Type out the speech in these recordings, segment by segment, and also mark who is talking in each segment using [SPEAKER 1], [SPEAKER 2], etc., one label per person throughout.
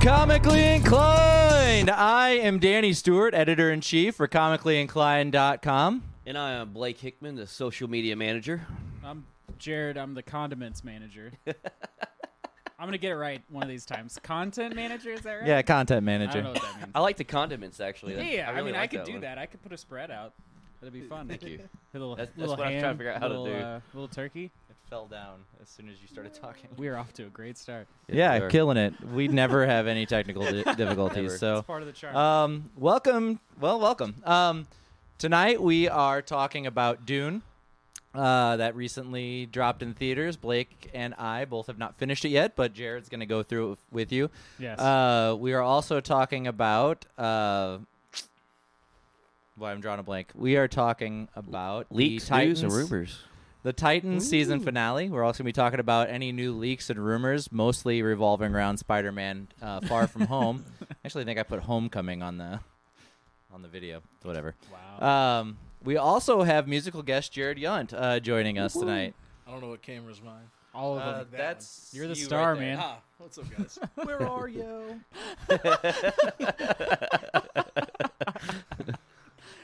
[SPEAKER 1] Comically Inclined. I am Danny Stewart, editor in chief for comicallyinclined.com.
[SPEAKER 2] And I am Blake Hickman, the social media manager.
[SPEAKER 3] I'm Jared. I'm the condiments manager. I'm gonna get it right one of these times. Content manager, is that right?
[SPEAKER 1] Yeah, content
[SPEAKER 3] I don't know
[SPEAKER 1] manager.
[SPEAKER 3] what that means.
[SPEAKER 2] I like the condiments, actually. That-
[SPEAKER 3] yeah, I,
[SPEAKER 2] really
[SPEAKER 3] mean, I
[SPEAKER 2] like
[SPEAKER 3] could do
[SPEAKER 2] one.
[SPEAKER 3] that. I could put a spread out. That'd be fun.
[SPEAKER 2] Thank you.
[SPEAKER 3] A little,
[SPEAKER 2] That's- that's
[SPEAKER 3] little
[SPEAKER 2] what I was
[SPEAKER 3] ham,
[SPEAKER 2] trying to figure out how to
[SPEAKER 3] little,
[SPEAKER 2] do.
[SPEAKER 3] Uh, little turkey.
[SPEAKER 1] It fell down as soon as you started talking.
[SPEAKER 3] We're off to a great start.
[SPEAKER 1] Yeah,
[SPEAKER 2] sure.
[SPEAKER 1] killing it. We never have any technical di- difficulties.
[SPEAKER 3] It's
[SPEAKER 1] So,
[SPEAKER 3] part of the
[SPEAKER 2] uh,
[SPEAKER 3] charm.
[SPEAKER 1] um, welcome. Well, welcome. Um, tonight we are talking about Dune. Uh, that recently dropped in theaters. Blake and I both have not finished it yet, but Jared's going to go through it with you.
[SPEAKER 3] yes.
[SPEAKER 1] Uh, we are also talking about. Uh, well, I'm drawing a blank. We are talking about
[SPEAKER 2] Leaks,
[SPEAKER 1] the Titans,
[SPEAKER 2] news, and rumors.
[SPEAKER 1] the Titans season finale. We're also going to be talking about any new leaks and rumors, mostly revolving around Spider-Man: uh, Far From Home. Actually, I think I put Homecoming on the on the video. Whatever.
[SPEAKER 3] wow.
[SPEAKER 1] Um, we also have musical guest Jared Yunt uh, joining us tonight.
[SPEAKER 4] I don't know what camera's mine.
[SPEAKER 3] All of
[SPEAKER 1] Uh,
[SPEAKER 3] them.
[SPEAKER 1] that's
[SPEAKER 3] You're the
[SPEAKER 1] you right
[SPEAKER 3] star,
[SPEAKER 1] there.
[SPEAKER 3] man.
[SPEAKER 4] Ah, what's up, guys?
[SPEAKER 1] Where are you?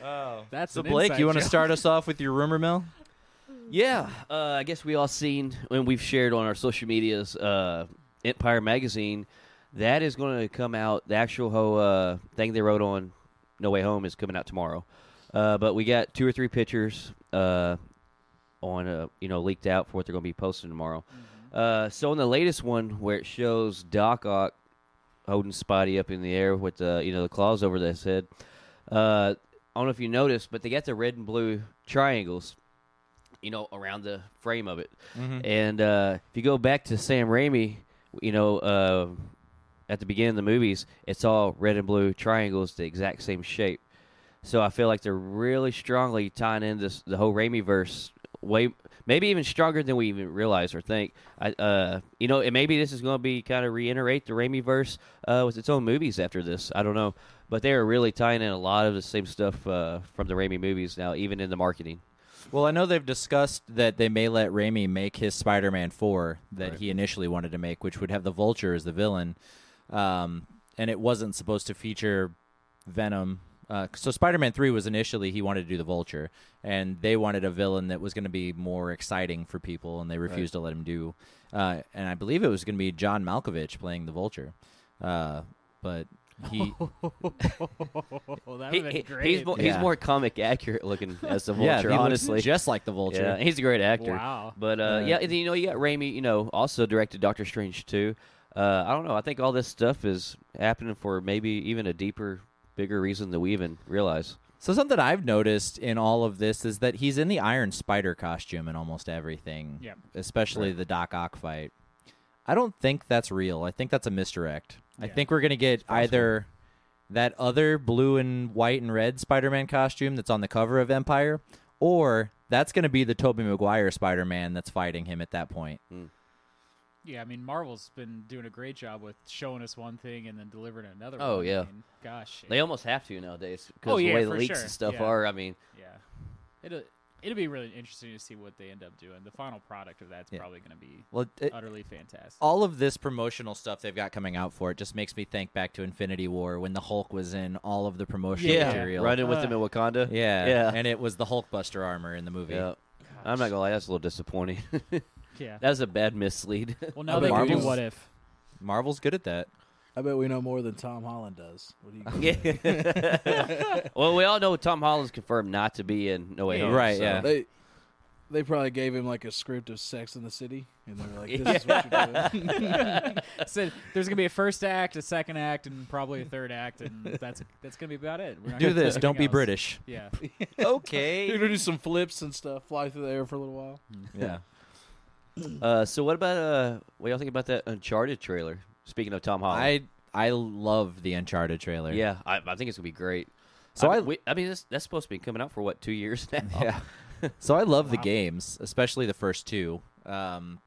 [SPEAKER 1] oh.
[SPEAKER 3] That's
[SPEAKER 1] So
[SPEAKER 3] an
[SPEAKER 1] Blake,
[SPEAKER 3] inside
[SPEAKER 1] you want to
[SPEAKER 3] joke.
[SPEAKER 1] start us off with your rumor mill?
[SPEAKER 2] Yeah, uh, I guess we all seen and we've shared on our social medias uh, Empire magazine. That is going to come out. The actual ho- uh, thing they wrote on No Way Home is coming out tomorrow. Uh, but we got two or three pictures uh, on uh, you know leaked out for what they're going to be posting tomorrow. Uh, so in the latest one where it shows Doc Ock holding Spotty up in the air with the you know the claws over his head. Uh, I don't know if you noticed, but they got the red and blue triangles you know, around the frame of it. And uh, if you go back to Sam Raimi, you know, uh, at the beginning of the movies, it's all red and blue triangles, the exact same shape. So I feel like they're really strongly tying in this the whole Raimi verse way, maybe even stronger than we even realize or think. I, uh, you know, and maybe this is going to be kind of reiterate the Raimi verse uh, with its own movies after this. I don't know, but they are really tying in a lot of the same stuff uh, from the Raimi movies now, even in the marketing.
[SPEAKER 1] Well, I know they've discussed that they may let Raimi make his Spider-Man 4 that he initially wanted to make, which would have the Vulture as the villain. Um, and it wasn't supposed to feature Venom. Uh, so Spider-Man 3 was initially he wanted to do the Vulture, and they wanted a villain that was going to be more exciting for people, and they refused to let him do. Uh, and I believe it was going to be John Malkovich playing the Vulture, uh, but he
[SPEAKER 3] well,
[SPEAKER 2] He-
[SPEAKER 3] that would have
[SPEAKER 2] he-
[SPEAKER 3] been great.
[SPEAKER 2] He's more,
[SPEAKER 1] Yeah.
[SPEAKER 2] he's more comic accurate looking as the
[SPEAKER 1] yeah,
[SPEAKER 2] vulture,
[SPEAKER 1] he looks
[SPEAKER 2] honestly.
[SPEAKER 1] just like the Vulture.
[SPEAKER 2] yeah, he's a great actor.
[SPEAKER 3] wow.
[SPEAKER 2] But uh,
[SPEAKER 1] Yeah.
[SPEAKER 2] yeah, and then, you know, you got Raimi. You know, also directed Doctor Strange too. Uh, I don't know. I think all this stuff is happening for maybe even a deeper, bigger reason than we even realize.
[SPEAKER 1] So something I've noticed in all of this is that he's in the Iron Spider costume in almost everything.
[SPEAKER 3] Yep.
[SPEAKER 1] Especially the Doc Ock fight. I don't think that's real. I think that's a misdirect. I
[SPEAKER 3] Yeah.
[SPEAKER 1] think we're gonna get either that other blue and white and red Spider-Man costume that's on the cover of Empire, or that's gonna be the Tobey Maguire Spider-Man that's fighting him at that point.
[SPEAKER 3] Yeah, I mean, Marvel's been doing a great job with showing us one thing and then delivering another.
[SPEAKER 2] Oh,
[SPEAKER 3] one. I
[SPEAKER 2] yeah.
[SPEAKER 3] mean, gosh.
[SPEAKER 2] They almost have to nowadays because
[SPEAKER 3] Oh, yeah,
[SPEAKER 2] the way the
[SPEAKER 3] for
[SPEAKER 2] leaks
[SPEAKER 3] sure.
[SPEAKER 2] and stuff
[SPEAKER 3] Yeah.
[SPEAKER 2] are. I mean,
[SPEAKER 3] Yeah, it'll it'll be really interesting to see what they end up doing. The final product of that's
[SPEAKER 1] Yeah.
[SPEAKER 3] probably going to be
[SPEAKER 1] Well, it,
[SPEAKER 3] utterly fantastic.
[SPEAKER 1] all of this promotional stuff they've got coming out for it just makes me think back to Infinity War when the Hulk was in all of the promotional
[SPEAKER 3] Yeah.
[SPEAKER 1] material.
[SPEAKER 2] running with
[SPEAKER 3] Uh,
[SPEAKER 2] them in Wakanda.
[SPEAKER 1] Yeah.
[SPEAKER 2] yeah,
[SPEAKER 1] And it was the Hulkbuster armor in the movie.
[SPEAKER 2] yeah. I'm not gonna lie, that's a little disappointing. that
[SPEAKER 3] yeah.
[SPEAKER 2] was a bad mislead.
[SPEAKER 3] Well, now they can
[SPEAKER 1] Marvel's-
[SPEAKER 3] do what if.
[SPEAKER 1] Marvel's good at that.
[SPEAKER 4] I bet we know more than Tom Holland does. What do you?
[SPEAKER 2] Yeah. well, we all know Tom Holland's confirmed not to be in No Way Home.
[SPEAKER 1] Right,
[SPEAKER 2] so-
[SPEAKER 1] yeah.
[SPEAKER 4] They they probably gave him like a script of Sex in the City, and they're like, "This is what you're doing."
[SPEAKER 3] So there's going to be a first act, a second act, and probably a third act, and that's that's going to be about it. We're not
[SPEAKER 1] Do
[SPEAKER 3] gonna
[SPEAKER 1] this.
[SPEAKER 3] anything
[SPEAKER 1] Don't be
[SPEAKER 3] else.
[SPEAKER 1] British.
[SPEAKER 3] Yeah.
[SPEAKER 4] You're
[SPEAKER 1] okay.
[SPEAKER 4] gonna do some flips and stuff, fly through the air for a little while.
[SPEAKER 1] Yeah.
[SPEAKER 2] Uh, so what about uh, what y'all think about that Uncharted trailer? Speaking of Tom Holland,
[SPEAKER 1] I I love the Uncharted trailer.
[SPEAKER 2] yeah, I, I think it's gonna be great.
[SPEAKER 1] So
[SPEAKER 2] I,
[SPEAKER 1] I-
[SPEAKER 2] we, I mean, this, that's supposed to be coming out for what two years now?
[SPEAKER 1] Yeah. so I love the games, especially the first two. Um,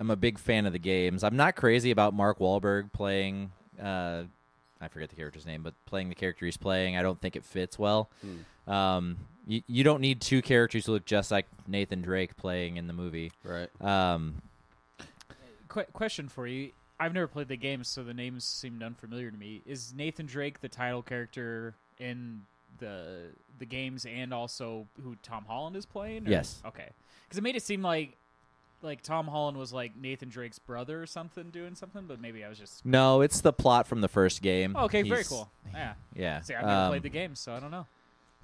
[SPEAKER 1] I'm a big fan of the games. I'm not crazy about Mark Wahlberg playing. Uh, I forget the character's name, but playing the character he's playing, I don't think it fits well. Um, you, you don't need two characters who look just like Nathan Drake playing in the movie.
[SPEAKER 2] right.
[SPEAKER 1] Um,
[SPEAKER 3] Qu- question for you: I've never played the games, so the names seemed unfamiliar to me. Is Nathan Drake the title character in the the games, and also who Tom Holland is playing? or-
[SPEAKER 1] Yes.
[SPEAKER 3] Okay, because it made it seem like like Tom Holland was like Nathan Drake's brother or something, doing something, but maybe I was just
[SPEAKER 1] No, it's the plot from the first game.
[SPEAKER 2] Mm,
[SPEAKER 3] okay. Very
[SPEAKER 1] He's-
[SPEAKER 3] cool. Yeah.
[SPEAKER 1] Yeah.
[SPEAKER 3] See, I've never
[SPEAKER 1] um,
[SPEAKER 3] played the game, so I don't know.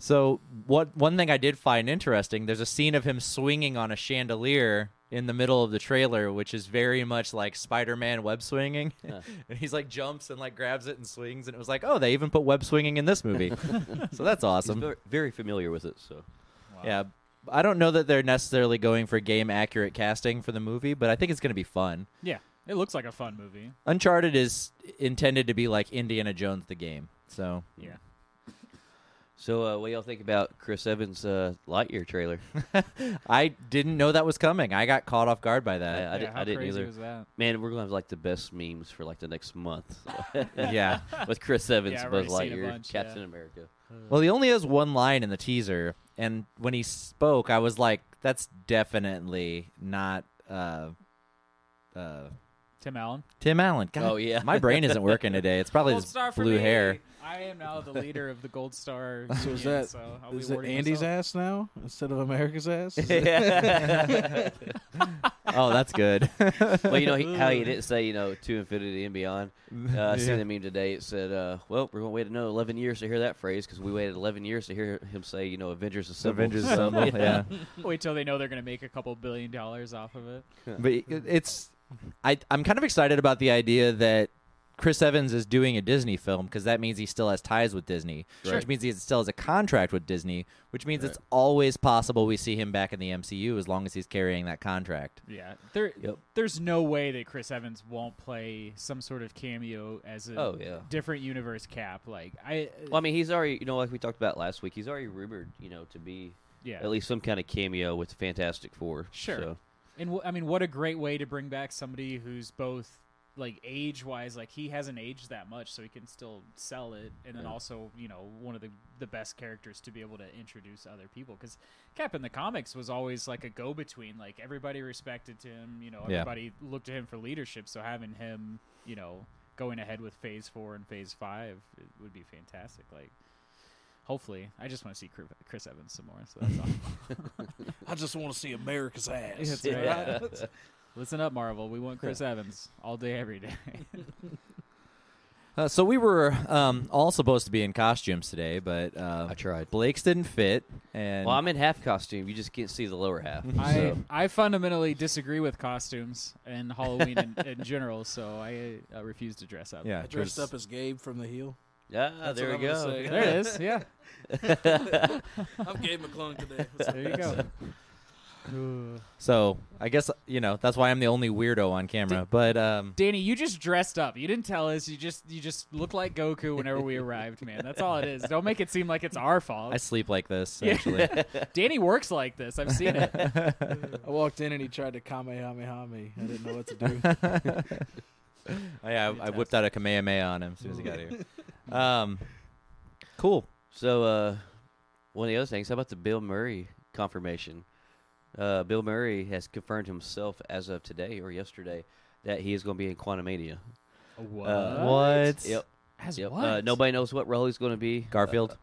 [SPEAKER 1] So what? One thing I did find interesting. There's a scene of him swinging on a chandelier in the middle of the trailer, which is very much like Spider-Man web swinging, and he's like jumps and like grabs it and swings, and it was like, oh, they even put web swinging in this movie, so that's
[SPEAKER 2] He's
[SPEAKER 1] awesome.
[SPEAKER 2] very, very familiar with it, so
[SPEAKER 3] Wow.
[SPEAKER 1] Yeah, I don't know that they're necessarily going for game accurate casting for the movie, but I think it's going to be fun.
[SPEAKER 3] Yeah. It looks like a fun movie.
[SPEAKER 1] Uncharted is intended to be like Indiana Jones the game, so
[SPEAKER 3] Yeah.
[SPEAKER 2] so uh, what do y'all think about Chris Evans' uh, Lightyear trailer?
[SPEAKER 1] I didn't know that was coming. I got caught off guard by
[SPEAKER 2] I,
[SPEAKER 1] that.
[SPEAKER 2] I, di-
[SPEAKER 3] yeah, how
[SPEAKER 2] I didn't
[SPEAKER 3] crazy
[SPEAKER 2] either.
[SPEAKER 3] was that?
[SPEAKER 2] Man, we're gonna have like the best memes for like the next month
[SPEAKER 1] yeah.
[SPEAKER 2] with Chris Evans,
[SPEAKER 3] I've
[SPEAKER 2] Buzz
[SPEAKER 3] already seen a
[SPEAKER 2] Lightyear,
[SPEAKER 3] bunch,
[SPEAKER 2] Captain
[SPEAKER 3] yeah.
[SPEAKER 2] America.
[SPEAKER 1] Well, he only has one line in the teaser, and when he spoke, I was like, "That's definitely not uh, uh,
[SPEAKER 3] Tim Allen.
[SPEAKER 1] Tim Allen." God,
[SPEAKER 2] Oh, yeah.
[SPEAKER 1] my brain isn't working today. It's probably
[SPEAKER 3] Gold
[SPEAKER 1] this
[SPEAKER 3] star for
[SPEAKER 1] blue
[SPEAKER 3] me.
[SPEAKER 1] hair.
[SPEAKER 3] I am now the leader of the Gold Star.
[SPEAKER 4] So
[SPEAKER 3] union,
[SPEAKER 4] is that-
[SPEAKER 3] so I'll
[SPEAKER 4] Is
[SPEAKER 3] be
[SPEAKER 4] it
[SPEAKER 3] awarding
[SPEAKER 4] Andy's
[SPEAKER 3] myself.
[SPEAKER 4] ass now instead of America's ass? Is it-
[SPEAKER 2] well,
[SPEAKER 1] Oh, that's good.
[SPEAKER 2] you know he, how he didn't say you know to infinity and beyond. Uh, I seen the meme today. It said, uh, "Well, we're gonna wait another eleven years to hear that phrase because we waited eleven years to hear him say you know Avengers Assemble."
[SPEAKER 1] Avengers Assemble, yeah.
[SPEAKER 3] Wait till they know they're going to make a couple billion dollars off of it.
[SPEAKER 1] but it- it's I I'm kind of excited about the idea that Chris Evans is doing a Disney film because that means he still has ties with Disney, which
[SPEAKER 2] Right.
[SPEAKER 1] means he still has a contract with Disney, which means it's always possible we see him back in the MCU as long as he's carrying that contract.
[SPEAKER 3] Yeah, there,
[SPEAKER 2] Yep.
[SPEAKER 3] there's no way that Chris Evans won't play some sort of cameo as a
[SPEAKER 2] Oh, yeah.
[SPEAKER 3] different universe cap. Like I,
[SPEAKER 2] Well, I mean, he's already you know like we talked about last week. He's already rumored you know to be
[SPEAKER 3] yeah,
[SPEAKER 2] at least some kind of cameo with Fantastic Four.
[SPEAKER 3] Sure.
[SPEAKER 2] So,
[SPEAKER 3] And w- I mean, what a great way to bring back somebody who's both like age wise, like he hasn't aged that much, so he can still sell it, and then
[SPEAKER 2] Yeah.
[SPEAKER 3] also you know one of the the best characters to be able to introduce other people because Cap in the comics was always like a go between, like everybody respected him, you know,
[SPEAKER 1] Yeah.
[SPEAKER 3] everybody looked to him for leadership, so having him, you know, going ahead with Phase Four and Phase Five it would be fantastic, like. Hopefully, I just want to see Chris- Chris Evans some more. So that's all.
[SPEAKER 4] I just want to see America's ass.
[SPEAKER 3] That's right. Listen up, Marvel. We want Chris Evans all day, every day.
[SPEAKER 1] Uh, so we were um, all supposed to be in costumes today, but uh,
[SPEAKER 2] I tried.
[SPEAKER 1] Blake's didn't fit, and
[SPEAKER 2] well, I'm in half costume. You just can't see the lower half.
[SPEAKER 3] I,
[SPEAKER 2] so. Ah,
[SPEAKER 3] I fundamentally disagree with costumes and Halloween in, in general, so I uh, refuse to dress up.
[SPEAKER 1] yeah,
[SPEAKER 4] I dressed
[SPEAKER 1] 'cause-
[SPEAKER 4] up as Gabe from The Heel.
[SPEAKER 2] Ah,
[SPEAKER 4] That's
[SPEAKER 2] there we
[SPEAKER 4] what I'm gonna
[SPEAKER 2] go.
[SPEAKER 4] say.
[SPEAKER 3] There it is. Yeah.
[SPEAKER 4] I'm Gabe McClung today.
[SPEAKER 3] There you go.
[SPEAKER 1] so I guess you know that's why I'm the only weirdo on camera. But um,
[SPEAKER 3] Danny, you just dressed up. You didn't tell us. You just you just look like Goku whenever we arrived, man. That's all it is. Don't make it seem like it's our fault.
[SPEAKER 1] I sleep like this
[SPEAKER 3] Yeah.
[SPEAKER 1] actually.
[SPEAKER 3] Danny works like this. I've seen it.
[SPEAKER 4] I walked in and he tried to kamehameha me. I didn't know what to do.
[SPEAKER 1] I, Oh, I, I whipped out a Kamehameha on him as soon as he got here. Um, cool.
[SPEAKER 2] So, uh, one of the other things, how about the Bill Murray confirmation? Uh, Bill Murray has confirmed himself as of today or yesterday that he is going to be in Quantumania.
[SPEAKER 3] What?
[SPEAKER 2] Uh,
[SPEAKER 1] What?
[SPEAKER 2] Yep.
[SPEAKER 3] As
[SPEAKER 2] yep.
[SPEAKER 3] what?
[SPEAKER 2] Uh, nobody knows what role he's going to be.
[SPEAKER 1] Garfield.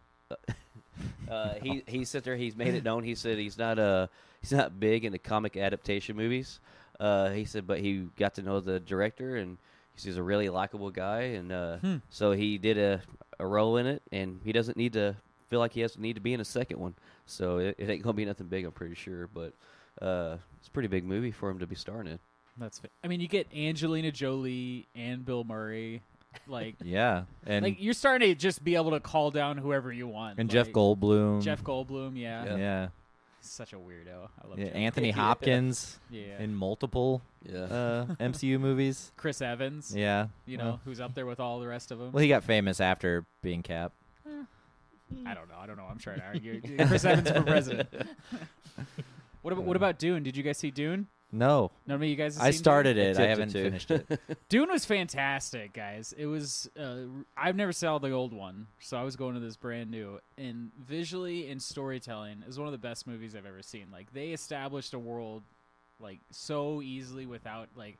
[SPEAKER 2] Uh, he he sat there. He's made it known. He said he's not uh he's not big into comic adaptation movies. Uh, he said, but he got to know the director and he's a really likable guy, and uh, so he did a a role in it, and he doesn't need to feel like he has to need to be in a second one. So it, it ain't gonna be nothing big, I'm pretty sure. But uh, it's a pretty big movie for him to be starring in.
[SPEAKER 3] That's. Fa- I mean, you get Angelina Jolie and Bill Murray, like
[SPEAKER 1] Yeah, and
[SPEAKER 3] like you're starting to just be able to call down whoever you want.
[SPEAKER 1] and
[SPEAKER 3] like,
[SPEAKER 1] Jeff Goldblum.
[SPEAKER 3] Jeff Goldblum, yeah,
[SPEAKER 1] Yeah.
[SPEAKER 3] He's such a weirdo. I love
[SPEAKER 1] Yeah,
[SPEAKER 3] Jeff.
[SPEAKER 1] Anthony
[SPEAKER 2] Yeah.
[SPEAKER 1] Hopkins
[SPEAKER 3] yeah,
[SPEAKER 1] in multiple
[SPEAKER 2] Yeah.
[SPEAKER 1] uh, MCU movies.
[SPEAKER 3] Chris Evans,
[SPEAKER 1] Yeah.
[SPEAKER 3] you know,
[SPEAKER 1] Well,
[SPEAKER 3] who's up there with all the rest of them.
[SPEAKER 1] well, he got famous after being Cap.
[SPEAKER 3] I don't know. I don't know. I'm trying to argue. Chris Evans for president. what about what about Dune? Did you guys see Dune?
[SPEAKER 1] No,
[SPEAKER 3] None of you guys. Have
[SPEAKER 1] I
[SPEAKER 3] seen Dune?
[SPEAKER 1] started
[SPEAKER 2] I
[SPEAKER 1] it. I
[SPEAKER 2] attempted
[SPEAKER 1] haven't
[SPEAKER 2] to.
[SPEAKER 1] finished it.
[SPEAKER 3] Dune was fantastic, guys. It was. Uh, r- I've never saw the old one, so I was going to this brand new. And visually and storytelling is one of the best movies I've ever seen. Like they established a world, like so easily without like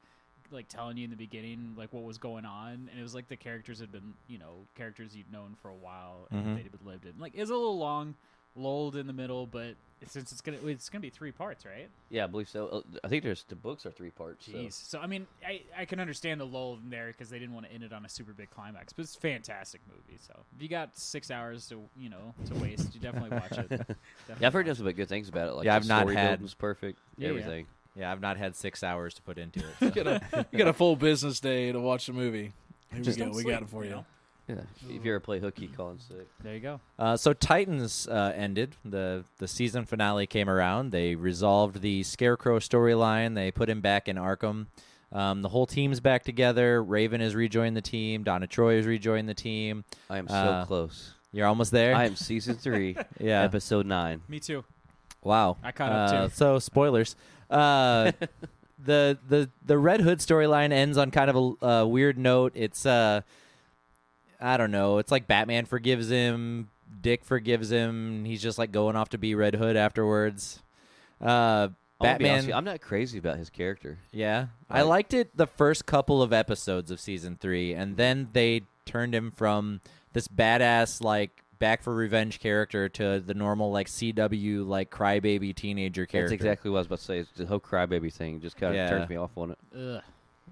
[SPEAKER 3] like telling you in the beginning like what was going on, and it was like the characters had been you know characters you'd known for a while and
[SPEAKER 1] Mhm.
[SPEAKER 3] they'd been lived in. Like it's a little long, lulled in the middle, but since it's gonna it's gonna be three parts, right?
[SPEAKER 2] Yeah, I believe so. Uh, I think there's the books are three parts. so-
[SPEAKER 3] Jeez. So, I mean, I, I can understand the lull in there because they didn't want to end it on a super big climax, but it's a fantastic movie. So if you got six hours to you know to waste, you definitely watch it. Definitely
[SPEAKER 2] Yeah, I've heard
[SPEAKER 3] watch
[SPEAKER 2] nothing but good things about it. Like
[SPEAKER 1] Yeah,
[SPEAKER 2] the
[SPEAKER 1] I've not
[SPEAKER 2] story
[SPEAKER 1] had-
[SPEAKER 2] building's perfect.
[SPEAKER 3] Yeah, yeah.
[SPEAKER 2] everything.
[SPEAKER 1] Yeah, I've not had six hours to put into it. so.
[SPEAKER 4] Get a, you got a full business day to watch the movie. Here
[SPEAKER 3] Just
[SPEAKER 4] we go.
[SPEAKER 3] don't
[SPEAKER 4] We
[SPEAKER 3] sleep,
[SPEAKER 4] got it for
[SPEAKER 3] you
[SPEAKER 4] you.
[SPEAKER 3] know?
[SPEAKER 2] Yeah. If you ever play hooky, calling sick.
[SPEAKER 3] it. There you go.
[SPEAKER 1] Uh, so Titans uh, ended. the The season finale came around. They resolved the Scarecrow storyline. They put him back in Arkham. Um, the whole team's back together. Raven has rejoined the team. Donna Troy has rejoined the team.
[SPEAKER 2] I am so
[SPEAKER 1] Uh,
[SPEAKER 2] close.
[SPEAKER 1] You're almost there.
[SPEAKER 2] I am season three,
[SPEAKER 1] yeah.
[SPEAKER 2] episode nine.
[SPEAKER 3] Me too.
[SPEAKER 1] Wow.
[SPEAKER 3] I caught up,
[SPEAKER 1] Uh,
[SPEAKER 3] too.
[SPEAKER 1] So spoilers. Uh, the the the Red Hood storyline ends on kind of a uh, weird note. It's uh, I don't know. It's like Batman forgives him, Dick forgives him. He's just like going off to be Red Hood afterwards. Uh,
[SPEAKER 2] I wanna be honest with
[SPEAKER 1] Batman.
[SPEAKER 2] you, I'm not crazy about his character.
[SPEAKER 1] yeah, I
[SPEAKER 2] Like-
[SPEAKER 1] liked it the first couple of episodes of season three, and then they turned him from this badass like back for revenge character to the normal like CW like crybaby teenager character.
[SPEAKER 2] That's exactly what I was about to say. It's the whole crybaby thing just kind of
[SPEAKER 1] Yeah.
[SPEAKER 2] turns me off on it.
[SPEAKER 3] Ugh.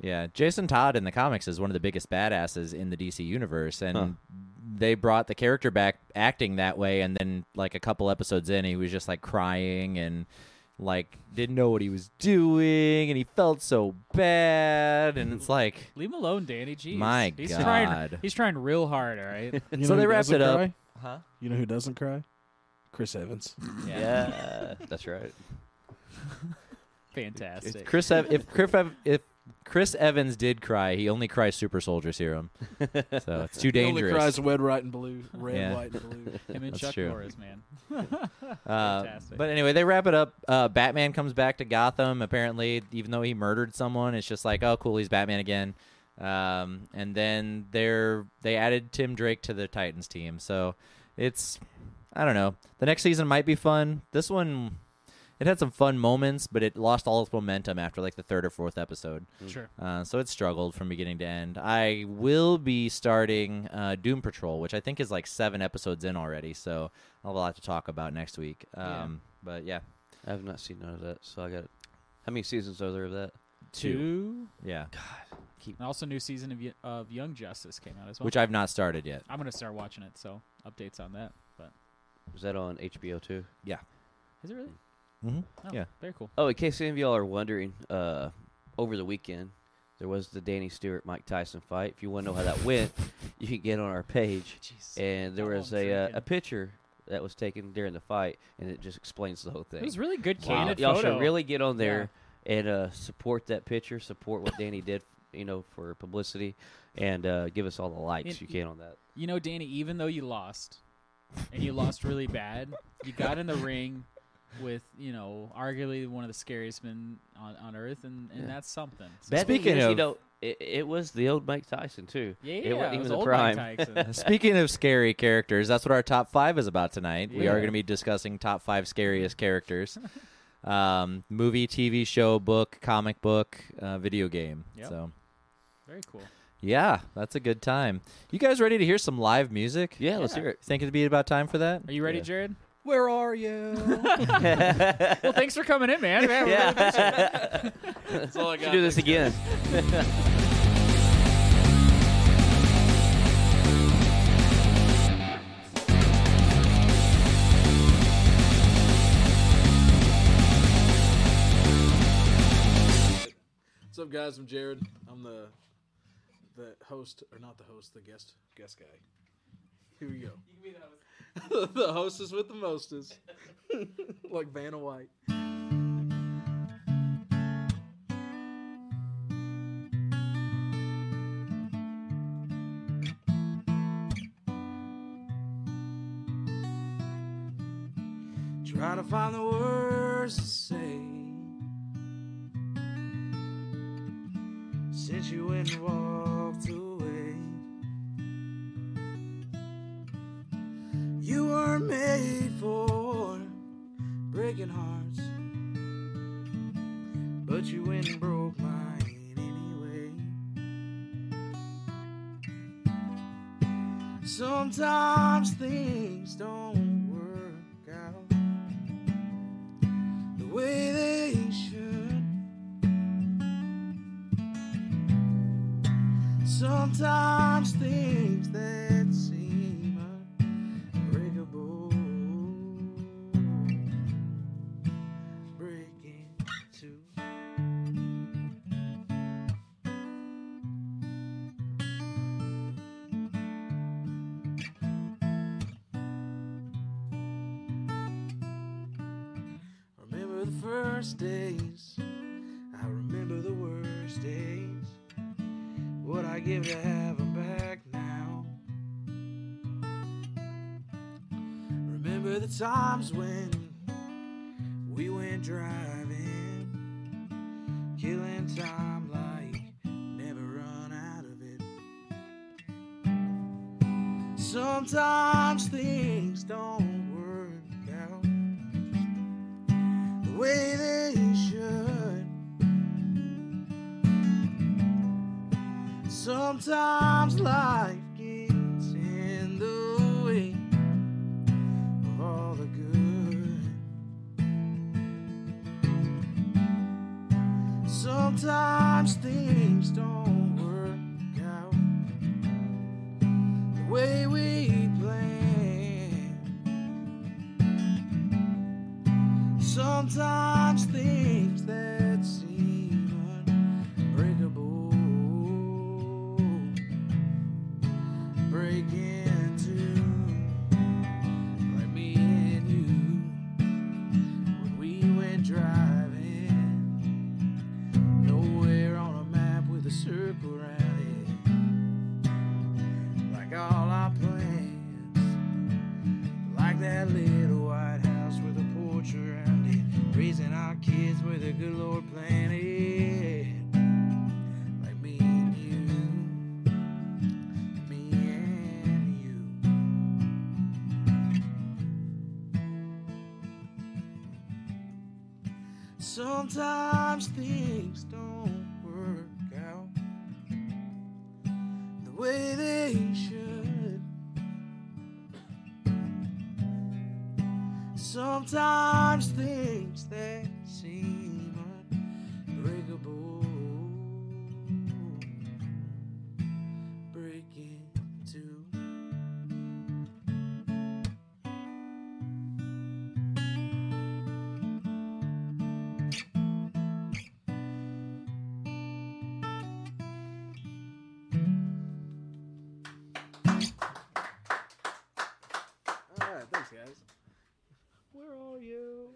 [SPEAKER 1] Yeah, Jason Todd in the comics is one of the biggest badasses in the DC universe, and
[SPEAKER 2] Huh.
[SPEAKER 1] they brought the character back acting that way, and then like a couple episodes in, he was just like crying and like didn't know what he was doing, and he felt so bad, and it's like
[SPEAKER 3] Leave him alone, Danny. Jeez.
[SPEAKER 1] My
[SPEAKER 3] he's
[SPEAKER 1] God.
[SPEAKER 3] Trying, he's trying real hard. All right.
[SPEAKER 4] You know
[SPEAKER 1] So they
[SPEAKER 4] who
[SPEAKER 1] wrapped it
[SPEAKER 4] doesn't
[SPEAKER 1] up.
[SPEAKER 4] cry?
[SPEAKER 1] Huh?
[SPEAKER 4] You know who doesn't cry? Chris Evans.
[SPEAKER 1] Yeah.
[SPEAKER 2] that's right.
[SPEAKER 3] Fantastic.
[SPEAKER 1] Chris Ev- if Chris Ev- if Chris Evans did cry, he only cries Super Soldier Serum, so it's too
[SPEAKER 4] He only
[SPEAKER 1] dangerous.
[SPEAKER 4] cries red, white, and blue. Red,
[SPEAKER 1] Yeah.
[SPEAKER 4] white, and blue.
[SPEAKER 3] Him and
[SPEAKER 1] That's
[SPEAKER 3] Chuck
[SPEAKER 1] true.
[SPEAKER 3] Norris, man.
[SPEAKER 1] Uh,
[SPEAKER 3] Fantastic.
[SPEAKER 1] but anyway, they wrap it up. Uh, Batman comes back to Gotham. Apparently, even though he murdered someone, it's just like, oh, cool, he's Batman again. Um, and then they're they added Tim Drake to the Titans team. So it's I don't know. The next season might be fun. This one, it had some fun moments, but it lost all its momentum after like the third or fourth episode.
[SPEAKER 3] Sure.
[SPEAKER 1] Uh, so it struggled from beginning to end. I will be starting uh, Doom Patrol, which I think is like seven episodes in already. So I'll have a lot to talk about next week.
[SPEAKER 3] Yeah.
[SPEAKER 1] Um, But yeah,
[SPEAKER 2] I have not seen none of that, so I got. How many seasons are there of that?
[SPEAKER 3] Two.
[SPEAKER 1] yeah,
[SPEAKER 3] And also, new season of, Y- of Young Justice came out as well.
[SPEAKER 1] which I've not started yet.
[SPEAKER 3] I'm gonna start watching it. So updates on that. But
[SPEAKER 2] Was that on HBO too?
[SPEAKER 3] is it really?
[SPEAKER 1] Mm-hmm.
[SPEAKER 3] Oh,
[SPEAKER 1] Yeah.
[SPEAKER 3] Very cool.
[SPEAKER 2] Oh, in case any of y'all are wondering, uh, over the weekend there was the Danny Stewart Mike Tyson fight. If you want to know how that went, you can get on our page.
[SPEAKER 3] Jeez.
[SPEAKER 2] And there
[SPEAKER 3] How
[SPEAKER 2] was
[SPEAKER 3] long
[SPEAKER 2] a uh,
[SPEAKER 3] drinking.
[SPEAKER 2] a picture that was taken during the fight, and it just explains the whole
[SPEAKER 3] It
[SPEAKER 2] thing.
[SPEAKER 3] was really good
[SPEAKER 2] Y'all-
[SPEAKER 3] candid
[SPEAKER 2] y'all
[SPEAKER 3] photo.
[SPEAKER 2] should really get on there and uh, support that picture, support what Danny did, you know, for publicity, and uh, give us all the likes
[SPEAKER 3] It-
[SPEAKER 2] you can on that.
[SPEAKER 3] You know, Danny, even though you lost, and you lost really bad, you got in the ring with, you know, arguably one of the scariest men on, on earth, and, and
[SPEAKER 2] Yeah.
[SPEAKER 3] that's something. So-
[SPEAKER 2] Bad thing
[SPEAKER 1] Speaking
[SPEAKER 2] is, you
[SPEAKER 1] of-
[SPEAKER 2] know, it, it was the old Mike Tyson too.
[SPEAKER 3] yeah,
[SPEAKER 2] it wasn't
[SPEAKER 3] it
[SPEAKER 2] even
[SPEAKER 3] was
[SPEAKER 2] the
[SPEAKER 3] old Mike
[SPEAKER 2] prime.
[SPEAKER 3] Tyson.
[SPEAKER 1] Uh, Speaking of scary characters, that's what our top five is about tonight. We
[SPEAKER 3] Yeah.
[SPEAKER 1] are going to be discussing top five scariest characters um, movie, TV show, book, comic book, uh, video game.
[SPEAKER 3] Yep.
[SPEAKER 1] So,
[SPEAKER 3] Very cool.
[SPEAKER 1] yeah, that's a good time. You guys ready to hear some live music?
[SPEAKER 2] Yeah, let's
[SPEAKER 3] Yeah.
[SPEAKER 2] hear it.
[SPEAKER 1] Think it'd be about time for that?
[SPEAKER 3] Are you ready,
[SPEAKER 2] Yeah.
[SPEAKER 3] Jared?
[SPEAKER 4] Where are you?
[SPEAKER 3] Well, thanks for coming in, man. Yeah, we're-
[SPEAKER 2] Yeah.
[SPEAKER 4] That's all I
[SPEAKER 2] Should do this again.
[SPEAKER 4] What's up, guys? I'm Jared. I'm the the host, or not the host, the guest guest guy. Here we go. You can be the host. the hostess with the mostest, like Vanna White. Trying to find the words to say. since you went and walked away. You were made for breaking hearts, but you went and broke mine anyway. Sometimes things don't work out the way they should. Sometimes things that seem unbreakable break into Remember the first days. I remember the worst days. What I give to have 'em back now. Remember the times when we went driving, killing time like never run out of it. Sometimes things don't work out the way they should. Sometimes life gets in the way of all the good. Sometimes things don't work out the way we planned. Sometimes things that seem unbreakable break into like me and you when we went driving nowhere on a map with a circle around it like all our plans like that little white house with a porch around it. Raising our kids where the good Lord planned it. Like me and you. Me and you. Sometimes things don't work out the way they should. Sometimes things that seem unbreakable break into.
[SPEAKER 5] All right, thanks, guys. Where are you?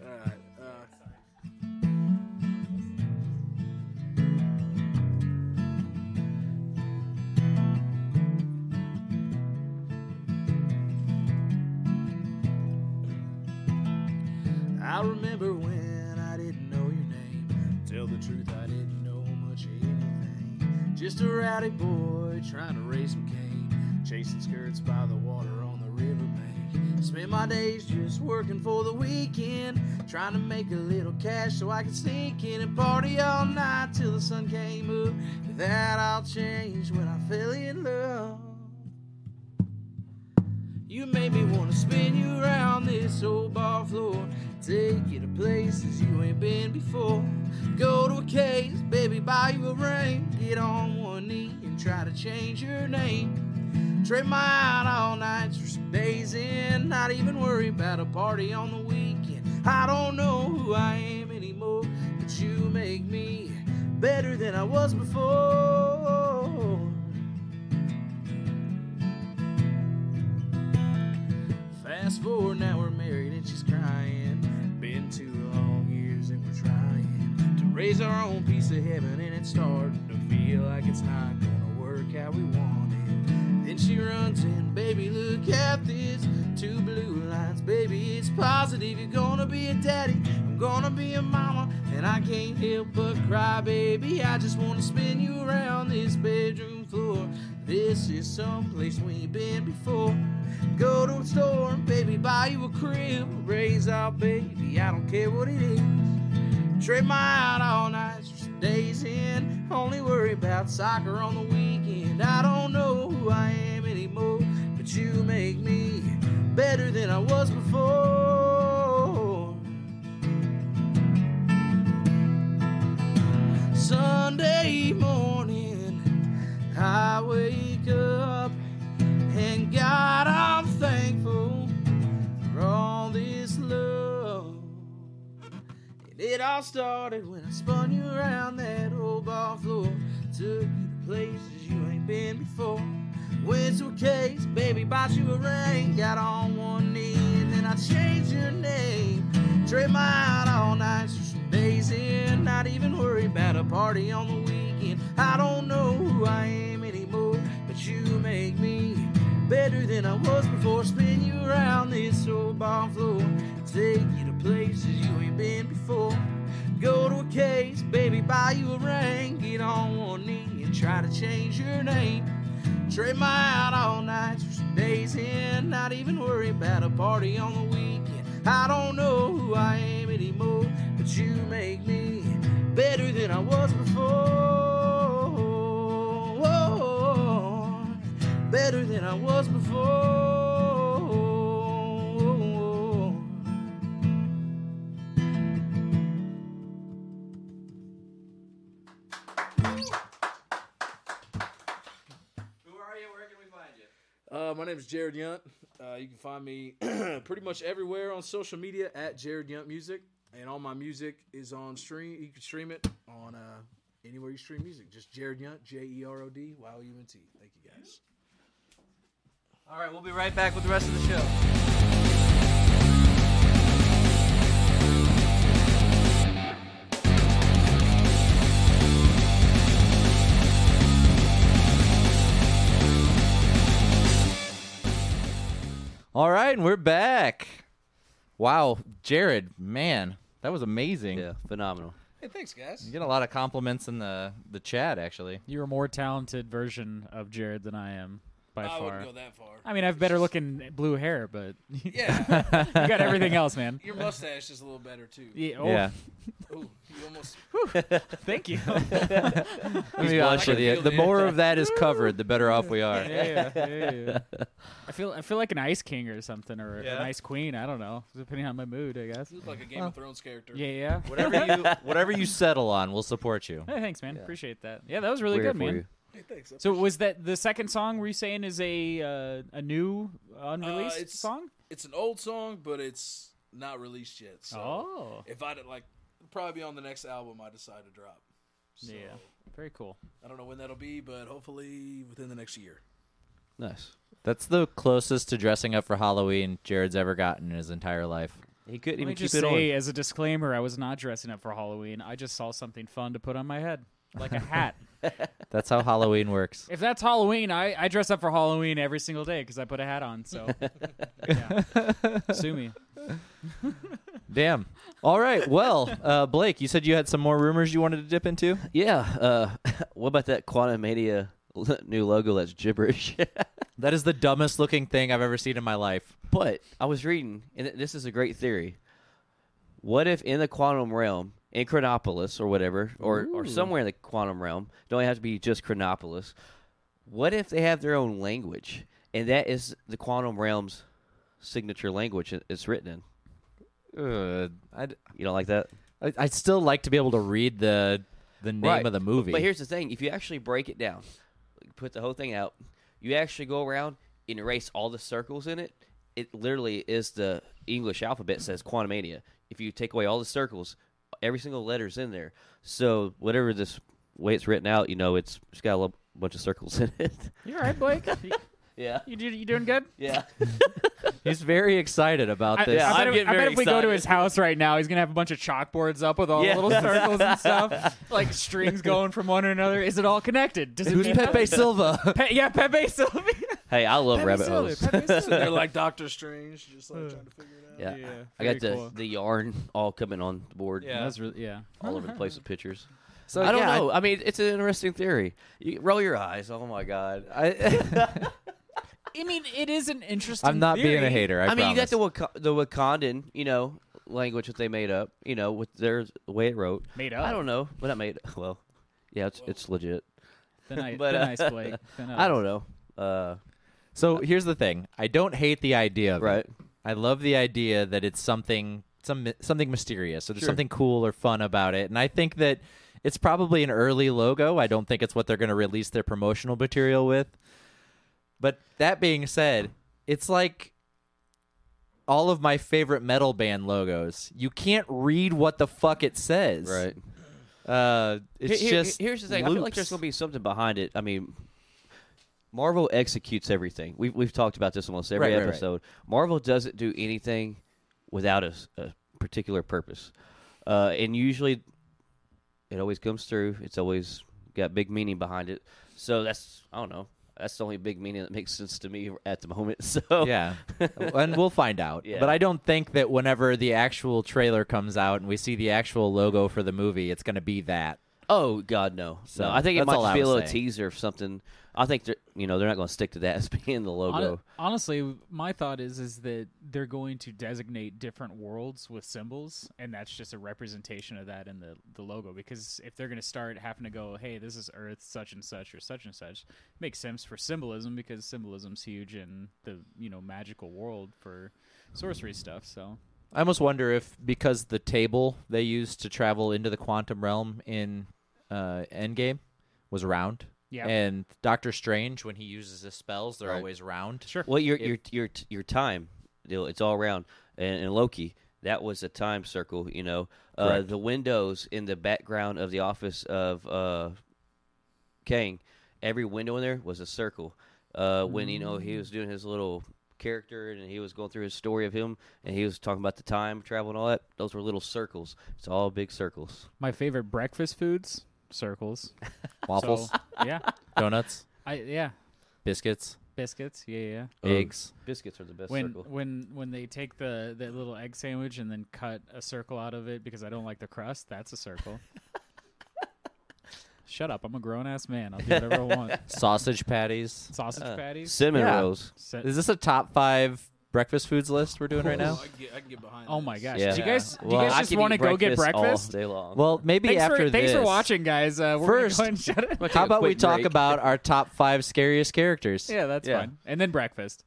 [SPEAKER 5] All right. Uh,
[SPEAKER 4] I remember when I didn't know your name. Tell the truth, I didn't know much of anything. Just a rowdy boy trying to raise some cane, chasing skirts by the water on the riverbank. Spent my days just working for the weekend, trying to make a little cash so I could sink in and party all night till the sun came up. But that all changed when I fell in love. You made me wanna spin you around this old bar floor. Take you to places you ain't been before. Go to a case, baby, buy you a ring. Get on one knee and try to change your name. Trade my out all nights for some days in. Not even worry about a party on the weekend. I don't know who I am anymore, but you make me better than I was before. Fast forward, now we're married and she's crying. Been two long years and we're trying to raise our own piece of heaven, and it's starting to feel like it's not gonna work how we want it. Then she runs in, baby, look at this. Two blue lines, baby, it's positive. You're gonna be a daddy, I'm gonna be a mama, and I can't help but cry, baby. I just wanna spin you around this bedroom floor. This is someplace we ain't been before. Go to a store and baby buy you a crib. Raise our baby, I don't care what it is. Trade my out all nights for some days in. Only worry about soccer on the weekend. I don't know who I am anymore, but you make me better than I was before. Sunday morning, I wake up and God, I'm thankful for all this love. And it all started when I spun you around that old bar floor, took you to places you ain't been before. Went to a case, baby, bought you a ring, got on one knee, and then I changed your name. Trade my out all nights for some days in, not even worry about a party on the weekend. I don't know who I am anymore, but you make me better than I was before. Spin you around this old barn floor, take you to places you ain't been before. Go to a case, baby, buy you a ring, get on one knee and try to change your name. Trade my out all nights for some days in, not even worry about a party on the weekend. I don't know who I am anymore, but you make me better than I was before. Better than I was before.
[SPEAKER 6] Uh, my name is Jared Yunt. Uh, you can find me pretty much everywhere on social media at Jared Yunt Music, and all my music is on stream. You can stream it on uh, anywhere you stream music. Just Jared Yunt, J E R O D Y O U N T. Thank you guys.
[SPEAKER 2] All right, we'll be right back with the rest of the show.
[SPEAKER 1] All right, and we're back. Wow, Jared, man, that was amazing.
[SPEAKER 2] Yeah, phenomenal.
[SPEAKER 6] Hey, thanks, guys.
[SPEAKER 1] You get a lot of compliments in the the chat, actually.
[SPEAKER 3] You're a more talented version of Jared than I am by
[SPEAKER 6] I
[SPEAKER 3] far.
[SPEAKER 6] wouldn't go that far.
[SPEAKER 3] I mean, I've better looking blue hair, but you
[SPEAKER 6] Yeah,
[SPEAKER 3] got everything else, man.
[SPEAKER 6] your mustache is a little better too.
[SPEAKER 3] Yeah. oh,
[SPEAKER 1] Yeah,
[SPEAKER 6] Ooh, you almost.
[SPEAKER 3] Thank you.
[SPEAKER 1] Let me be honest
[SPEAKER 2] blushing.
[SPEAKER 1] with you. The more of that is covered, the better off we are.
[SPEAKER 3] yeah, yeah, yeah. I feel I feel like an ice king or something, or
[SPEAKER 1] Yeah.
[SPEAKER 3] an ice queen. I don't know, depending on my mood, I guess.
[SPEAKER 6] You look like a Game of Thrones character.
[SPEAKER 3] Yeah, yeah.
[SPEAKER 1] Whatever you whatever you settle on, we'll support you.
[SPEAKER 3] Hey, thanks, man. Appreciate that. Yeah, that was really
[SPEAKER 2] We're here
[SPEAKER 3] good,
[SPEAKER 2] for
[SPEAKER 3] man.
[SPEAKER 2] you.
[SPEAKER 6] Hey, thanks.
[SPEAKER 3] So was that the second song we're saying is a uh, a new unreleased
[SPEAKER 1] Uh,
[SPEAKER 6] it's-
[SPEAKER 3] song?
[SPEAKER 6] It's an old song, but it's not released yet. So
[SPEAKER 3] oh,
[SPEAKER 6] if I did like, it'll probably be on the next album I decide to drop. So
[SPEAKER 3] yeah, very cool.
[SPEAKER 6] I don't know when that'll be, but hopefully within the next year.
[SPEAKER 2] Nice.
[SPEAKER 1] That's the closest to dressing up for Halloween Jared's ever gotten in his entire life.
[SPEAKER 2] He couldn't
[SPEAKER 3] Let me
[SPEAKER 2] even keep
[SPEAKER 3] just
[SPEAKER 2] it
[SPEAKER 3] say,
[SPEAKER 2] on.
[SPEAKER 3] as a disclaimer, I was not dressing up for Halloween. I just saw something fun to put on my head, like a hat.
[SPEAKER 1] That's how Halloween works.
[SPEAKER 3] if that's Halloween, I, I dress up for Halloween every single day because I put a hat on. So, yeah. sue me.
[SPEAKER 1] Damn. All right. Well, uh, Blake, you said you had some more rumors you wanted to dip into.
[SPEAKER 2] Yeah. Uh, what about that Quantum Mania new logo that's gibberish?
[SPEAKER 1] That is the dumbest looking thing I've ever seen in my life.
[SPEAKER 2] but I was reading, and th- this is a great theory. What if in the quantum realm, in Chronopolis or whatever, or, or somewhere in the quantum realm, don't have to be just Chronopolis, what if they have their own language? And that is the quantum realm's signature language it- it's written in.
[SPEAKER 1] Uh, I'd,
[SPEAKER 2] You don't like that?
[SPEAKER 1] I- I'd still like to be able to read the the name
[SPEAKER 2] Right.
[SPEAKER 1] of the movie.
[SPEAKER 2] But here's the thing: if you actually break it down, put the whole thing out, you actually go around and erase all the circles in it. It literally is the English alphabet says Quantumania. If you take away all the circles, every single letter's in there. So whatever this way it's written out, you know, it's, it's got a lo- bunch of circles in it.
[SPEAKER 3] You all right, Blake? You,
[SPEAKER 2] yeah,
[SPEAKER 3] you, do- you doing good?
[SPEAKER 2] yeah.
[SPEAKER 1] he's very excited about this.
[SPEAKER 2] yeah,
[SPEAKER 3] I,
[SPEAKER 2] I'm
[SPEAKER 3] bet, if,
[SPEAKER 2] getting
[SPEAKER 3] I bet
[SPEAKER 2] very
[SPEAKER 3] if we go to
[SPEAKER 2] excited.
[SPEAKER 3] his house right now, he's gonna have a bunch of chalkboards up with all
[SPEAKER 2] Yeah.
[SPEAKER 3] the little circles and stuff, like strings going from one to another. Is it all connected? Does it
[SPEAKER 1] Who's
[SPEAKER 3] mean
[SPEAKER 1] Pepe Silva?
[SPEAKER 3] Pe- yeah, Pepe Silva.
[SPEAKER 2] Hey, I love
[SPEAKER 3] Pepe
[SPEAKER 2] rabbit
[SPEAKER 3] Silva,
[SPEAKER 2] holes.
[SPEAKER 3] Pepe Silva.
[SPEAKER 6] They're like Doctor Strange, just like trying to figure it out.
[SPEAKER 2] Yeah,
[SPEAKER 3] Yeah,
[SPEAKER 2] I got
[SPEAKER 3] very
[SPEAKER 2] the
[SPEAKER 3] cool.
[SPEAKER 2] the yarn all coming on the board.
[SPEAKER 1] Yeah.
[SPEAKER 3] That's really yeah.
[SPEAKER 2] all over the place with pictures.
[SPEAKER 1] So,
[SPEAKER 2] I don't
[SPEAKER 1] yeah, I-
[SPEAKER 2] know. I, mean, it's an interesting theory. You roll your eyes. Oh my god. I
[SPEAKER 3] I mean, it is an interesting.
[SPEAKER 1] I'm not being a
[SPEAKER 3] theory.
[SPEAKER 1] hater. I,
[SPEAKER 2] I mean, you got
[SPEAKER 1] promise.
[SPEAKER 2] the Waka- the Wakandan, you know, language that they made up, you know, with their the way it wrote.
[SPEAKER 3] Made up.
[SPEAKER 2] I don't know, but I made well, yeah, it's it's legit.
[SPEAKER 3] Thin ice,
[SPEAKER 2] but,
[SPEAKER 3] thin
[SPEAKER 2] uh,
[SPEAKER 3] ice Blake. Thin
[SPEAKER 2] I don't
[SPEAKER 3] ice.
[SPEAKER 2] know. Uh,
[SPEAKER 1] So here's the thing: I don't hate the idea of it.
[SPEAKER 2] right.
[SPEAKER 1] I love the idea that it's something some something mysterious. So there's
[SPEAKER 2] Sure.
[SPEAKER 1] something cool or fun about it. And I think that it's probably an early logo. I don't think it's what they're going to release their promotional material with. But that being said, it's like all of my favorite metal band logos. You can't read what the fuck it says.
[SPEAKER 2] Right.
[SPEAKER 1] Uh, it's
[SPEAKER 2] Here- here-
[SPEAKER 1] just
[SPEAKER 2] here's the thing. I feel like there's
[SPEAKER 1] loops.
[SPEAKER 2] gonna be something behind it. I mean, Marvel executes everything. We've we've talked about this almost every
[SPEAKER 1] Right, right, right.
[SPEAKER 2] episode. Marvel doesn't do anything without a, s- a particular purpose, uh, and usually it always comes through. It's always got big meaning behind it. So that's I don't know. That's the only big meaning that makes sense to me at the moment. So
[SPEAKER 1] yeah and we'll find out
[SPEAKER 2] Yeah.
[SPEAKER 1] but i don't think that whenever the actual trailer comes out and we see the actual logo for the movie it's going to be that
[SPEAKER 2] Oh God, no.
[SPEAKER 1] So,
[SPEAKER 2] no, I think it
[SPEAKER 1] that's
[SPEAKER 2] might
[SPEAKER 1] all
[SPEAKER 2] just
[SPEAKER 1] I
[SPEAKER 2] be a
[SPEAKER 1] was
[SPEAKER 2] little
[SPEAKER 1] saying.
[SPEAKER 2] teaser of something. I think they're you know they're not going to stick to that as being the
[SPEAKER 3] Hon-
[SPEAKER 2] logo.
[SPEAKER 3] honestly, my thought is is that they're going to designate different worlds with symbols, and that's just a representation of that in the the logo. Because if they're going to start having to go, hey, this is Earth such and such or such and such, makes sense for symbolism because symbolism's huge in the you know magical world for sorcery stuff. So
[SPEAKER 1] i almost wonder if because the table they used to travel into the quantum realm in uh, endgame was round
[SPEAKER 3] Yeah.
[SPEAKER 1] and doctor strange when he uses his spells they're
[SPEAKER 2] Right.
[SPEAKER 1] always round
[SPEAKER 3] sure,
[SPEAKER 2] Well, your
[SPEAKER 1] If-
[SPEAKER 2] your your your time, you know, it's all around. And, and Loki, that was a time circle. You know, uh,
[SPEAKER 1] Correct.
[SPEAKER 2] the windows in the background of the office of uh, Kang, every window in there was a circle. Uh, when you know he was doing his little character and he was going through his story of him and he was talking about the time travel and all that those were little circles it's all big circles
[SPEAKER 3] my favorite breakfast foods circles
[SPEAKER 1] waffles
[SPEAKER 3] So, yeah,
[SPEAKER 1] donuts
[SPEAKER 3] I yeah
[SPEAKER 1] biscuits
[SPEAKER 3] biscuits. Yeah, yeah.
[SPEAKER 1] eggs
[SPEAKER 2] biscuits are the best
[SPEAKER 3] when
[SPEAKER 2] circle
[SPEAKER 3] when when they take the that little egg sandwich and then cut a circle out of it because I don't like the crust, that's a circle. Shut up! I'm a grown ass man. I'll do whatever I want.
[SPEAKER 1] sausage patties
[SPEAKER 3] Sausage
[SPEAKER 2] Uh,
[SPEAKER 3] patties.
[SPEAKER 2] Cinnamon
[SPEAKER 1] Yeah.
[SPEAKER 2] rolls.
[SPEAKER 3] sa-
[SPEAKER 1] is this a top five breakfast foods list we're doing right now
[SPEAKER 4] I, can get, I can get behind.
[SPEAKER 3] oh
[SPEAKER 4] this.
[SPEAKER 3] my gosh!
[SPEAKER 2] Yeah.
[SPEAKER 3] Do you guys do
[SPEAKER 2] Well,
[SPEAKER 3] you
[SPEAKER 2] I
[SPEAKER 3] guys just
[SPEAKER 2] could
[SPEAKER 3] want to
[SPEAKER 2] eat
[SPEAKER 3] go get
[SPEAKER 2] all
[SPEAKER 3] breakfast?
[SPEAKER 2] day long.
[SPEAKER 1] well maybe
[SPEAKER 3] Thanks
[SPEAKER 1] after
[SPEAKER 3] for
[SPEAKER 1] this
[SPEAKER 3] thanks for watching, guys. Uh, we're
[SPEAKER 1] First-
[SPEAKER 3] gonna go and shut it.
[SPEAKER 1] How about
[SPEAKER 2] quick
[SPEAKER 1] we talk
[SPEAKER 2] break.
[SPEAKER 1] about our top five scariest characters?
[SPEAKER 3] Yeah, that's
[SPEAKER 2] Yeah.
[SPEAKER 3] fine. And then breakfast.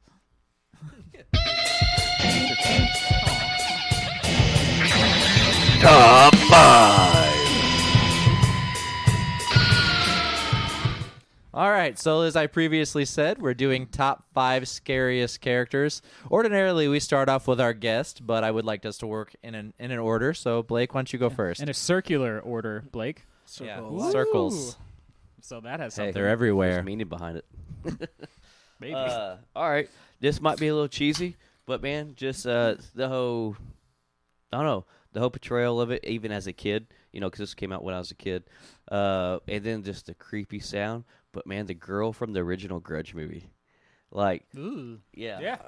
[SPEAKER 1] All right. So as I previously said, we're doing top five scariest characters. Ordinarily, we start off with our guest, but I would like us to work in an in an order. So Blake, why don't you go first?
[SPEAKER 3] In a circular order, Blake.
[SPEAKER 1] Yeah.
[SPEAKER 4] Circle of life.
[SPEAKER 1] Circles.
[SPEAKER 3] So that has
[SPEAKER 2] Hey.
[SPEAKER 3] something.
[SPEAKER 1] They're everywhere.
[SPEAKER 2] There's meaning behind it.
[SPEAKER 3] Maybe.
[SPEAKER 2] Uh, all right, this might be a little cheesy, but man, just uh, the whole, I don't know, the whole portrayal of it, even as a kid, you know, because this came out when I was a kid, uh, and then just the creepy sound. But man, the girl from the original Grudge movie, like,
[SPEAKER 3] Ooh.
[SPEAKER 2] yeah,
[SPEAKER 3] Yeah.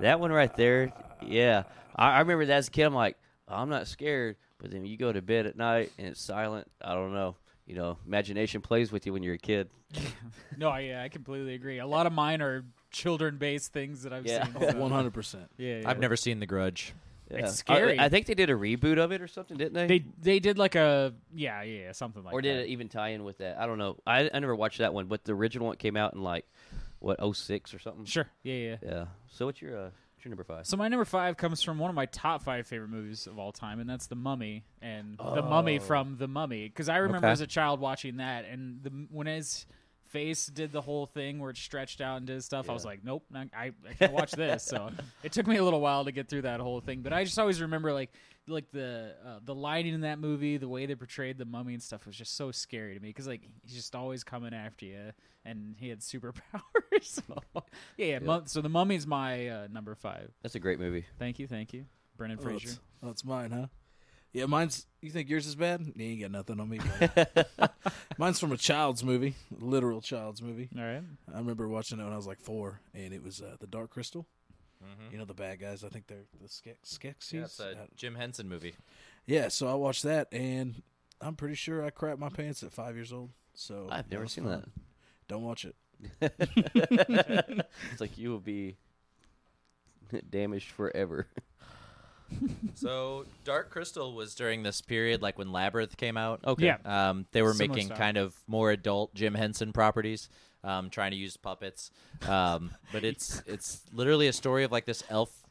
[SPEAKER 2] that one right there, yeah. I, I remember that as a kid. I'm like, I'm not scared, but then you go to bed at night and it's silent. I don't know. You know, imagination plays with you when you're a kid.
[SPEAKER 3] No, I, yeah, I completely agree. A lot of mine are children-based things that I've
[SPEAKER 2] Yeah.
[SPEAKER 3] seen.
[SPEAKER 4] Oh,
[SPEAKER 3] so-
[SPEAKER 4] 100%.
[SPEAKER 3] Yeah, yeah.
[SPEAKER 1] I've never seen The Grudge.
[SPEAKER 2] Yeah.
[SPEAKER 3] It's scary.
[SPEAKER 2] I, I think they did a reboot of it or something, didn't they?
[SPEAKER 3] They they did like a yeah yeah, yeah something like
[SPEAKER 2] or did
[SPEAKER 3] that.
[SPEAKER 2] it even tie in with that? I don't know. I, I never watched that one, but the original one came out in like what 06 or something.
[SPEAKER 3] Sure. Yeah, yeah.
[SPEAKER 2] Yeah. So what's your uh, what's your number five?
[SPEAKER 3] So my number five comes from one of my top five favorite movies of all time, and that's The Mummy, and The Mummy from The Mummy, because I remember
[SPEAKER 1] Okay.
[SPEAKER 3] as a child watching that, and the, when his face did the whole thing where it stretched out and did stuff, I was like, nope, not, I, I can't watch this. So it took me a little while to get through that whole thing, but I just always remember like like the uh, the lighting in that movie, the way they portrayed the mummy and stuff was just so scary to me, because like he's just always coming after you, and he had superpowers. so, yeah, yeah. Mu- so The Mummy's my uh, number five.
[SPEAKER 2] That's a great movie.
[SPEAKER 3] Thank you, thank you, Brendan
[SPEAKER 4] Oh,
[SPEAKER 3] Fraser.
[SPEAKER 4] it's, oh, it's mine, huh? Yeah, mine's. You think yours is bad? You ain't got nothing on me. bud. mine's from a child's movie, a literal child's movie.
[SPEAKER 3] All right,
[SPEAKER 4] I remember watching it when I was like four, and it was uh, the Dark Crystal.
[SPEAKER 1] Mm-hmm.
[SPEAKER 4] You know the bad guys. I think they're the Skex. Skeksis? Uh,
[SPEAKER 1] Jim Henson movie.
[SPEAKER 4] yeah, so I watched that, and I'm pretty sure I crapped my pants at five years old. So
[SPEAKER 3] Oh,
[SPEAKER 2] I've never
[SPEAKER 4] was
[SPEAKER 2] seen
[SPEAKER 4] fun.
[SPEAKER 2] that.
[SPEAKER 4] Don't watch it.
[SPEAKER 2] It's like you will be damaged forever.
[SPEAKER 1] So Dark Crystal was during this period, like when Labyrinth came out.
[SPEAKER 2] Okay.
[SPEAKER 3] Yeah.
[SPEAKER 1] Um, they were
[SPEAKER 3] Similar
[SPEAKER 1] making
[SPEAKER 3] style.
[SPEAKER 1] kind of more adult Jim Henson properties, um, trying to use puppets. Um, but it's it's literally a story of like this elf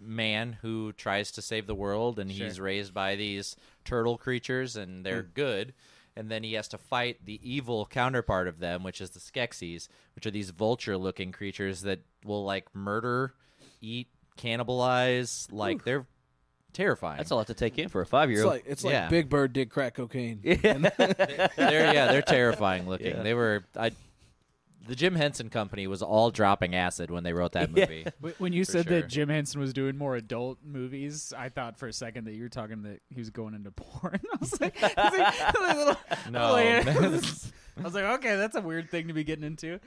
[SPEAKER 1] man who tries to save the world, and he's raised by these turtle creatures, and they're
[SPEAKER 2] Hmm.
[SPEAKER 1] good. And then he has to fight the evil counterpart of them, which is the Skeksis, which are these vulture-looking creatures that will like murder, eat, cannibalize. Like they're terrifying.
[SPEAKER 2] That's a lot to take in for a five year
[SPEAKER 4] It's
[SPEAKER 2] old.
[SPEAKER 4] like it's like
[SPEAKER 1] Yeah.
[SPEAKER 4] Big Bird did crack cocaine.
[SPEAKER 1] they're yeah, they're terrifying looking.
[SPEAKER 2] Yeah.
[SPEAKER 1] They were I the Jim Henson Company was all dropping acid when they wrote that movie.
[SPEAKER 3] Wh- When you said
[SPEAKER 1] sure.
[SPEAKER 3] that Jim Henson was doing more adult movies, I thought for a second that you were talking that he was going into porn. I was like, I was like, I was like,
[SPEAKER 1] No.
[SPEAKER 2] Oh,
[SPEAKER 3] I was like, okay, that's a weird thing to be getting into.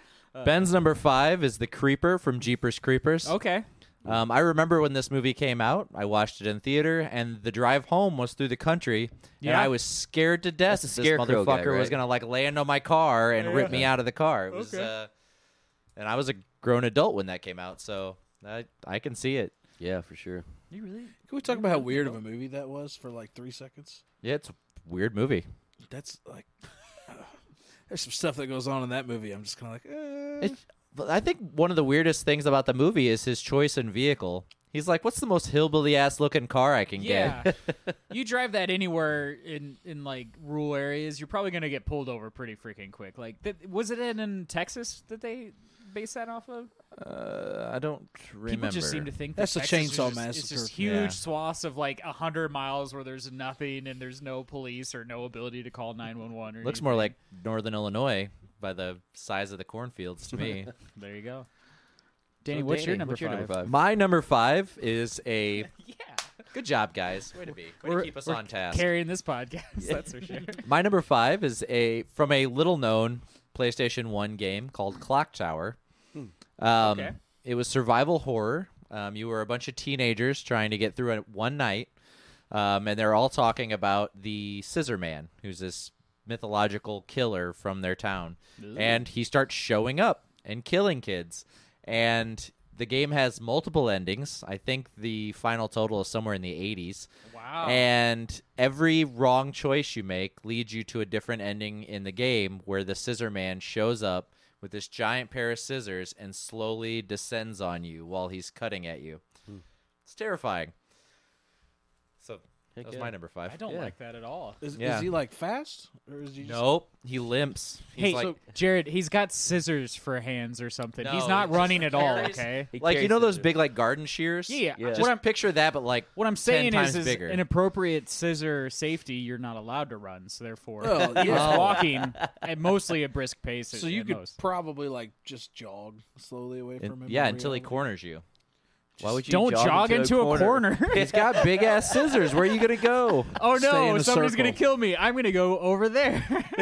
[SPEAKER 1] Ben's number five is The Creeper from Jeepers
[SPEAKER 2] Oh,
[SPEAKER 1] Creepers.
[SPEAKER 3] Okay,
[SPEAKER 1] Um, I remember when this movie came out. I watched it in theater, and the drive home was through the country. And
[SPEAKER 3] Yeah.
[SPEAKER 1] I was scared to death that
[SPEAKER 2] That's
[SPEAKER 1] this
[SPEAKER 2] the
[SPEAKER 1] motherfucker
[SPEAKER 2] scarecrow guy,
[SPEAKER 1] was
[SPEAKER 2] right?
[SPEAKER 1] gonna like land on my car and rip me out of the car. It was,
[SPEAKER 3] Okay.
[SPEAKER 1] uh, and I was a grown adult when that came out, so I I can see it.
[SPEAKER 2] yeah, for sure.
[SPEAKER 3] you really?
[SPEAKER 4] Can we talk about how weird of a movie that was for like three seconds?
[SPEAKER 1] Yeah, it's a weird movie.
[SPEAKER 4] That's like, there's some stuff that goes on in that movie. I'm just kind of like, eh.
[SPEAKER 1] It's, but I think one of the weirdest things about the movie is his choice in vehicle. He's like, "What's the most hillbilly ass looking car I can
[SPEAKER 3] Yeah.
[SPEAKER 1] get?"
[SPEAKER 3] you drive that anywhere in in like rural areas, you're probably gonna get pulled over pretty freaking quick. Like, th- was it in, in Texas that they based that off of?
[SPEAKER 1] Uh, I don't remember.
[SPEAKER 3] People just seem to think that
[SPEAKER 4] That's the
[SPEAKER 3] Texas is
[SPEAKER 4] chainsaw
[SPEAKER 3] just- It's just
[SPEAKER 4] massacre.
[SPEAKER 3] huge
[SPEAKER 1] Yeah.
[SPEAKER 3] swaths of like hundred miles where there's nothing and there's no police or no ability to call nine one one.
[SPEAKER 1] Looks more like Northern Illinois by the size of the cornfields to me.
[SPEAKER 3] There you go. Danny, what's your number five?
[SPEAKER 1] My number five is a
[SPEAKER 3] Yeah,
[SPEAKER 1] good job, guys. Way to be. Way to
[SPEAKER 3] We're-
[SPEAKER 1] keep us
[SPEAKER 3] we're
[SPEAKER 1] on task.
[SPEAKER 3] carrying this podcast. That's for sure.
[SPEAKER 1] My number five is a from a little known PlayStation One game called Clock Tower. Um,
[SPEAKER 3] Okay.
[SPEAKER 1] It was survival horror. Um, you were a bunch of teenagers trying to get through it one night, um, and they're all talking about the Scissor Man, who's this mythological killer from their town, and he starts showing up and killing kids. And the game has multiple endings. I think the final total is somewhere in the 80s.
[SPEAKER 3] Wow.
[SPEAKER 1] And every wrong choice you make leads you to a different ending in the game where the scissor man shows up with this giant pair of scissors and slowly descends on you while he's cutting at you. It's terrifying. So that was
[SPEAKER 2] yeah.
[SPEAKER 1] my number five.
[SPEAKER 3] I don't
[SPEAKER 2] Yeah.
[SPEAKER 3] like that at all.
[SPEAKER 4] is, is
[SPEAKER 1] yeah.
[SPEAKER 4] he like fast or is he just
[SPEAKER 1] Nope. He limps. He's
[SPEAKER 3] Hey,
[SPEAKER 1] like,
[SPEAKER 3] Jared, he's got scissors for hands or something.
[SPEAKER 1] No,
[SPEAKER 3] he's not
[SPEAKER 1] he just
[SPEAKER 3] running at all.
[SPEAKER 1] carries-
[SPEAKER 3] Okay.
[SPEAKER 1] like you know those big like garden shears?
[SPEAKER 3] Yeah.
[SPEAKER 2] Yeah.
[SPEAKER 1] Just
[SPEAKER 3] What I'm
[SPEAKER 1] picture that, but like
[SPEAKER 3] what I'm
[SPEAKER 1] 10
[SPEAKER 3] saying
[SPEAKER 1] times
[SPEAKER 3] is, is
[SPEAKER 1] bigger.
[SPEAKER 3] an appropriate scissor safety. You're not allowed to run, so therefore
[SPEAKER 4] Oh,
[SPEAKER 3] he
[SPEAKER 1] yeah.
[SPEAKER 3] was walking at mostly a brisk pace.
[SPEAKER 4] So
[SPEAKER 3] at-
[SPEAKER 4] you
[SPEAKER 3] at
[SPEAKER 4] could
[SPEAKER 3] most.
[SPEAKER 4] probably like just jog slowly away
[SPEAKER 1] And-
[SPEAKER 4] from him.
[SPEAKER 1] yeah,
[SPEAKER 4] and
[SPEAKER 1] until he
[SPEAKER 4] realize-
[SPEAKER 1] corners you.
[SPEAKER 2] Why would you
[SPEAKER 3] don't jog, into, a corner.
[SPEAKER 1] He's got big ass scissors. Where are you gonna go?
[SPEAKER 3] oh
[SPEAKER 4] Stay in
[SPEAKER 3] no,
[SPEAKER 4] a
[SPEAKER 3] somebody's gonna
[SPEAKER 4] circle.
[SPEAKER 3] kill me. I'm gonna go over there.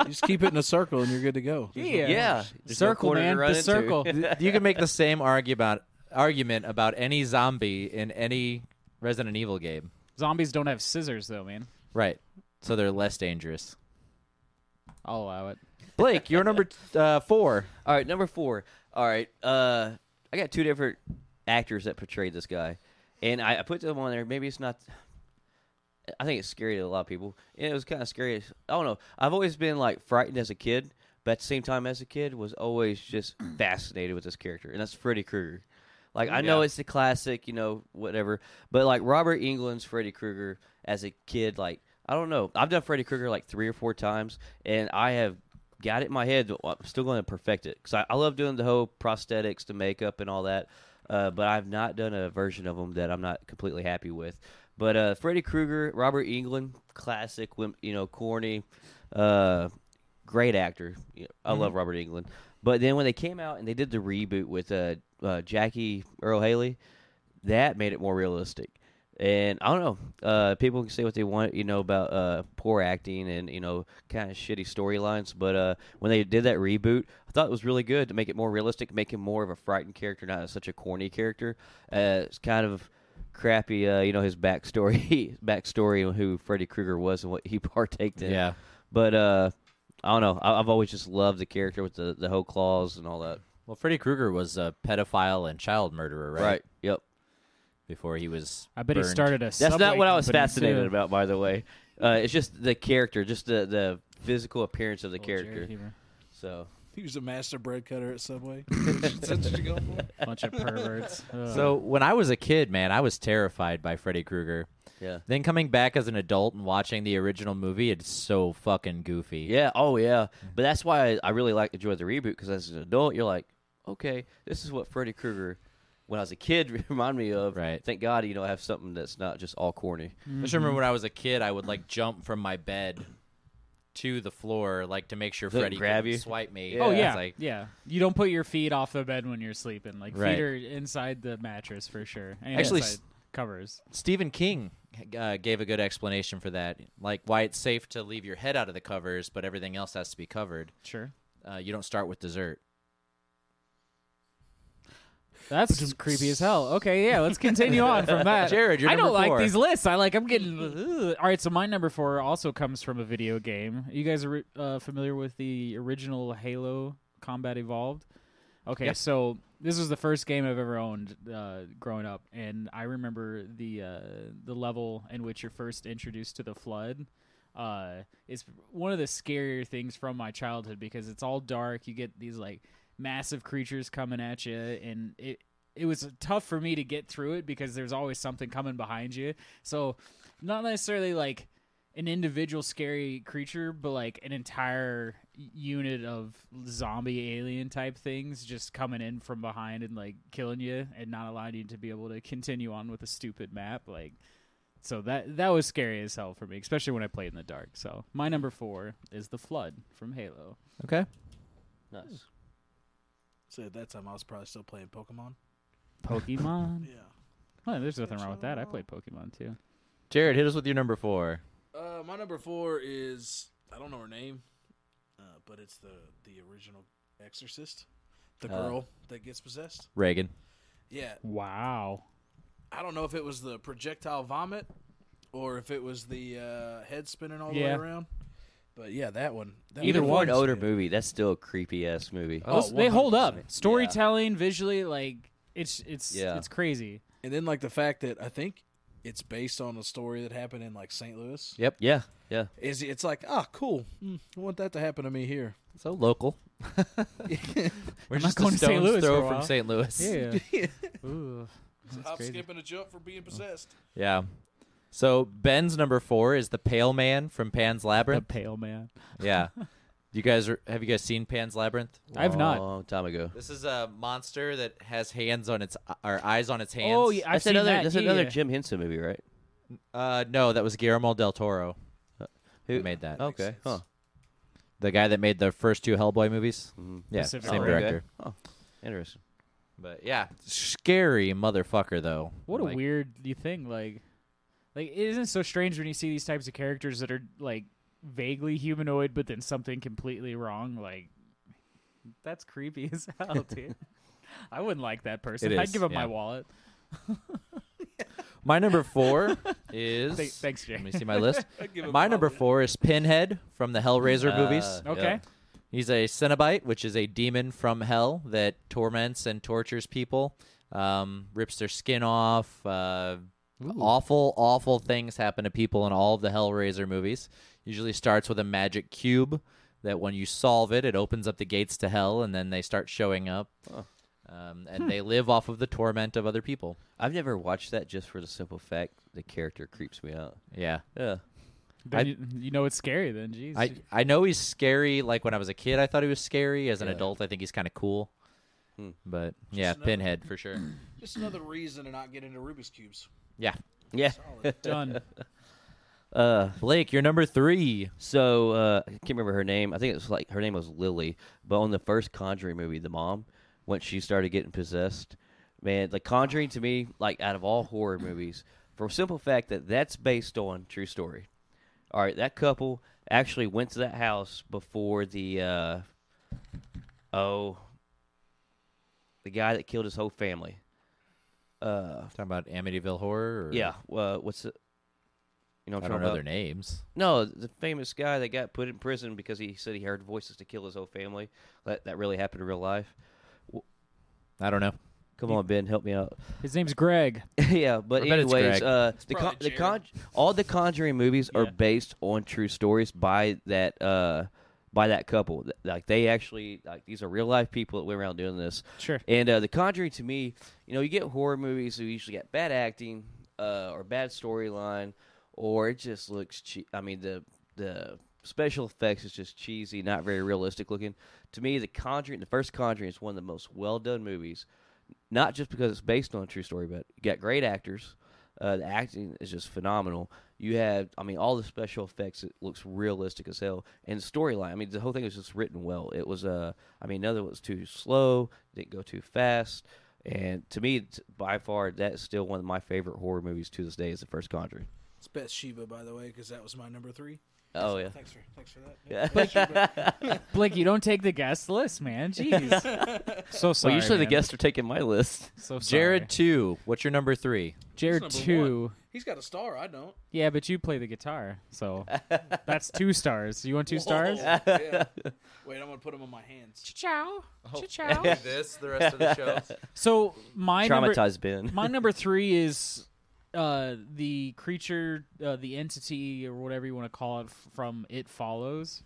[SPEAKER 4] You just keep it in a circle and you're good to go. There's no-
[SPEAKER 3] yeah.
[SPEAKER 2] Yeah. There's no
[SPEAKER 3] circle,
[SPEAKER 2] corner to
[SPEAKER 3] man.
[SPEAKER 2] run
[SPEAKER 3] The
[SPEAKER 2] into.
[SPEAKER 3] circle.
[SPEAKER 1] you can make the same argument argument about any zombie in any Resident Evil game.
[SPEAKER 3] Zombies don't have scissors though, man.
[SPEAKER 1] Right. So they're less dangerous.
[SPEAKER 3] I'll allow it.
[SPEAKER 1] Blake, you're number uh, four.
[SPEAKER 2] All right, number four. All right, uh, I got two different actors that portrayed this guy, and I, I put them on there. Maybe it's not. I think it's scary to a lot of people, and it was kind of scary. I don't know. I've always been like frightened as a kid, but at the same time, as a kid, was always just fascinated with this character, and that's Freddy Krueger. Like I know
[SPEAKER 1] Yeah.
[SPEAKER 2] it's the classic, you know, whatever, but like Robert England's Freddy Krueger as a kid, like I don't know. I've done Freddy Krueger like three or four times, and I have got it in my head. but I'm still going to perfect it because I, I love doing the whole prosthetics, the makeup, and all that. Uh, but I've not done a version of them that I'm not completely happy with. But uh, Freddy Krueger, Robert Englund, classic, wim- you know, corny, uh, great actor. You know, I love Robert Englund. But then when they came out and they did the reboot with uh, uh, Jackie Earl Haley, that made it more realistic. And I don't know. Uh, people can say what they want, you know, about uh, poor acting and you know, kind of shitty storylines. But uh, when they did that reboot, I thought it was really good to make it more realistic, make him more of a frightened character, not such a corny character. Uh, it's kind of crappy, uh, you know, his backstory, backstory on who Freddy Krueger was and what he partaked in.
[SPEAKER 1] Yeah.
[SPEAKER 2] But uh, I don't know. I- I've always just loved the character with the the whole claws and all that.
[SPEAKER 1] Well, Freddy Krueger was a pedophile and child murderer, right?
[SPEAKER 2] Yep.
[SPEAKER 1] before he was.
[SPEAKER 3] I bet
[SPEAKER 1] burned.
[SPEAKER 3] he started a.
[SPEAKER 2] That's
[SPEAKER 3] Subway
[SPEAKER 2] not what I was
[SPEAKER 3] company,
[SPEAKER 2] fascinated
[SPEAKER 3] too.
[SPEAKER 2] about, by the way. Uh, it's just the character, just the, the physical appearance of the
[SPEAKER 3] Old Jared
[SPEAKER 2] character.
[SPEAKER 3] Huber.
[SPEAKER 2] So
[SPEAKER 4] He was a master bread cutter at Subway. That's what you go for?
[SPEAKER 3] Bunch of perverts. Ugh.
[SPEAKER 1] So when I was a kid, man, I was terrified by Freddy Krueger.
[SPEAKER 2] yeah,
[SPEAKER 1] Then coming back as an adult and watching the original movie, it's so fucking goofy.
[SPEAKER 2] yeah, oh yeah. But that's why I, I really like enjoy the reboot because as an adult, you're like, okay, this is what Freddy Krueger, when I was a kid, reminded me of.
[SPEAKER 1] Right.
[SPEAKER 2] Thank God, you know, I have something that's not just all corny.
[SPEAKER 3] Mm-hmm.
[SPEAKER 1] I just remember when I was a kid, I would like jump from my bed to the floor, like to make sure
[SPEAKER 2] Doesn't
[SPEAKER 1] Freddy
[SPEAKER 2] grab
[SPEAKER 1] couldn't
[SPEAKER 2] you?
[SPEAKER 1] swipe me.
[SPEAKER 2] Yeah.
[SPEAKER 3] Oh
[SPEAKER 1] It's
[SPEAKER 3] yeah,
[SPEAKER 1] like,
[SPEAKER 3] yeah. You don't put your feet off the bed when you're sleeping. Like
[SPEAKER 1] Right.
[SPEAKER 3] feet are inside the mattress for sure. And
[SPEAKER 1] Actually,
[SPEAKER 3] inside
[SPEAKER 1] s-
[SPEAKER 3] covers.
[SPEAKER 1] Stephen King uh, gave a good explanation for that, like why it's safe to leave your head out of the covers, but everything else has to be covered.
[SPEAKER 3] Sure.
[SPEAKER 1] Uh, you don't start with dessert.
[SPEAKER 3] That's just creepy as hell. Okay, yeah, let's continue on from that.
[SPEAKER 1] Jared, you're
[SPEAKER 3] I don't
[SPEAKER 1] number
[SPEAKER 3] like
[SPEAKER 1] four.
[SPEAKER 3] these lists. I like. I'm getting. Ugh. All right, so my number four also comes from a video game. You guys are uh, familiar with the original Halo Combat Evolved? Okay,
[SPEAKER 1] Yeah.
[SPEAKER 3] so this was the first game I've ever owned uh, growing up, and I remember the uh, the level in which you're first introduced to the flood. Uh, is one of the scarier things from my childhood because it's all dark. You get these like massive creatures coming at you, and it it was tough for me to get through it because there's always something coming behind you. So, not necessarily like an individual scary creature, but like an entire unit of zombie alien type things just coming in from behind and like killing you and not allowing you to be able to continue on with a stupid map. Like, so that that was scary as hell for me, especially when I played in the dark. So my number four is the flood from Halo.
[SPEAKER 1] Okay.
[SPEAKER 2] Nice.
[SPEAKER 4] So at that time, I was probably still playing Pokemon.
[SPEAKER 3] Pokemon.
[SPEAKER 4] Yeah.
[SPEAKER 3] Well, there's nothing wrong with that. I played Pokemon too.
[SPEAKER 1] Jared, hit us with your number four.
[SPEAKER 4] Uh, my number four is I don't know her name, uh, but it's the the original Exorcist, the
[SPEAKER 2] Uh.
[SPEAKER 4] girl that gets possessed.
[SPEAKER 1] Reagan.
[SPEAKER 4] Yeah,
[SPEAKER 3] Wow.
[SPEAKER 4] I don't know if it was the projectile vomit or if it was the uh, head spinning all
[SPEAKER 3] Yeah.
[SPEAKER 4] the way around. But yeah, that one. That
[SPEAKER 3] Either
[SPEAKER 4] one
[SPEAKER 2] For an
[SPEAKER 4] was
[SPEAKER 2] older
[SPEAKER 4] good.
[SPEAKER 2] movie, that's still a creepy ass movie.
[SPEAKER 1] Oh,
[SPEAKER 3] Those- they hold up.
[SPEAKER 2] 100%.
[SPEAKER 3] Storytelling, visually, like it's it's
[SPEAKER 2] Yeah.
[SPEAKER 3] it's crazy.
[SPEAKER 4] and then like the fact that I think it's based on a story that happened in like St. Louis.
[SPEAKER 1] Yep.
[SPEAKER 2] Yeah, yeah.
[SPEAKER 4] Is it's like ah cool. Hmm, I want that to happen to me here.
[SPEAKER 1] So local. We're
[SPEAKER 3] I'm not
[SPEAKER 1] just
[SPEAKER 3] going
[SPEAKER 1] a
[SPEAKER 3] to St.
[SPEAKER 1] stone's
[SPEAKER 3] Louis
[SPEAKER 1] throw
[SPEAKER 3] for a
[SPEAKER 1] from
[SPEAKER 3] while.
[SPEAKER 1] St. Louis.
[SPEAKER 3] Ooh.
[SPEAKER 4] Hop,
[SPEAKER 3] crazy.
[SPEAKER 4] skip, and a jump for being possessed.
[SPEAKER 1] Yeah. So Ben's number four is the Pale Man from Pan's
[SPEAKER 3] The
[SPEAKER 1] Labyrinth.
[SPEAKER 3] pale man.
[SPEAKER 1] yeah. You guys are, have you guys seen Pan's Labyrinth?
[SPEAKER 3] I've not.
[SPEAKER 2] Long time ago.
[SPEAKER 1] This is a monster that has hands on its or eyes on its hands.
[SPEAKER 3] Oh yeah, I've
[SPEAKER 2] that's
[SPEAKER 3] seen
[SPEAKER 2] another.
[SPEAKER 3] that.
[SPEAKER 2] that's
[SPEAKER 3] yeah,
[SPEAKER 2] another
[SPEAKER 3] yeah.
[SPEAKER 2] Jim Henson movie, right?
[SPEAKER 1] Uh, no, that was Guillermo del Toro. Who
[SPEAKER 2] Who-
[SPEAKER 1] made that?
[SPEAKER 4] Oh.
[SPEAKER 2] Okay. Huh.
[SPEAKER 1] The guy that made the first two Hellboy movies.
[SPEAKER 2] Mhm.
[SPEAKER 1] Yeah,
[SPEAKER 3] Pacific
[SPEAKER 1] same
[SPEAKER 3] Rim.
[SPEAKER 1] director.
[SPEAKER 2] Okay. Oh, interesting.
[SPEAKER 1] But yeah, scary motherfucker though.
[SPEAKER 3] What a
[SPEAKER 1] Like,
[SPEAKER 3] weird y- thing. Like, like it isn't so strange when you see these types of characters that are like vaguely humanoid, but then something completely wrong. Like, that's creepy as hell, dude. I wouldn't like that person.
[SPEAKER 1] It
[SPEAKER 3] I'd
[SPEAKER 1] is,
[SPEAKER 3] give up
[SPEAKER 1] yeah.
[SPEAKER 3] my wallet.
[SPEAKER 1] My number four is.
[SPEAKER 3] Th- thanks, Jay.
[SPEAKER 1] Let me see my list.
[SPEAKER 4] give him
[SPEAKER 1] my
[SPEAKER 4] a
[SPEAKER 1] number
[SPEAKER 4] holiday.
[SPEAKER 1] four is Pinhead from the Hellraiser
[SPEAKER 2] Uh,
[SPEAKER 1] movies.
[SPEAKER 2] yeah.
[SPEAKER 3] Okay.
[SPEAKER 1] He's a Cenobite, which is a demon from hell that torments and tortures people, um, rips their skin off. Uh, awful, awful things happen to people in all of the Hellraiser movies. Usually starts with a magic cube that when you solve it, it opens up the gates to hell, and then they start showing up. Um, and they live off of the torment of other people.
[SPEAKER 2] I've never watched that just for the simple fact the character creeps me out.
[SPEAKER 1] Yeah.
[SPEAKER 2] Yeah.
[SPEAKER 3] Then
[SPEAKER 1] I-
[SPEAKER 3] you, you know it's scary. Then, jeez.
[SPEAKER 1] I, I know he's scary. Like when I was a kid, I thought he was scary. As an
[SPEAKER 2] Yeah.
[SPEAKER 1] adult, I think he's kind of cool.
[SPEAKER 2] Hmm.
[SPEAKER 1] But yeah,
[SPEAKER 4] another-
[SPEAKER 1] Pinhead for sure.
[SPEAKER 4] Just another reason to not get into Rubik's cubes.
[SPEAKER 1] Yeah.
[SPEAKER 2] Yeah.
[SPEAKER 4] Solid.
[SPEAKER 3] done.
[SPEAKER 2] Uh,
[SPEAKER 1] Blake, you're number three.
[SPEAKER 2] so uh, I can't remember her name. I think it was like her name was Lily. But on the first Conjuring movie, the mom, once she started getting possessed, man, the Conjuring to me, like out of all horror movies, for a simple fact that that's based on true story. All right, that couple actually went to that house before the uh, oh, the guy that killed his whole family. Uh,
[SPEAKER 1] Talking about Amityville Horror. Or,
[SPEAKER 2] yeah. Uh, what's the? You know, what
[SPEAKER 1] I don't
[SPEAKER 2] I'm talking
[SPEAKER 1] know
[SPEAKER 2] about?
[SPEAKER 1] their names.
[SPEAKER 2] No, the famous guy that got put in prison because he said he heard voices to kill his whole family. That that really happened in real life.
[SPEAKER 1] I don't know.
[SPEAKER 2] Come on, Ben, help me out.
[SPEAKER 3] His name's Greg.
[SPEAKER 2] yeah, but
[SPEAKER 1] I bet it's
[SPEAKER 2] anyways,
[SPEAKER 1] Greg.
[SPEAKER 2] uh, the con- the con- all the Conjuring movies are based on true stories by that uh, by that couple. Th- Like they actually like these are real life people that went around doing this.
[SPEAKER 3] Sure.
[SPEAKER 2] And uh, the Conjuring to me, you know, you get horror movies who usually got bad acting uh, or bad storyline, or it just looks. Che- I mean the the special effects is just cheesy, not very realistic looking. To me, the Conjuring, the first Conjuring, is one of the most well done movies not just because it's based on a true story, but you got great actors. Uh, the acting is just phenomenal. You have, I mean, all the special effects. It looks realistic as hell, and the storyline. I mean, the whole thing was just written well. It was, uh, I mean, another was too slow, didn't go too fast, and to me, it's- by far, that's still one of my favorite horror movies to this day. Is the first Conjuring.
[SPEAKER 4] It's Beth Sheba, by the way, because that was my number three.
[SPEAKER 2] Oh yeah,
[SPEAKER 4] Thanks for thanks for that.
[SPEAKER 3] Blake, you don't take the guest list, man. Jeez. so sorry.
[SPEAKER 2] well, usually the
[SPEAKER 3] man.
[SPEAKER 2] guests are taking my list.
[SPEAKER 3] So sorry.
[SPEAKER 1] Jared two. What's your number three?
[SPEAKER 3] Jared
[SPEAKER 4] That's number
[SPEAKER 3] two.
[SPEAKER 4] one. He's got a star. I don't.
[SPEAKER 3] Yeah, but you play the guitar, so that's two stars. You want two stars?
[SPEAKER 4] Whoa, yeah. Wait, I'm gonna put him on my hands.
[SPEAKER 3] Ciao.
[SPEAKER 7] Do Oh. this the rest of the show.
[SPEAKER 3] So my number,
[SPEAKER 2] Traumatized Ben.
[SPEAKER 3] my number three is uh, the creature, uh, the entity, or whatever you want to call it f- from It Follows.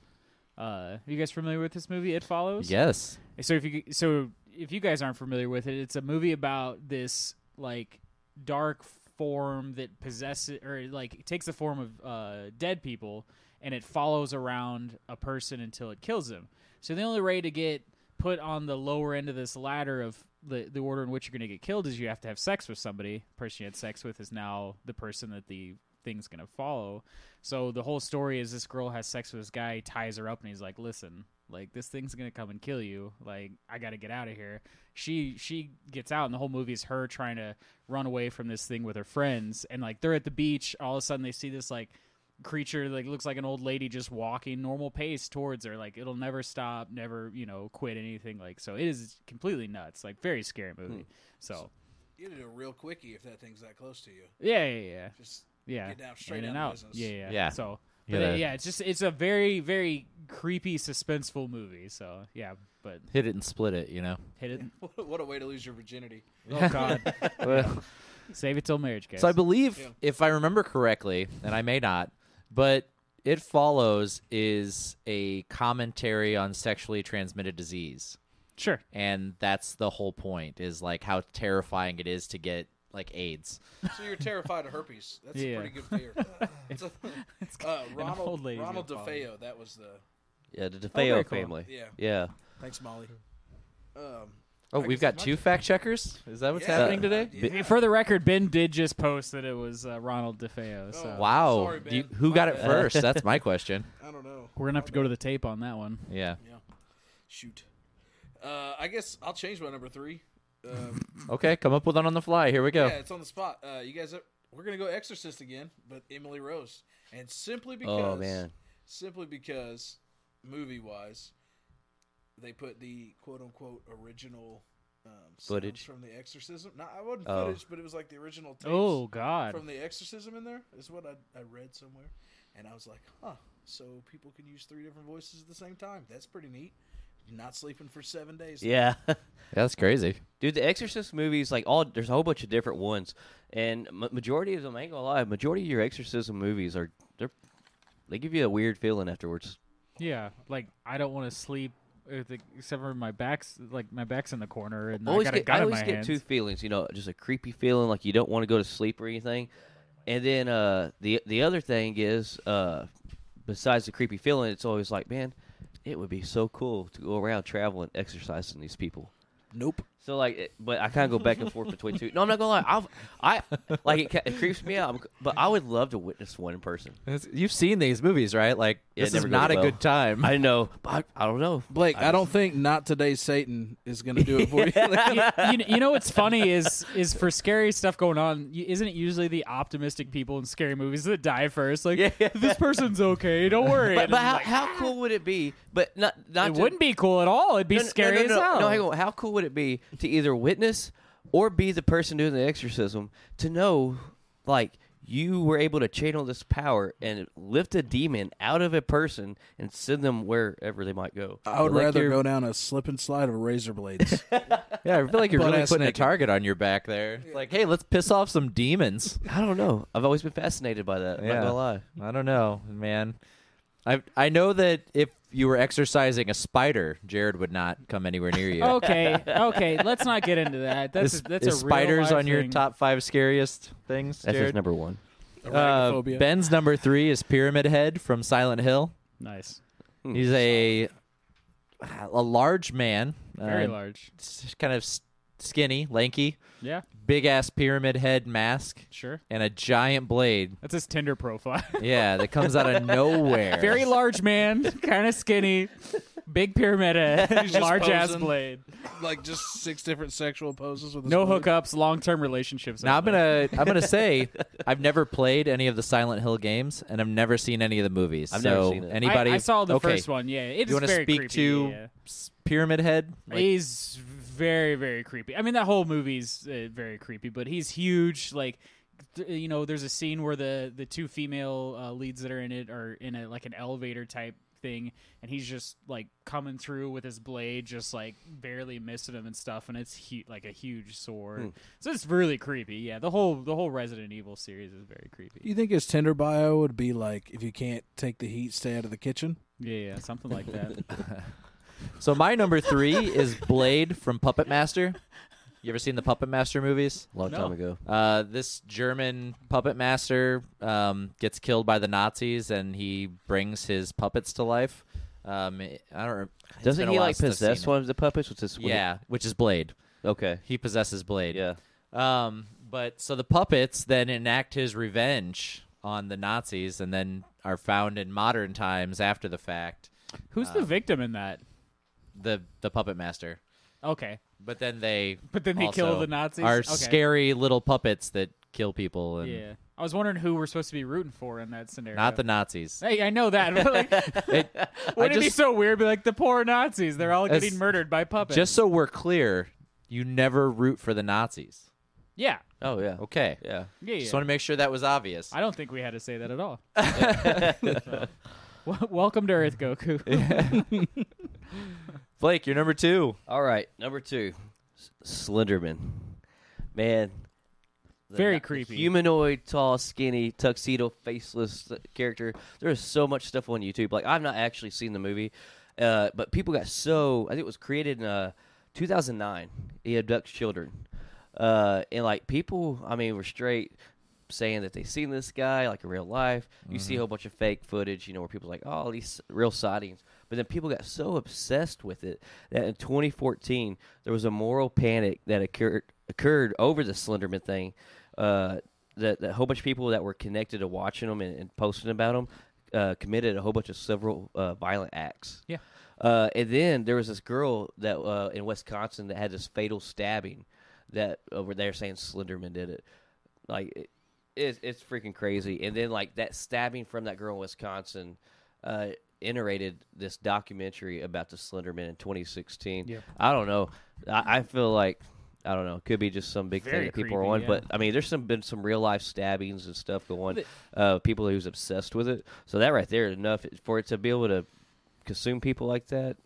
[SPEAKER 3] Uh, are you guys familiar with this movie? It Follows.
[SPEAKER 1] Yes.
[SPEAKER 3] So if you so if you guys aren't familiar with it, it's a movie about this like dark form that possesses or like it takes the form of uh, dead people and it follows around a person until it kills them. So the only way to get put on the lower end of this ladder of the, the order in which you're going to get killed is you have to have sex with somebody. The person you had sex with is now the person that the thing's going to follow. So the whole story is this girl has sex with this guy, ties her up, and he's like, "Listen, like this thing's gonna come and kill you. Like I got to get out of here." She she gets out, and the whole movie is her trying to run away from this thing with her friends, and like they're at the beach. All of a sudden, they see this like creature like looks like an old lady just walking normal pace towards her like it'll never stop never you know quit anything like so it is completely nuts like very scary movie so
[SPEAKER 4] You did a real quickie if that thing's that close to you.
[SPEAKER 3] yeah yeah yeah
[SPEAKER 4] Just
[SPEAKER 3] yeah
[SPEAKER 4] Get down straight
[SPEAKER 3] in
[SPEAKER 4] out
[SPEAKER 3] and
[SPEAKER 4] of
[SPEAKER 3] out
[SPEAKER 4] business.
[SPEAKER 3] yeah yeah
[SPEAKER 1] Yeah.
[SPEAKER 3] so
[SPEAKER 1] You
[SPEAKER 3] but uh,
[SPEAKER 1] gotta-
[SPEAKER 3] yeah it's just it's a very very creepy suspenseful movie so yeah but
[SPEAKER 1] Hit it and split it. You know.
[SPEAKER 3] hit it
[SPEAKER 4] what, what a way to lose your virginity.
[SPEAKER 3] oh god save it till marriage guys
[SPEAKER 1] So I believe,
[SPEAKER 4] Yeah.
[SPEAKER 1] if I remember correctly, and I may not, but it follows is a commentary on sexually transmitted disease,
[SPEAKER 3] sure
[SPEAKER 1] and that's the whole point. Is like how terrifying it is to get like AIDS.
[SPEAKER 4] So you're terrified of herpes. That's
[SPEAKER 3] Yeah.
[SPEAKER 4] a pretty good fear. It's a- uh, Ronald
[SPEAKER 3] old lady's gonna
[SPEAKER 4] Ronald
[SPEAKER 3] follow
[SPEAKER 4] DeFeo. That was the
[SPEAKER 2] yeah, the
[SPEAKER 3] Oh, very
[SPEAKER 2] DeFeo
[SPEAKER 3] cool.
[SPEAKER 2] family.
[SPEAKER 4] yeah.
[SPEAKER 2] yeah. Oh,
[SPEAKER 4] Thanks, Molly. Um,
[SPEAKER 1] Oh, we've got two fact checkers. Is that what's
[SPEAKER 4] Yeah.
[SPEAKER 1] happening today?
[SPEAKER 4] yeah.
[SPEAKER 3] for the record ben did just post that it was uh, ronald
[SPEAKER 4] Oh,
[SPEAKER 3] defeo so
[SPEAKER 1] Wow,
[SPEAKER 4] Uh, Sorry,
[SPEAKER 1] Do you-
[SPEAKER 4] Ben.
[SPEAKER 1] who
[SPEAKER 4] My
[SPEAKER 1] got it
[SPEAKER 4] bad.
[SPEAKER 1] first? That's my question.
[SPEAKER 4] I don't know.
[SPEAKER 3] we're gonna have to go to the tape on that one
[SPEAKER 1] Yeah.
[SPEAKER 4] Shoot. Uh, I guess I'll change my number three. Um,
[SPEAKER 1] Okay, come up with one on the fly. Here we go.
[SPEAKER 4] Yeah, it's on the spot. Uh, you guys, are, we're gonna go Exorcist again, but Emily Rose, and simply
[SPEAKER 2] Oh
[SPEAKER 4] because,
[SPEAKER 2] man.
[SPEAKER 4] simply because, movie wise, they put the quote unquote original um, sounds
[SPEAKER 2] Footage.
[SPEAKER 4] from the Exorcism. No, I wasn't
[SPEAKER 2] Oh.
[SPEAKER 4] footage, but it was like the original tapes
[SPEAKER 3] oh god
[SPEAKER 4] from the Exorcism in there. Is what I, I read somewhere, and I was like, huh. So people can use three different voices at the same time. That's pretty neat. Not sleeping for seven days.
[SPEAKER 2] Yeah.
[SPEAKER 1] That's crazy.
[SPEAKER 2] Dude, the Exorcist movies, like all, there's a whole bunch of different ones, and ma- majority of them, I ain't gonna lie, majority of your exorcism movies are they're they give you a weird feeling afterwards.
[SPEAKER 3] yeah like i don't want to sleep with the- except for my back's like my back's in the corner and i
[SPEAKER 2] always
[SPEAKER 3] got a
[SPEAKER 2] get,
[SPEAKER 3] gun
[SPEAKER 2] I
[SPEAKER 3] in
[SPEAKER 2] always
[SPEAKER 3] my
[SPEAKER 2] get
[SPEAKER 3] hands
[SPEAKER 2] two feelings, you know, just a creepy feeling like you don't want to go to sleep or anything, and then uh, the the other thing is, uh, besides the creepy feeling, it's always like, man, it would be so cool to go around traveling, exercising these people.
[SPEAKER 4] Nope.
[SPEAKER 2] So like, it- but I kind of go back and forth between two. No, I'm not gonna lie. I've, I like it, ca- it creeps me out. I'm- But I would love to witness one in person.
[SPEAKER 1] It's- You've seen these movies, right? Like
[SPEAKER 2] Yeah, it
[SPEAKER 1] this is
[SPEAKER 2] never goes
[SPEAKER 1] not a
[SPEAKER 2] well.
[SPEAKER 1] good time.
[SPEAKER 2] I know, but I, I don't know.
[SPEAKER 4] Blake, I don't think not today's Satan is going to do it for you.
[SPEAKER 3] you, you kn- you know what's funny is is for scary stuff going on, y- isn't it usually the optimistic people in scary movies that die first? Like,
[SPEAKER 2] Yeah.
[SPEAKER 3] this person's okay, don't worry.
[SPEAKER 2] But,
[SPEAKER 3] And
[SPEAKER 2] but
[SPEAKER 3] I'm
[SPEAKER 2] how,
[SPEAKER 3] like,
[SPEAKER 2] how cool would it be? But not not
[SPEAKER 3] it
[SPEAKER 2] to-
[SPEAKER 3] wouldn't be cool at all. It'd be
[SPEAKER 2] no, no, no,
[SPEAKER 3] scary
[SPEAKER 2] no, no,
[SPEAKER 3] as hell.
[SPEAKER 2] No, hang on. How cool would it be to either witness or be the person doing the exorcism to know, like you were able to channel this power and lift a demon out of a person and send them wherever they might go.
[SPEAKER 4] I would
[SPEAKER 1] Like
[SPEAKER 4] rather
[SPEAKER 1] your-
[SPEAKER 4] go down a slip and slide of razor blades.
[SPEAKER 1] Yeah, I feel like you're
[SPEAKER 4] Butt
[SPEAKER 1] really
[SPEAKER 4] ass
[SPEAKER 1] putting
[SPEAKER 4] naked.
[SPEAKER 1] a target on your back there. It's like, hey, let's piss off some demons.
[SPEAKER 2] I don't know. I've always been fascinated by that. I'm not
[SPEAKER 1] Yeah.
[SPEAKER 2] gonna lie.
[SPEAKER 1] I don't know, man. I I know that if you were exercising a spider, Jared would not come anywhere near you.
[SPEAKER 3] Okay, okay. Let's not get into that. That's
[SPEAKER 1] is,
[SPEAKER 3] a, that's
[SPEAKER 1] is
[SPEAKER 3] a
[SPEAKER 1] spiders
[SPEAKER 3] real
[SPEAKER 1] on your
[SPEAKER 3] thing.
[SPEAKER 1] top five scariest things,
[SPEAKER 2] That's
[SPEAKER 1] Jared?
[SPEAKER 2] just number one.
[SPEAKER 1] Uh,
[SPEAKER 4] Arachnophobia.
[SPEAKER 1] Ben's number three is Pyramid Head from Silent Hill.
[SPEAKER 3] Nice,
[SPEAKER 2] Hmm.
[SPEAKER 1] He's a a large man,
[SPEAKER 3] very
[SPEAKER 1] uh,
[SPEAKER 3] large.
[SPEAKER 1] s- kind of s- skinny, lanky,
[SPEAKER 3] Yeah,
[SPEAKER 1] big ass pyramid head mask,
[SPEAKER 3] sure.
[SPEAKER 1] and a giant blade.
[SPEAKER 3] That's his Tinder profile.
[SPEAKER 1] Yeah, that comes out of nowhere.
[SPEAKER 3] very large man, kind of skinny, big pyramid head,
[SPEAKER 4] just
[SPEAKER 3] large ass
[SPEAKER 4] posing.
[SPEAKER 3] blade.
[SPEAKER 4] like just six different sexual poses with his
[SPEAKER 3] No
[SPEAKER 4] blade.
[SPEAKER 3] hookups, long term relationships.
[SPEAKER 1] Now I'm
[SPEAKER 3] out there.
[SPEAKER 1] gonna I'm gonna say I've never played any of the Silent Hill games, and I've never seen any of the movies.
[SPEAKER 2] I've never
[SPEAKER 1] so
[SPEAKER 2] seen it. I-
[SPEAKER 1] anybody?
[SPEAKER 3] I, I saw the
[SPEAKER 1] okay.
[SPEAKER 3] first one. Yeah, it is
[SPEAKER 1] You want to
[SPEAKER 3] very
[SPEAKER 1] speak
[SPEAKER 3] creepy,
[SPEAKER 1] to
[SPEAKER 3] yeah.
[SPEAKER 1] s- Pyramid Head? Like,
[SPEAKER 3] he's very very creepy. I mean, that whole movie's uh, very creepy, but he's huge. Like, th- you know, there's a scene where the the two female uh, leads that are in it are in a like an elevator type thing, and he's just like coming through with his blade, just like barely missing him and stuff, and it's hu- like a huge sword.
[SPEAKER 1] Hmm.
[SPEAKER 3] So it's really creepy. Yeah, the whole the whole Resident Evil series is very
[SPEAKER 4] Do
[SPEAKER 3] creepy.
[SPEAKER 4] you think his Tinder bio would be like, if you can't take the heat, stay out of the kitchen?
[SPEAKER 3] Yeah, yeah, something like that.
[SPEAKER 1] So my number three is Blade from Puppet Master. You ever seen the Puppet Master movies?
[SPEAKER 2] Long
[SPEAKER 3] No.
[SPEAKER 2] time ago.
[SPEAKER 1] Uh, this German puppet master um, gets killed by the Nazis, and he brings his puppets to life. Um, I don't. it's been
[SPEAKER 2] Doesn't
[SPEAKER 1] a
[SPEAKER 2] he
[SPEAKER 1] while
[SPEAKER 2] like
[SPEAKER 1] since I've
[SPEAKER 2] possess
[SPEAKER 1] seen
[SPEAKER 2] one of the puppets? Which is
[SPEAKER 1] it.
[SPEAKER 2] when he-
[SPEAKER 1] Yeah, which is Blade.
[SPEAKER 2] okay.
[SPEAKER 1] He possesses Blade.
[SPEAKER 2] Yeah.
[SPEAKER 1] Um, but so the puppets then enact his revenge on the Nazis, and then are found in modern times after the fact.
[SPEAKER 3] Who's
[SPEAKER 1] Um,
[SPEAKER 3] the victim in that?
[SPEAKER 1] The the puppet master.
[SPEAKER 3] Okay,
[SPEAKER 1] But then they.
[SPEAKER 3] But then they kill
[SPEAKER 1] also
[SPEAKER 3] the Nazis?
[SPEAKER 1] Are
[SPEAKER 3] Okay.
[SPEAKER 1] scary little puppets that kill people and
[SPEAKER 3] yeah. I was wondering who we're supposed to be rooting for in that scenario.
[SPEAKER 1] not the Nazis.
[SPEAKER 3] Hey, I know that. But like,
[SPEAKER 1] It- I
[SPEAKER 3] wouldn't it be
[SPEAKER 1] just-
[SPEAKER 3] so weird? Be like the poor Nazis. They're all
[SPEAKER 1] As-
[SPEAKER 3] getting murdered by puppets.
[SPEAKER 1] Just so we're clear, you never root for the Nazis.
[SPEAKER 3] yeah,
[SPEAKER 2] Oh yeah.
[SPEAKER 1] Okay.
[SPEAKER 2] Yeah.
[SPEAKER 3] yeah, yeah.
[SPEAKER 1] Just want to make sure that was obvious.
[SPEAKER 3] I don't think we had to say that at all. So, w- welcome to Earth, Goku.
[SPEAKER 1] Blake, you're number two.
[SPEAKER 2] All right. Number two, S- Slenderman. Man. the
[SPEAKER 3] Very
[SPEAKER 2] na- the
[SPEAKER 3] creepy.
[SPEAKER 2] Humanoid, tall, skinny, tuxedo, faceless uh, character. There's so much stuff on YouTube. Like I've not actually seen the movie, uh, but people got so. I think it was created in uh, 2009. He abducts children, uh, and like people. I mean, were straight saying that they seen this guy like in real life. You see a whole bunch of fake footage, you know, where people like, oh, these real sightings. But then people got so obsessed with it that in 2014 there was a moral panic that occurred occurred over the Slenderman thing. Uh, that, that a whole bunch of people that were connected to watching them and, and posting about them uh, committed a whole bunch of several uh, violent acts.
[SPEAKER 3] Yeah.
[SPEAKER 2] Uh, and then there was this girl that uh, in Wisconsin that had this fatal stabbing that over there saying Slenderman did it. Like it, it's it's freaking crazy. And then like that stabbing from that girl in Wisconsin uh iterated this documentary about the Slenderman in 2016.
[SPEAKER 3] Yep.
[SPEAKER 2] I don't know. I, I feel like I don't know. Could be just some big
[SPEAKER 3] Very
[SPEAKER 2] thing that people are
[SPEAKER 3] creepy,
[SPEAKER 2] on,
[SPEAKER 3] yeah.
[SPEAKER 2] but I mean, there's some been some real life stabbings and stuff going. Uh, people who's obsessed with it. So that right there is enough for it to be able to consume people like that.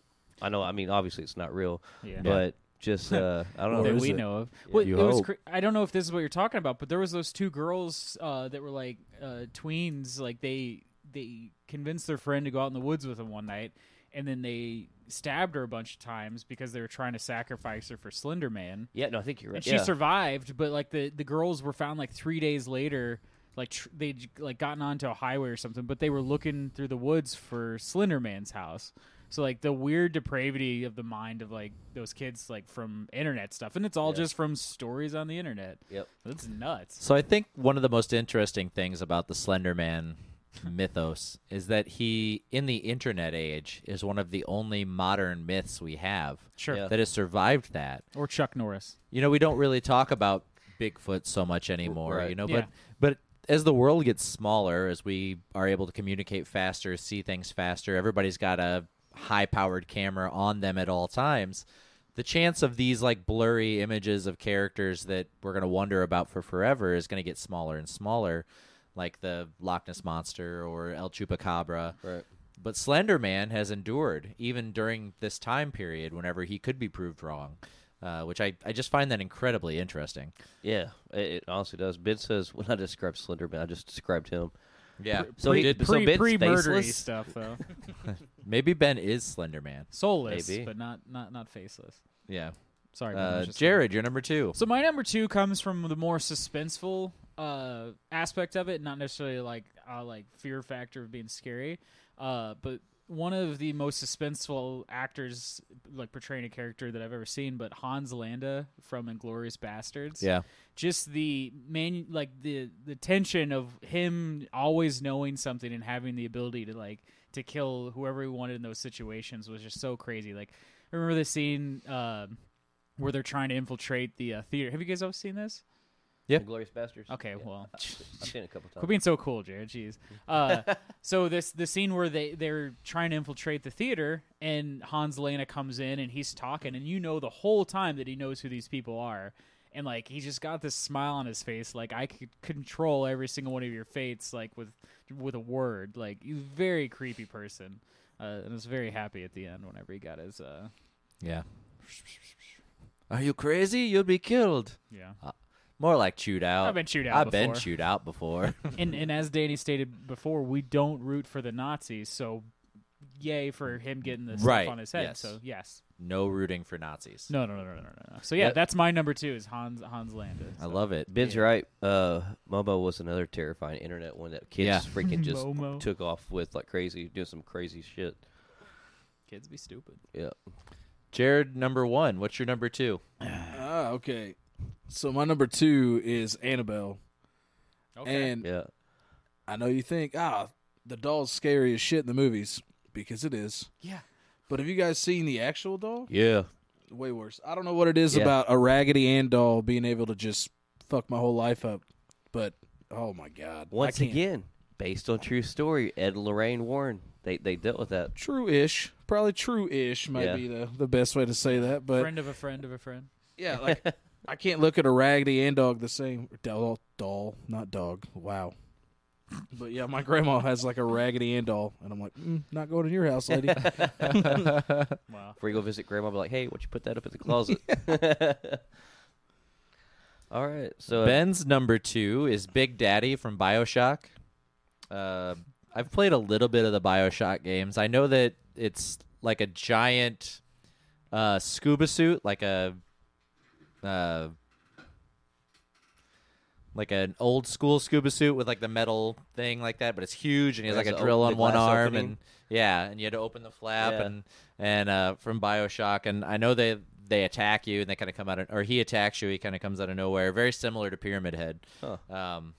[SPEAKER 2] I know. I mean, obviously it's not real,
[SPEAKER 3] Yeah.
[SPEAKER 2] but just uh, I don't know.
[SPEAKER 4] Or
[SPEAKER 3] that
[SPEAKER 4] is
[SPEAKER 3] we
[SPEAKER 4] it?
[SPEAKER 3] know of. Well,
[SPEAKER 2] You
[SPEAKER 3] it was
[SPEAKER 2] hope.
[SPEAKER 3] cr- I don't know if this is what you're talking about, but there was those two girls uh, that were like uh, tweens. Like they they convinced their friend to go out in the woods with them one night, and then they stabbed her a bunch of times because they were trying to sacrifice her for Slender Man.
[SPEAKER 2] yeah, no, I think you're right.
[SPEAKER 3] And she
[SPEAKER 2] yeah.
[SPEAKER 3] survived, but like the the girls were found like three days later. Like tr- they'd like gotten onto a highway or something, but they were looking through the woods for Slender Man's house. So like the weird depravity of the mind of like those kids like from internet stuff, and it's all just from stories on the internet.
[SPEAKER 2] Yep.
[SPEAKER 3] that's nuts.
[SPEAKER 1] So I think one of the most interesting things about the Slender Man mythos is that he, in the internet age, is one of the only modern myths we have
[SPEAKER 3] Sure.
[SPEAKER 2] Yeah.
[SPEAKER 1] that has survived that.
[SPEAKER 3] Or Chuck Norris.
[SPEAKER 1] You know, we don't really talk about Bigfoot so much anymore.
[SPEAKER 2] Right.
[SPEAKER 1] You know,
[SPEAKER 3] Yeah.
[SPEAKER 1] but but as the world gets smaller, as we are able to communicate faster, see things faster, everybody's got a high-powered camera on them at all times. the chance of these like blurry images of characters that we're going to wonder about for forever is going to get smaller and smaller like the Loch Ness monster or El Chupacabra.
[SPEAKER 2] Right.
[SPEAKER 1] But Slender Man has endured even during this time period whenever he could be proved wrong. Uh, which I, I just find that incredibly interesting.
[SPEAKER 2] Yeah, it, it honestly does. Ben says when I described Slenderman, I just described him.
[SPEAKER 1] Yeah.
[SPEAKER 2] So he did. so
[SPEAKER 3] pre
[SPEAKER 2] Ben's
[SPEAKER 3] pre murdery
[SPEAKER 2] faceless?
[SPEAKER 3] stuff though.
[SPEAKER 1] Maybe Ben is Slender Man.
[SPEAKER 3] Soulless,
[SPEAKER 2] Maybe.
[SPEAKER 3] but not not not faceless.
[SPEAKER 1] Yeah.
[SPEAKER 3] Sorry, man, I
[SPEAKER 1] Uh,
[SPEAKER 3] was just-
[SPEAKER 1] Jared, you're number two.
[SPEAKER 3] So my number two comes from the more suspenseful uh, aspect of it, not necessarily like uh, like fear factor of being scary, uh, but one of the most suspenseful actors like portraying a character that I've ever seen, but Hans Landa from Inglorious Bastards
[SPEAKER 1] Yeah.
[SPEAKER 3] just the man like the the tension of him always knowing something and having the ability to like to kill whoever he wanted in those situations was just so crazy like I remember the scene um where they're trying to infiltrate the uh, theater have you guys ever seen this
[SPEAKER 1] Yeah.
[SPEAKER 2] Glorious Bastards.
[SPEAKER 3] okay
[SPEAKER 2] Yeah.
[SPEAKER 3] well
[SPEAKER 2] I've seen it a couple times.
[SPEAKER 3] Quit being so cool, Jared. Jeez. Uh, so this the scene where they they're trying to infiltrate the theater, and Hans Lana comes in and he's talking, and you know the whole time that he knows who these people are, and like he just got this smile on his face, like I could control every single one of your fates, like with with a word. Like he's a very creepy person, uh, and I was very happy at the end whenever he got his uh,
[SPEAKER 1] Yeah. Are you crazy? You'll be killed.
[SPEAKER 3] yeah.
[SPEAKER 1] More like chewed out.
[SPEAKER 3] I've been chewed out
[SPEAKER 1] I've been
[SPEAKER 3] before.
[SPEAKER 1] chewed out before.
[SPEAKER 3] and and as Danny stated before, we don't root for the Nazis, so yay for him getting this
[SPEAKER 1] Right,
[SPEAKER 3] stuff on his head.
[SPEAKER 1] yes.
[SPEAKER 3] So yes,
[SPEAKER 1] no rooting for Nazis.
[SPEAKER 3] no, no, no, no, no, no, no. So yeah,
[SPEAKER 2] Yeah.
[SPEAKER 3] that's my number two is Hans Hans Landa.
[SPEAKER 1] I
[SPEAKER 3] So.
[SPEAKER 1] love it.
[SPEAKER 2] Ben's right. Uh, Momo was another terrifying internet one that kids
[SPEAKER 1] Yeah.
[SPEAKER 2] freaking just
[SPEAKER 3] Momo.
[SPEAKER 2] took off with like crazy, doing some crazy shit.
[SPEAKER 3] Kids be stupid.
[SPEAKER 2] Yeah.
[SPEAKER 1] Jared, number one. What's your number two?
[SPEAKER 4] Ah, okay. So my number two is Annabelle,
[SPEAKER 3] Okay.
[SPEAKER 4] and
[SPEAKER 2] Yeah.
[SPEAKER 4] I know you think ah the doll's scary as shit in the movies because it is.
[SPEAKER 3] Yeah.
[SPEAKER 4] But have you guys seen the actual doll?
[SPEAKER 2] Yeah.
[SPEAKER 4] Way worse. I don't know what it is
[SPEAKER 2] Yeah.
[SPEAKER 4] about a Raggedy Ann doll being able to just fuck my whole life up, but oh my god! I
[SPEAKER 2] Once
[SPEAKER 4] can't.
[SPEAKER 2] again, based on true story, Ed and Lorraine Warren, they they dealt with that.
[SPEAKER 4] true-ish, probably true-ish might
[SPEAKER 2] Yeah.
[SPEAKER 4] be the the best way to say that. But
[SPEAKER 3] friend of a friend of a friend.
[SPEAKER 4] Yeah, like I can't look at a Raggedy Ann dog the same. Doll, doll, not dog. Wow. But yeah, my grandma has like a Raggedy Ann doll, and I'm like, mm, not going to your house, lady.
[SPEAKER 3] Wow.
[SPEAKER 2] Before you go visit grandma, be like, hey, what you put that up in the closet? All right. So uh,
[SPEAKER 1] Ben's number two is Big Daddy from Bioshock. Uh, I've played a little bit of the Bioshock games. I know that it's like a giant uh, scuba suit, like a uh, like an old school scuba suit with like the metal thing like that, but it's huge and he has
[SPEAKER 2] There's
[SPEAKER 1] like a
[SPEAKER 2] the
[SPEAKER 1] drill
[SPEAKER 2] op-
[SPEAKER 1] on
[SPEAKER 2] the
[SPEAKER 1] one
[SPEAKER 2] glass
[SPEAKER 1] arm
[SPEAKER 2] opening.
[SPEAKER 1] and yeah, and you had to open the flap
[SPEAKER 2] Yeah.
[SPEAKER 1] and and uh, from Bioshock and I know they they attack you and they kind of come out of, or he attacks you, he kind of comes out of nowhere. Very similar to Pyramid Head.
[SPEAKER 2] Huh.
[SPEAKER 1] Um,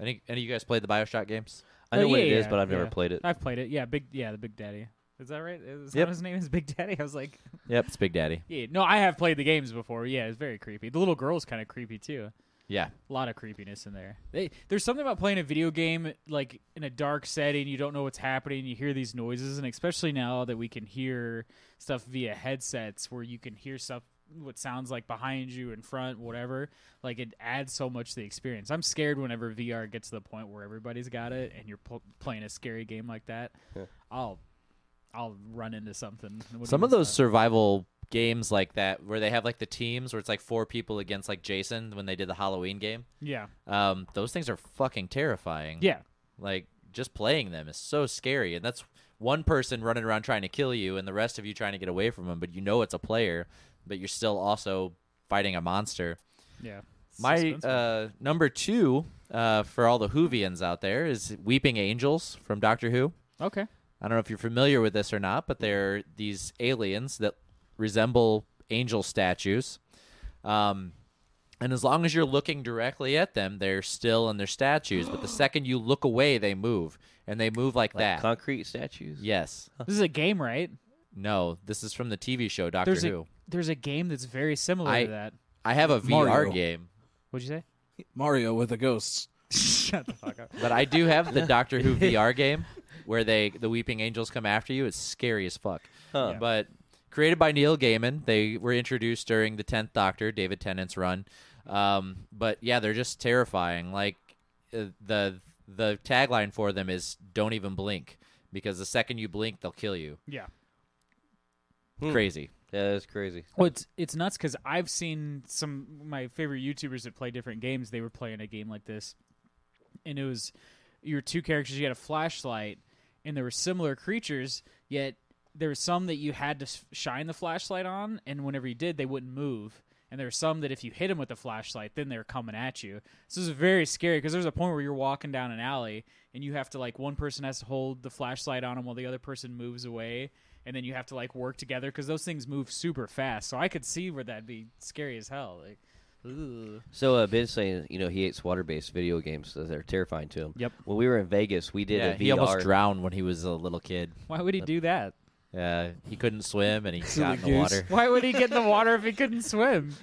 [SPEAKER 1] any any of you guys played the Bioshock games?
[SPEAKER 2] I know
[SPEAKER 3] Oh,
[SPEAKER 2] what
[SPEAKER 3] yeah,
[SPEAKER 2] it is,
[SPEAKER 3] yeah,
[SPEAKER 2] but I've never
[SPEAKER 3] yeah.
[SPEAKER 2] played it.
[SPEAKER 3] I've played it. Yeah, big. Yeah, the Big Daddy. Is that right? Is that
[SPEAKER 1] Yep.
[SPEAKER 3] what his name is Big Daddy? I was like,
[SPEAKER 1] Yep, it's Big Daddy.
[SPEAKER 3] yeah. No, I have played the games before. Yeah, it's very creepy. The little girl's kind of creepy too.
[SPEAKER 1] Yeah,
[SPEAKER 3] A lot of creepiness in there. They, there's something about playing a video game like in a dark setting. You don't know what's happening. You hear these noises, and especially now that we can hear stuff via headsets, where you can hear stuff what sounds like behind you, in front, whatever. Like it adds so much to the experience. I'm scared whenever VR gets to the point where everybody's got it, and you're pl- playing a scary game like that. I'll I'll run into something. What do
[SPEAKER 1] some
[SPEAKER 3] you
[SPEAKER 1] of those
[SPEAKER 3] say?
[SPEAKER 1] survival games like that where they have like the teams where it's like four people against like Jason when they did the Halloween game.
[SPEAKER 3] yeah,
[SPEAKER 1] Um, those things are fucking terrifying.
[SPEAKER 3] yeah.
[SPEAKER 1] Like just playing them is so scary, and that's one person running around trying to kill you, and the rest of you trying to get away from them. But you know it's a player, but you're still also fighting a monster.
[SPEAKER 3] Yeah.
[SPEAKER 1] My
[SPEAKER 3] Suspenseful.
[SPEAKER 1] uh, number two uh, for all the Whovians out there is Weeping Angels from Doctor Who.
[SPEAKER 3] okay.
[SPEAKER 1] I don't know if you're familiar with this or not, but they're these aliens that resemble angel statues. Um, and as long as you're looking directly at them, they're still in their statues. But the second you look away, they move, and they move like, that.
[SPEAKER 2] Concrete statues.
[SPEAKER 1] yes.
[SPEAKER 3] This is a game, right?
[SPEAKER 1] No. This is from the TV show Doctor
[SPEAKER 3] There's
[SPEAKER 1] Who.
[SPEAKER 3] a there's a game that's very similar
[SPEAKER 1] I-
[SPEAKER 3] to that.
[SPEAKER 1] I have a VR
[SPEAKER 4] Mario.
[SPEAKER 1] game,
[SPEAKER 3] What'd you say?
[SPEAKER 4] Mario with the ghosts.
[SPEAKER 3] Shut the fuck up.
[SPEAKER 1] but I do have the Doctor Who VR game where they the weeping angels come after you. It's scary as fuck.
[SPEAKER 2] Huh.
[SPEAKER 1] But created by Neil Gaiman. They were introduced during the Tenth Doctor, David Tennant's run. Um, but yeah, they're just terrifying. Like uh, the the tagline for them is "Don't even blink," because the second you blink, they'll kill you.
[SPEAKER 3] Yeah.
[SPEAKER 2] Hmm.
[SPEAKER 1] Crazy.
[SPEAKER 2] Yeah, that's crazy.
[SPEAKER 3] Well, it's it's nuts because I've seen some my favorite YouTubers that play different games. They were playing a game like this, and it was your two characters. You had a flashlight, and there were similar creatures. Yet there were some that you had to s- shine the flashlight on, and whenever you did, they wouldn't move. And there were some that if you hit them with the flashlight, then they were coming at you. So this is very scary because there's a point where you're walking down an alley and you have to like one person has to hold the flashlight on them while the other person moves away, and then you have to like work together because those things move super fast. So I could see where that'd be scary as hell. Like, ooh.
[SPEAKER 2] So uh, Ben's saying, you know, he hates water-based video games. So they're terrifying to him.
[SPEAKER 3] Yep.
[SPEAKER 2] When we were in Vegas, we did
[SPEAKER 1] Yeah,
[SPEAKER 2] a VR.
[SPEAKER 1] he almost drowned when he was a little kid.
[SPEAKER 3] Why would he do that?
[SPEAKER 1] Uh, he couldn't swim and he got in the water.
[SPEAKER 3] Why would he get in the water if he couldn't swim?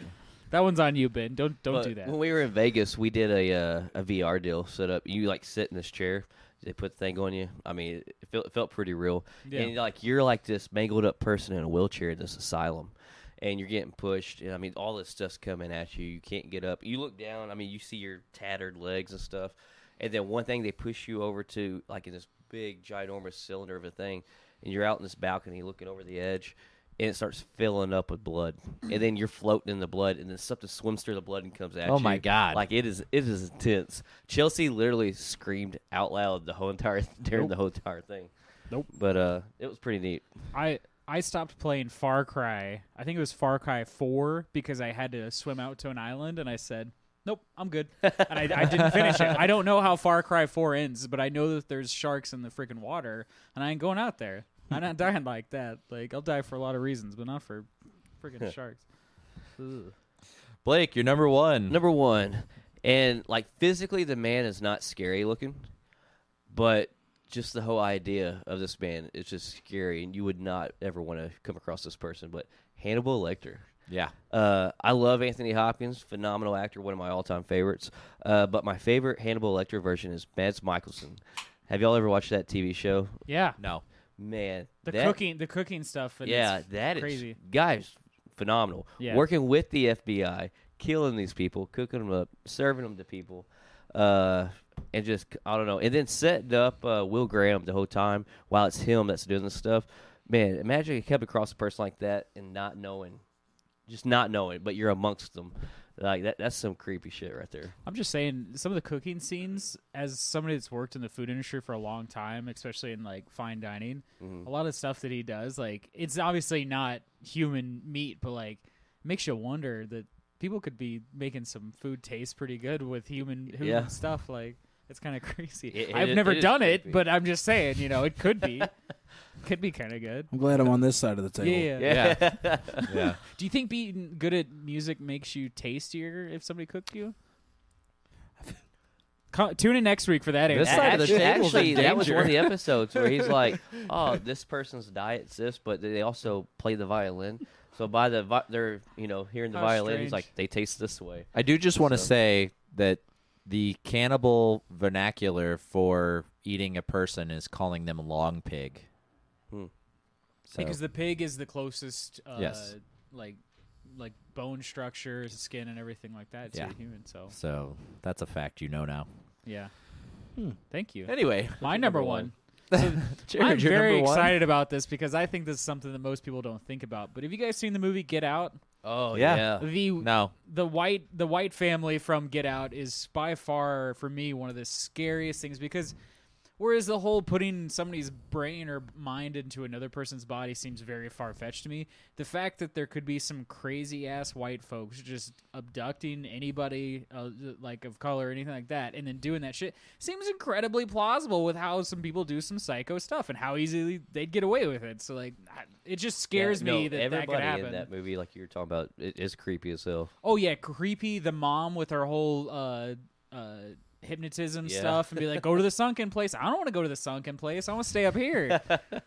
[SPEAKER 3] That one's on you, Ben. Don't don't
[SPEAKER 2] But
[SPEAKER 3] do that.
[SPEAKER 2] When we were in Vegas, we did a uh, a VR deal set up. You like sit in this chair. They put the thing on you. I mean, it felt, it felt pretty real.
[SPEAKER 3] Yeah.
[SPEAKER 2] And like you're like this mangled up person in a wheelchair in this asylum, and you're getting pushed. And I mean, all this stuff's coming at you. You can't get up. You look down. I mean, you see your tattered legs and stuff. And then one thing they push you over to like in this big ginormous cylinder of a thing, and you're out in this balcony looking over the edge and it starts filling up with blood, and then you're floating in the blood, and then something swims through the blood and comes at you.
[SPEAKER 1] Oh, my God.
[SPEAKER 2] Like it is, it is intense. Chelsea literally screamed out loud the whole entire during the whole entire thing.
[SPEAKER 3] Nope.
[SPEAKER 2] But uh, it was pretty neat.
[SPEAKER 3] I I stopped playing Far Cry. I think it was Far Cry Four because I had to swim out to an island, and I said, "Nope, I'm good." And I, I didn't finish it. I don't know how Far Cry Four ends, but I know that there's sharks in the freaking water, and I ain't going out there. I'm not dying like that. Like I'll die for a lot of reasons, but not for freaking sharks.
[SPEAKER 1] Blake, you're number one.
[SPEAKER 2] Number one, and like physically, the man is not scary looking, but just the whole idea of this man is just scary, and you would not ever want to come across this person. But Hannibal Lecter.
[SPEAKER 1] Yeah.
[SPEAKER 2] Uh, I love Anthony Hopkins, phenomenal actor, one of my all-time favorites. Uh, but my favorite Hannibal Lecter version is Mads Mikkelsen. Have y'all ever watched that TV show?
[SPEAKER 3] Yeah,
[SPEAKER 1] No.
[SPEAKER 2] Man,
[SPEAKER 3] the
[SPEAKER 2] that,
[SPEAKER 3] cooking, the cooking stuff. And
[SPEAKER 2] yeah,
[SPEAKER 3] it's
[SPEAKER 2] that is
[SPEAKER 3] crazy.
[SPEAKER 2] guys, phenomenal.
[SPEAKER 3] Yeah.
[SPEAKER 2] Working with the FBI, killing these people, cooking them up, serving them to people, uh, and just I don't know. And then setting up uh, Will Graham the whole time while it's him that's doing this stuff. Man, imagine you come across a person like that and not knowing, just not knowing, but you're amongst them. Like that, that's some creepy shit right there.
[SPEAKER 3] I'm just saying, some of the cooking scenes, as somebody that's worked in the food industry for a long time, especially in like fine dining,
[SPEAKER 2] Mm-hmm.
[SPEAKER 3] a lot of stuff that he does, like it's obviously not human meat, but like makes you wonder that people could be making some food taste pretty good with human, human
[SPEAKER 2] Yeah.
[SPEAKER 3] stuff. Like it's kind of crazy.
[SPEAKER 2] It-
[SPEAKER 3] I've
[SPEAKER 2] it-
[SPEAKER 3] never
[SPEAKER 2] it is
[SPEAKER 3] done
[SPEAKER 2] creepy.
[SPEAKER 3] it, but I'm just saying, you know, it could be, could be kind of good.
[SPEAKER 8] I'm glad I'm on this side of the table.
[SPEAKER 3] Yeah.
[SPEAKER 1] Yeah. yeah.
[SPEAKER 3] Do you think being good at music makes you tastier if somebody cooked you? Co- tune in next week for that
[SPEAKER 1] This
[SPEAKER 3] answer.
[SPEAKER 1] side of the
[SPEAKER 2] actually,
[SPEAKER 1] table's in
[SPEAKER 2] actually, that was
[SPEAKER 1] danger.
[SPEAKER 2] one of the episodes where he's like, "Oh, this person's diet's this, but they also play the violin." So by the vi- they're you know hearing the
[SPEAKER 3] How
[SPEAKER 2] violin,
[SPEAKER 3] strange.
[SPEAKER 2] he's like, "They taste this way."
[SPEAKER 1] I do just want to
[SPEAKER 2] So-
[SPEAKER 1] say that the cannibal vernacular for eating a person is calling them long pig.
[SPEAKER 2] Hmm.
[SPEAKER 1] So,
[SPEAKER 3] because the pig is the closest, uh,
[SPEAKER 1] Yes.
[SPEAKER 3] like, like bone structure, skin, and everything like that to
[SPEAKER 1] Yeah.
[SPEAKER 3] a human. So,
[SPEAKER 1] so that's a fact you know now.
[SPEAKER 3] yeah.
[SPEAKER 1] Hmm.
[SPEAKER 3] Thank you.
[SPEAKER 1] Anyway,
[SPEAKER 3] My number one.
[SPEAKER 1] Jared,
[SPEAKER 3] I'm
[SPEAKER 1] you're
[SPEAKER 3] very
[SPEAKER 1] number one?
[SPEAKER 3] excited about this because I think this is something that most people don't think about. But have you guys seen the movie Get Out?
[SPEAKER 2] Oh
[SPEAKER 1] Yeah.
[SPEAKER 3] The
[SPEAKER 1] No.
[SPEAKER 3] the white the white family from Get Out is by far for me one of the scariest things because whereas the whole putting somebody's brain or mind into another person's body seems very far fetched to me, the fact that there could be some crazy ass white folks just abducting anybody uh, like of color or anything like that and then doing that shit seems incredibly plausible with how some people do some psycho stuff and how easily they'd get away with it. So like I- it just scares
[SPEAKER 2] Yeah,
[SPEAKER 3] me
[SPEAKER 2] no,
[SPEAKER 3] that that
[SPEAKER 2] everybody
[SPEAKER 3] could happen.
[SPEAKER 2] in that movie, like you were talking about, it is creepy as hell.
[SPEAKER 3] Oh yeah, creepy. The mom with her whole uh, uh, hypnotism
[SPEAKER 2] Yeah.
[SPEAKER 3] stuff, and be like, "Go to the sunken place." I don't want to go to the sunken place. I want to stay up here.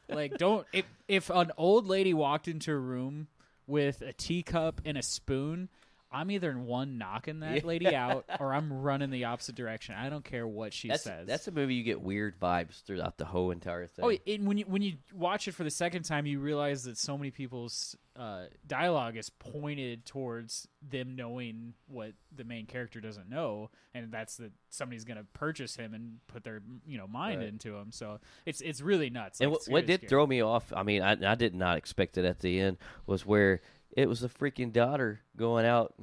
[SPEAKER 3] like, don't. If, if an old lady walked into a room with a teacup and a spoon, I'm either one knocking that
[SPEAKER 2] Yeah.
[SPEAKER 3] lady out or I'm running the opposite direction. I don't care what she
[SPEAKER 2] that's,
[SPEAKER 3] says.
[SPEAKER 2] that's a movie you get weird vibes throughout the whole entire thing.
[SPEAKER 3] Oh, and when you when you watch it for the second time, you realize that so many people's uh, dialogue is pointed towards them knowing what the main character doesn't know, and that's that somebody's going to purchase him and put their you know mind
[SPEAKER 2] Right.
[SPEAKER 3] into him. So it's it's really nuts.
[SPEAKER 2] And
[SPEAKER 3] Like,
[SPEAKER 2] what, what
[SPEAKER 3] serious
[SPEAKER 2] did
[SPEAKER 3] scary.
[SPEAKER 2] throw me off, I mean, I, I did not expect it at the end, was where it was the freaking daughter going out,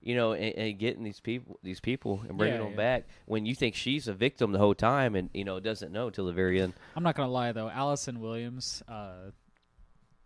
[SPEAKER 2] you know, and, and getting these people, these people, and bringing
[SPEAKER 3] Yeah,
[SPEAKER 2] them
[SPEAKER 3] yeah.
[SPEAKER 2] back when you think she's a victim the whole time, and you know doesn't know till the very end.
[SPEAKER 3] I'm not going to lie though, Allison Williams. Uh,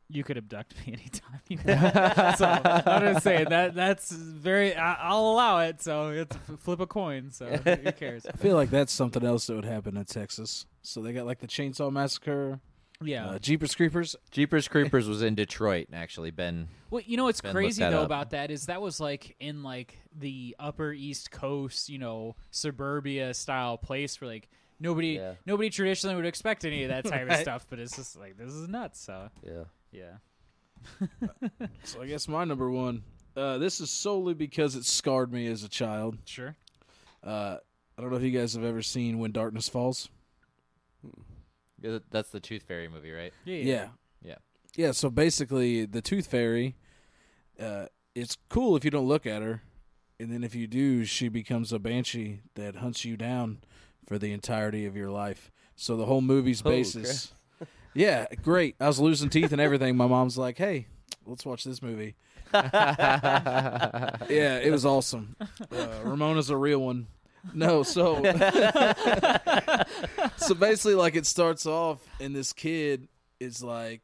[SPEAKER 3] you could abduct me anytime you want. so I'm just saying that that's very. I, I'll allow it. So it's flip a coin. So who cares?
[SPEAKER 4] I feel like that's something else that would happen in Texas. So they got like the Chainsaw Massacre,
[SPEAKER 3] Yeah.
[SPEAKER 4] uh, Jeepers Creepers.
[SPEAKER 1] Jeepers Creepers was in Detroit, actually. Ben,
[SPEAKER 3] Well, you know what's
[SPEAKER 1] Ben, look
[SPEAKER 3] crazy
[SPEAKER 1] that
[SPEAKER 3] though
[SPEAKER 1] up.
[SPEAKER 3] about that is that was like in like the upper East Coast, you know, suburbia style place where like nobody
[SPEAKER 2] Yeah.
[SPEAKER 3] nobody traditionally would expect any of that type of
[SPEAKER 2] Right.
[SPEAKER 3] stuff, but it's just like this is nuts. So
[SPEAKER 2] Yeah,
[SPEAKER 3] yeah,
[SPEAKER 4] So I guess my number one. Uh, this is solely because it scarred me as a child.
[SPEAKER 3] sure.
[SPEAKER 4] Uh, I don't know if you guys have ever seen When Darkness Falls.
[SPEAKER 1] that's the Tooth Fairy movie, right?
[SPEAKER 3] Yeah,
[SPEAKER 4] Yeah.
[SPEAKER 1] Yeah.
[SPEAKER 4] Yeah. So basically, the Tooth Fairy, uh, it's cool if you don't look at her, and then if you do, she becomes a banshee that hunts you down for the entirety of your life. So the whole movie's
[SPEAKER 2] Holy
[SPEAKER 4] basis. yeah, great. I was losing teeth and everything. My mom's like, "Hey, let's watch this movie." yeah, it was awesome. Uh, Ramona's a real one. No, so so basically, like it starts off, and this kid is like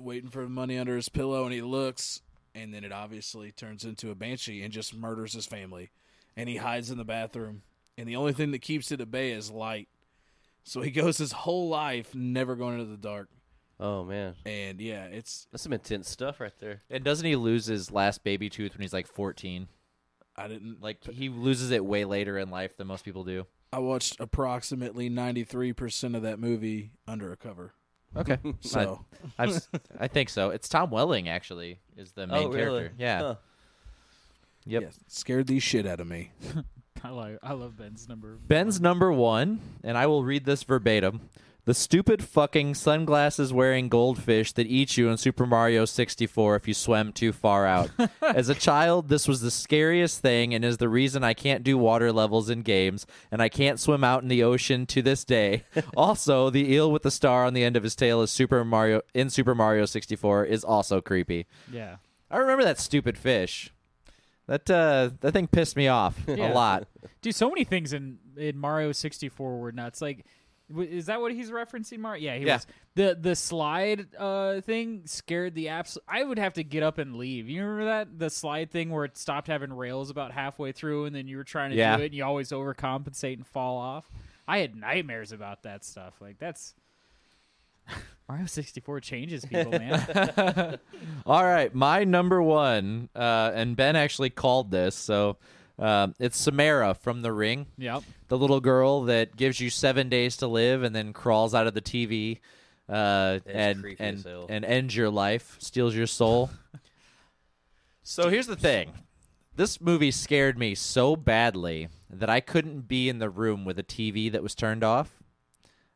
[SPEAKER 4] waiting for money under his pillow, and he looks, and then it obviously turns into a banshee and just murders his family, and he hides in the bathroom, and the only thing that keeps it at bay is light. So he goes his whole life never going into the dark,
[SPEAKER 2] oh man,
[SPEAKER 4] and yeah, it's
[SPEAKER 2] that's some intense stuff right there.
[SPEAKER 1] And doesn't he lose his last baby tooth when he's like 14?
[SPEAKER 4] I didn't
[SPEAKER 1] Like he loses it way later in life than most people do.
[SPEAKER 4] I watched approximately ninety three percent of that movie under a cover.
[SPEAKER 1] Okay,
[SPEAKER 4] So
[SPEAKER 1] I, I've, s- I think so. It's Tom Welling actually is the main
[SPEAKER 2] oh really?
[SPEAKER 1] character. Yeah.
[SPEAKER 2] Huh.
[SPEAKER 1] Yep.
[SPEAKER 4] yeah, scared the shit out of me.
[SPEAKER 3] I like I love Ben's number.
[SPEAKER 1] Ben's number one, and I will read this verbatim. The stupid fucking sunglasses wearing goldfish that eat you in Super Mario 64 if you swim too far out. As a child, this was the scariest thing and is the reason I can't do water levels in games, and I can't swim out in the ocean to this day. also, the eel with the star on the end of his tail is Super Mario in Super Mario 64 is also creepy.
[SPEAKER 3] Yeah,
[SPEAKER 1] I remember that stupid fish. That uh, that thing pissed me off
[SPEAKER 3] Yeah.
[SPEAKER 1] a lot.
[SPEAKER 3] dude, so many things in in Mario sixty four were nuts. Like, w- is that what he's referencing, Mario? Yeah, he
[SPEAKER 1] Yeah.
[SPEAKER 3] was the the slide uh thing scared the apps. I would have to get up and leave. You remember that the slide thing where it stopped having rails about halfway through, and then you were trying to
[SPEAKER 1] Yeah.
[SPEAKER 3] do it, and you always overcompensate and fall off. I had nightmares about that stuff. Like that's. Mario 64 changes people, man.
[SPEAKER 1] All right, my number one, uh, and Ben actually called this, so um, it's Samara from The Ring,
[SPEAKER 3] yep.
[SPEAKER 1] the little girl that gives you seven days to live and then crawls out of the TV uh, and
[SPEAKER 2] creepy as
[SPEAKER 1] and
[SPEAKER 2] hell.
[SPEAKER 1] and ends your life, steals your soul. so here's the thing: this movie scared me so badly that I couldn't be in the room with a TV that was turned off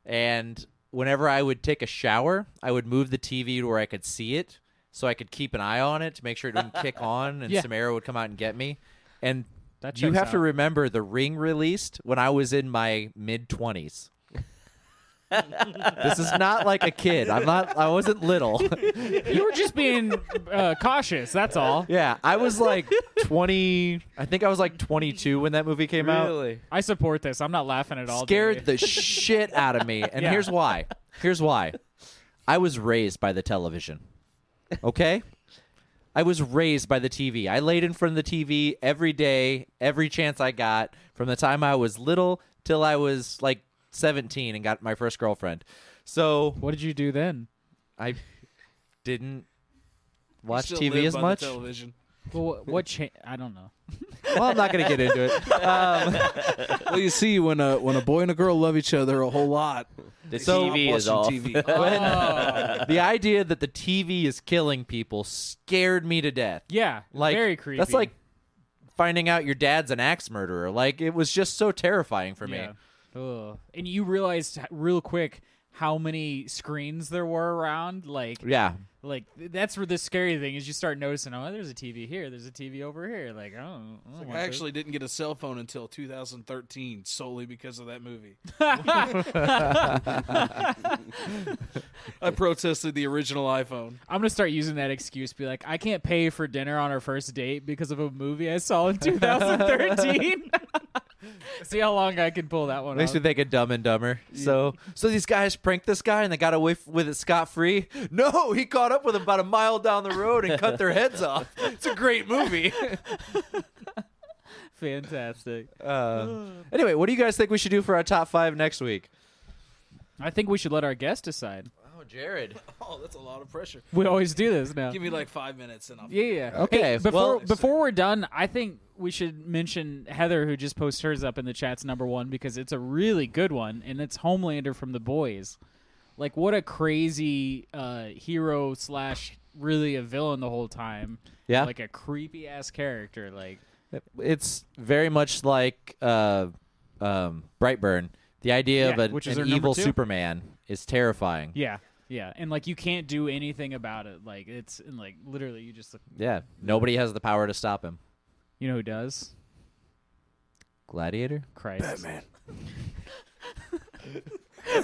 [SPEAKER 1] and whenever I would take a shower, I would move the TV to where I could see it, so I could keep an eye on it to make sure it didn't kick on, and
[SPEAKER 3] Yeah.
[SPEAKER 1] Samara would come out and get me. And
[SPEAKER 3] That
[SPEAKER 1] you
[SPEAKER 3] checks
[SPEAKER 1] have to
[SPEAKER 3] out.
[SPEAKER 1] remember, the Ring released when I was in my mid twenties. this is not like a kid. I'm not. I wasn't little.
[SPEAKER 3] You were just being uh, cautious, that's all.
[SPEAKER 1] yeah, I was like 20. I think I was like 22 when that movie came out.
[SPEAKER 2] Really?
[SPEAKER 3] I support this. I'm not laughing at all.
[SPEAKER 1] scared
[SPEAKER 3] Dave.
[SPEAKER 1] the shit out of me. And
[SPEAKER 3] Yeah.
[SPEAKER 1] here's why. Here's why. I was raised by the television. Okay? I was raised by the TV. I laid in front of the TV every day, every chance I got from the time I was little till I was like 17 and got my first girlfriend. So
[SPEAKER 3] What did you do then?
[SPEAKER 1] I didn't watch
[SPEAKER 4] Still
[SPEAKER 1] TV
[SPEAKER 4] live
[SPEAKER 1] as
[SPEAKER 4] by the
[SPEAKER 1] much.
[SPEAKER 4] television.
[SPEAKER 3] Well, what cha- I don't know.
[SPEAKER 1] Well, I'm not going to get into it. Um,
[SPEAKER 4] well, you see, when a when a boy and a girl love each other a whole lot,
[SPEAKER 2] The
[SPEAKER 1] So-
[SPEAKER 2] TV is off.
[SPEAKER 4] watching TV.
[SPEAKER 1] the idea that the TV is killing people scared me to death.
[SPEAKER 3] yeah,
[SPEAKER 1] Like
[SPEAKER 3] very creepy.
[SPEAKER 1] That's like finding out your dad's an axe murderer. Like it was just so terrifying for me.
[SPEAKER 3] Yeah. Ugh. And you realized h- real quick how many screens there were around. Like,
[SPEAKER 1] Yeah.
[SPEAKER 3] like th- that's where the scary thing is. You start noticing, oh, there's a TV here, there's a TV over here. Like, oh, I don't want
[SPEAKER 4] I
[SPEAKER 3] this.
[SPEAKER 4] actually didn't get a cell phone until 2013 solely because of that movie. I protested the original iPhone.
[SPEAKER 3] I'm gonna start using that excuse. Be like, I can't pay for dinner on our first date because of a movie I saw in 2013. See how long I can pull that one.
[SPEAKER 1] Makes me
[SPEAKER 3] off.
[SPEAKER 1] think of Dumb and Dumber. So, so these guys pranked this guy and they got away f- with it scot free. No, he caught up with them about a mile down the road and cut their heads off. It's a great movie.
[SPEAKER 3] Fantastic.
[SPEAKER 1] Uh, anyway, what do you guys think we should do for our top five next week?
[SPEAKER 3] I think we should let our guest decide.
[SPEAKER 1] Oh, Jared.
[SPEAKER 4] Oh, that's a lot of pressure.
[SPEAKER 3] We always do this now.
[SPEAKER 4] Give me like five minutes and I'll.
[SPEAKER 3] uh, Yeah, yeah. yeah.
[SPEAKER 1] Okay,
[SPEAKER 3] Hey, before
[SPEAKER 1] well-
[SPEAKER 3] before we're done, I think we should mention Heather, who just posted hers up in the chat's number one because it's a really good one, and it's Homelander from The Boys. Like, what a crazy uh, hero slash really a villain the whole time.
[SPEAKER 1] Yeah.
[SPEAKER 3] like a creepy ass character. Like,
[SPEAKER 1] It's very much like uh, um, Brightburn. The idea
[SPEAKER 3] Yeah,
[SPEAKER 1] of an,
[SPEAKER 3] which is
[SPEAKER 1] an
[SPEAKER 3] our number
[SPEAKER 1] evil
[SPEAKER 3] two.
[SPEAKER 1] Superman is terrifying.
[SPEAKER 3] yeah, yeah, and like you can't do anything about it. Like, it's and like literally, you just
[SPEAKER 1] Yeah. Nobody has the power to stop him.
[SPEAKER 3] you know who does?
[SPEAKER 1] Gladiator?
[SPEAKER 3] Christ. Batman.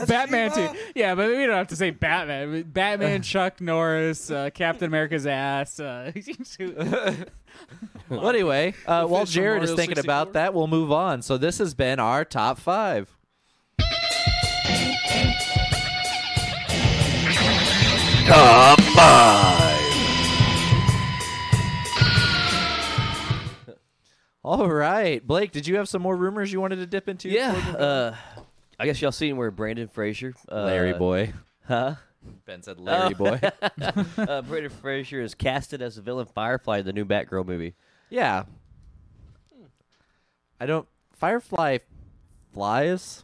[SPEAKER 3] Batman too. Yeah, but we don't have to say Batman. I mean, Batman, Chuck Norris, uh, Captain America's ass. Uh,
[SPEAKER 1] Well, anyway, uh, while
[SPEAKER 4] from
[SPEAKER 1] Jared is
[SPEAKER 4] Mario
[SPEAKER 1] thinking
[SPEAKER 4] 64?
[SPEAKER 1] about that, we'll move on. So this has been our top five. Top five. All right, Blake. Did you have some more rumors you wanted to dip into?
[SPEAKER 2] Yeah. Uh, I guess y'all seen where Brandon Fraser, uh,
[SPEAKER 1] Larry boy. Oh.
[SPEAKER 2] huh?
[SPEAKER 1] Ben said Larry boy.
[SPEAKER 2] uh, Brandon Fraser is casted as the villain Firefly in the new Batgirl movie.
[SPEAKER 1] yeah. I don't. Firefly flies.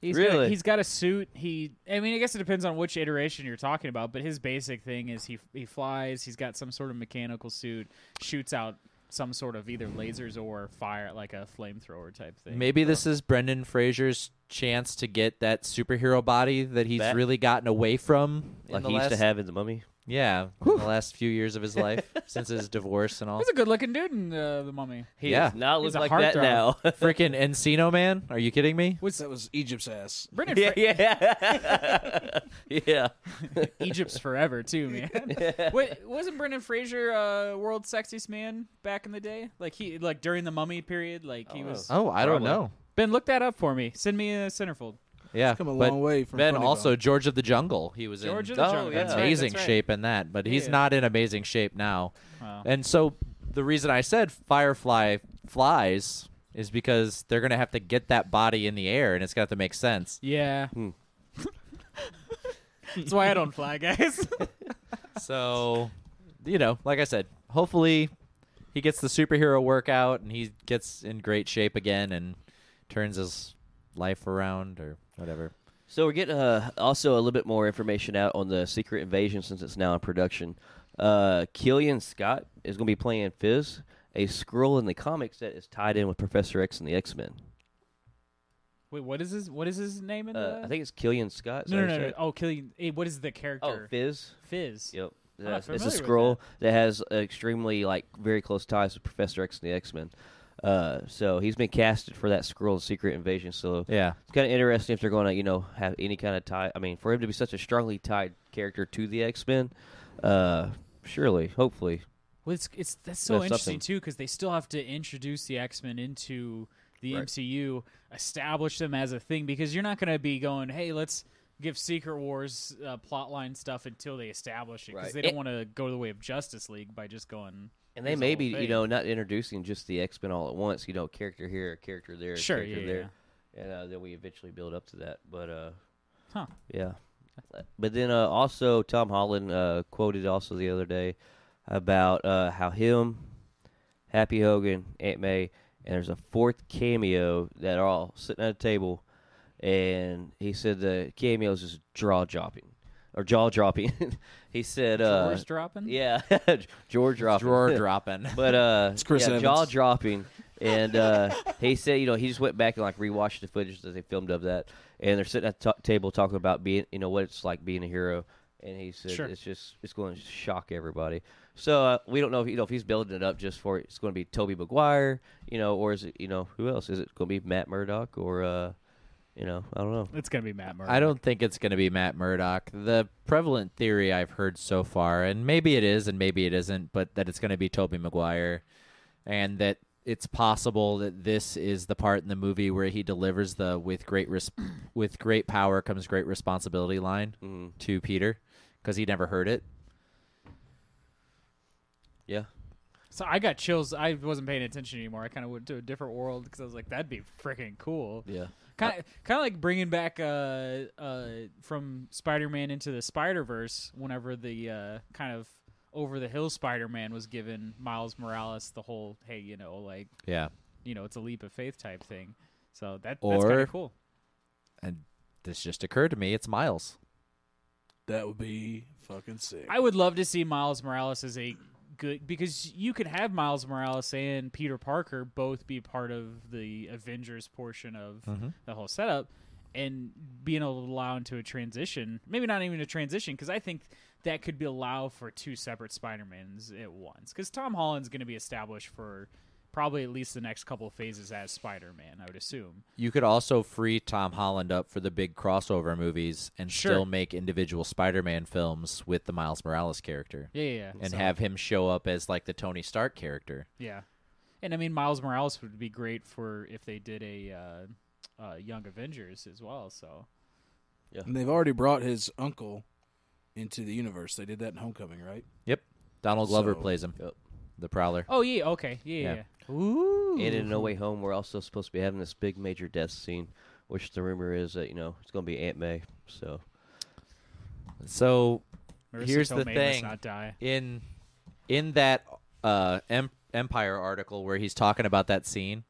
[SPEAKER 3] he's
[SPEAKER 2] Really?
[SPEAKER 3] got, he's got a suit. He, I mean, I guess it depends on which iteration you're talking about. But his basic thing is he he flies. He's got some sort of mechanical suit. Shoots out some sort of either lasers or fire, like a flamethrower type thing.
[SPEAKER 1] Maybe this is Brendan Fraser's chance to get that superhero body that he's
[SPEAKER 2] That-
[SPEAKER 1] really gotten away from. in
[SPEAKER 2] Like
[SPEAKER 1] the
[SPEAKER 2] he used to
[SPEAKER 1] last-
[SPEAKER 2] have in the Mummy.
[SPEAKER 1] Yeah, in the last few years of his life since his divorce and all.
[SPEAKER 3] He's a good looking dude in uh, the Mummy.
[SPEAKER 2] He
[SPEAKER 1] Yeah.
[SPEAKER 2] does not
[SPEAKER 3] He's
[SPEAKER 2] look
[SPEAKER 3] a
[SPEAKER 2] like that
[SPEAKER 3] heartthrob.
[SPEAKER 2] now.
[SPEAKER 1] Freaking Encino Man? Are you kidding me?
[SPEAKER 3] Was
[SPEAKER 4] That was Egypt's ass.
[SPEAKER 3] Brendan
[SPEAKER 2] yeah,
[SPEAKER 3] Fra-
[SPEAKER 2] yeah, yeah.
[SPEAKER 3] Egypt's forever too, man. Wait, wasn't Brendan Fraser uh, world's sexiest man back in the day? Like he, like during the Mummy period, like he was.
[SPEAKER 1] Oh, I don't
[SPEAKER 2] Probably.
[SPEAKER 1] know.
[SPEAKER 3] Ben, look that up for me. Send me a centerfold.
[SPEAKER 1] Yeah,
[SPEAKER 4] Come a
[SPEAKER 1] but
[SPEAKER 4] long way from
[SPEAKER 1] Ben
[SPEAKER 4] Funny
[SPEAKER 1] also
[SPEAKER 4] Bone.
[SPEAKER 1] George of the Jungle. He was
[SPEAKER 3] George
[SPEAKER 1] in
[SPEAKER 3] of the
[SPEAKER 2] oh,
[SPEAKER 3] Jungle.
[SPEAKER 2] yeah.
[SPEAKER 3] That's right,
[SPEAKER 1] amazing
[SPEAKER 3] that's right.
[SPEAKER 1] shape Uh, in that, but he's
[SPEAKER 3] Yeah.
[SPEAKER 1] not in amazing shape now.
[SPEAKER 3] Wow.
[SPEAKER 1] And so the reason I said Firefly flies is because they're going to have to get that body in the air, and it's going to have to make sense.
[SPEAKER 3] Yeah.
[SPEAKER 2] Hmm.
[SPEAKER 3] That's why I don't fly, guys.
[SPEAKER 1] So, you know, like I said, hopefully he gets the superhero workout and he gets in great shape again and turns his life around or whatever.
[SPEAKER 2] So we're getting uh, also a little bit more information out on the Secret Invasion since it's now in production. Uh, Killian Scott is going to be playing Fizz, a scroll in the comics that is tied in with Professor X and the X Men.
[SPEAKER 3] Wait, what is his? What is his name in
[SPEAKER 2] Uh,
[SPEAKER 3] the?
[SPEAKER 2] I think it's Killian Scott. is
[SPEAKER 3] no, no,
[SPEAKER 2] that
[SPEAKER 3] no,
[SPEAKER 2] his
[SPEAKER 3] no.
[SPEAKER 2] name?
[SPEAKER 3] Oh, Killian. eh, what is the
[SPEAKER 2] Oh,
[SPEAKER 3] character?
[SPEAKER 2] Fizz.
[SPEAKER 3] Fizz.
[SPEAKER 2] Yep.
[SPEAKER 3] not
[SPEAKER 2] It's- it's
[SPEAKER 3] familiar
[SPEAKER 2] a
[SPEAKER 3] with
[SPEAKER 2] scroll that. has extremely like very close ties with Professor X and the X Men. Uh, so he's been casted for that scroll in Secret Invasion. So
[SPEAKER 1] Yeah.
[SPEAKER 2] it's kind of interesting if they're going to you know have any kind of tie. I mean, for him to be such a strongly tied character to the X Men, uh, surely, hopefully,
[SPEAKER 3] Well, it's, it's that's so
[SPEAKER 2] That's
[SPEAKER 3] interesting
[SPEAKER 2] something.
[SPEAKER 3] too because they still have to introduce the X Men into the
[SPEAKER 2] Right.
[SPEAKER 3] MCU, establish them as a thing because you're not going to be going, hey, let's give Secret Wars uh, plotline stuff until they establish it
[SPEAKER 2] Right.
[SPEAKER 3] because they don't
[SPEAKER 2] It-
[SPEAKER 3] want to go the way of Justice League by just going.
[SPEAKER 2] and they
[SPEAKER 3] here's
[SPEAKER 2] may
[SPEAKER 3] whole
[SPEAKER 2] be you
[SPEAKER 3] thing.
[SPEAKER 2] know not introducing just the X Men all at once. You know, character here, a character there, a
[SPEAKER 3] Sure,
[SPEAKER 2] character
[SPEAKER 3] yeah,
[SPEAKER 2] there, and uh, then we eventually build up to that. But uh,
[SPEAKER 3] Huh.
[SPEAKER 2] Yeah. But then uh, also Tom Holland uh, quoted also the other day about uh, how him, Happy Hogan, Aunt May, and there's a fourth cameo that are all sitting at a table, and he said the cameos is jaw dropping, or jaw dropping. he said, uh,
[SPEAKER 3] Doors dropping.
[SPEAKER 2] yeah, jaw dropping,
[SPEAKER 1] Drawer dropping.
[SPEAKER 2] but uh,
[SPEAKER 4] It's Chris
[SPEAKER 2] yeah,
[SPEAKER 4] Evans.
[SPEAKER 2] jaw dropping, and uh, he said, you know, he just went back and like rewatched the footage that they filmed of that, and they're sitting at the t- table talking about being, you know, what it's like being a hero, and he said
[SPEAKER 3] Sure.
[SPEAKER 2] it's just it's going to shock everybody. So uh, we don't know if you know if he's building it up just for it's going to be Toby Maguire, you know, or is it you know who else is it going to be Matt Murdock or uh, you know I don't know.
[SPEAKER 3] It's gonna be Matt Murdock.
[SPEAKER 1] I don't think it's going to be Matt Murdock. The prevalent theory I've heard so far, and maybe it is and maybe it isn't, but that it's going to be Toby Maguire and that it's possible that this is the part in the movie where he delivers the with great res- with great power comes great responsibility line
[SPEAKER 2] Mhm.
[SPEAKER 1] to Peter cuz he never heard it.
[SPEAKER 2] Yeah.
[SPEAKER 3] So I got chills. I wasn't paying attention anymore. I kind of went to a different world because I was like, that'd be freaking cool.
[SPEAKER 2] Yeah.
[SPEAKER 3] Kind of, kind of like bringing back uh, uh, from Spider-Man into the Spider-Verse. Whenever the uh, kind of over the hill Spider-Man was given Miles Morales the whole, hey, you know, like
[SPEAKER 1] Yeah.
[SPEAKER 3] you know, it's a leap of faith type thing. So that that's kind
[SPEAKER 1] Or-
[SPEAKER 3] of cool.
[SPEAKER 1] And this just occurred to me, it's Miles.
[SPEAKER 4] That would be fucking sick.
[SPEAKER 3] I would love to see Miles Morales as a good because you could have Miles Morales and Peter Parker both be part of the Avengers portion of the whole setup and being able to allow into a transition, maybe not even a transition because I think that could be allow for two separate Spider-Mans at once cuz Tom Holland's going to be established for probably at least the next couple phases as Spider-Man, I would assume.
[SPEAKER 1] You could also free Tom Holland up for the big crossover movies and
[SPEAKER 3] Sure.
[SPEAKER 1] still make individual Spider-Man films with the Miles Morales character.
[SPEAKER 3] Yeah, yeah, yeah.
[SPEAKER 1] and
[SPEAKER 3] So-
[SPEAKER 1] have him show up as like the Tony Stark character.
[SPEAKER 3] Yeah, and I mean Miles Morales would be great for if they did a uh, uh, Young Avengers as well. So
[SPEAKER 4] And they've already brought his uncle into the universe. They did that in Homecoming, right?
[SPEAKER 1] Yep. Donald Glover
[SPEAKER 4] So-
[SPEAKER 1] plays him. The Prowler.
[SPEAKER 3] oh yeah, okay, yeah,
[SPEAKER 1] Yeah.
[SPEAKER 3] yeah. yeah. Ooh,
[SPEAKER 2] And in No Way Home, we're also supposed to be having this big major death scene, which the rumor is that you know it's going to be Aunt May. So
[SPEAKER 1] So
[SPEAKER 3] Marissa
[SPEAKER 1] here's the
[SPEAKER 3] Tomei
[SPEAKER 1] thing.
[SPEAKER 3] Must not die.
[SPEAKER 1] in in that uh, em- Empire article where he's talking about that scene,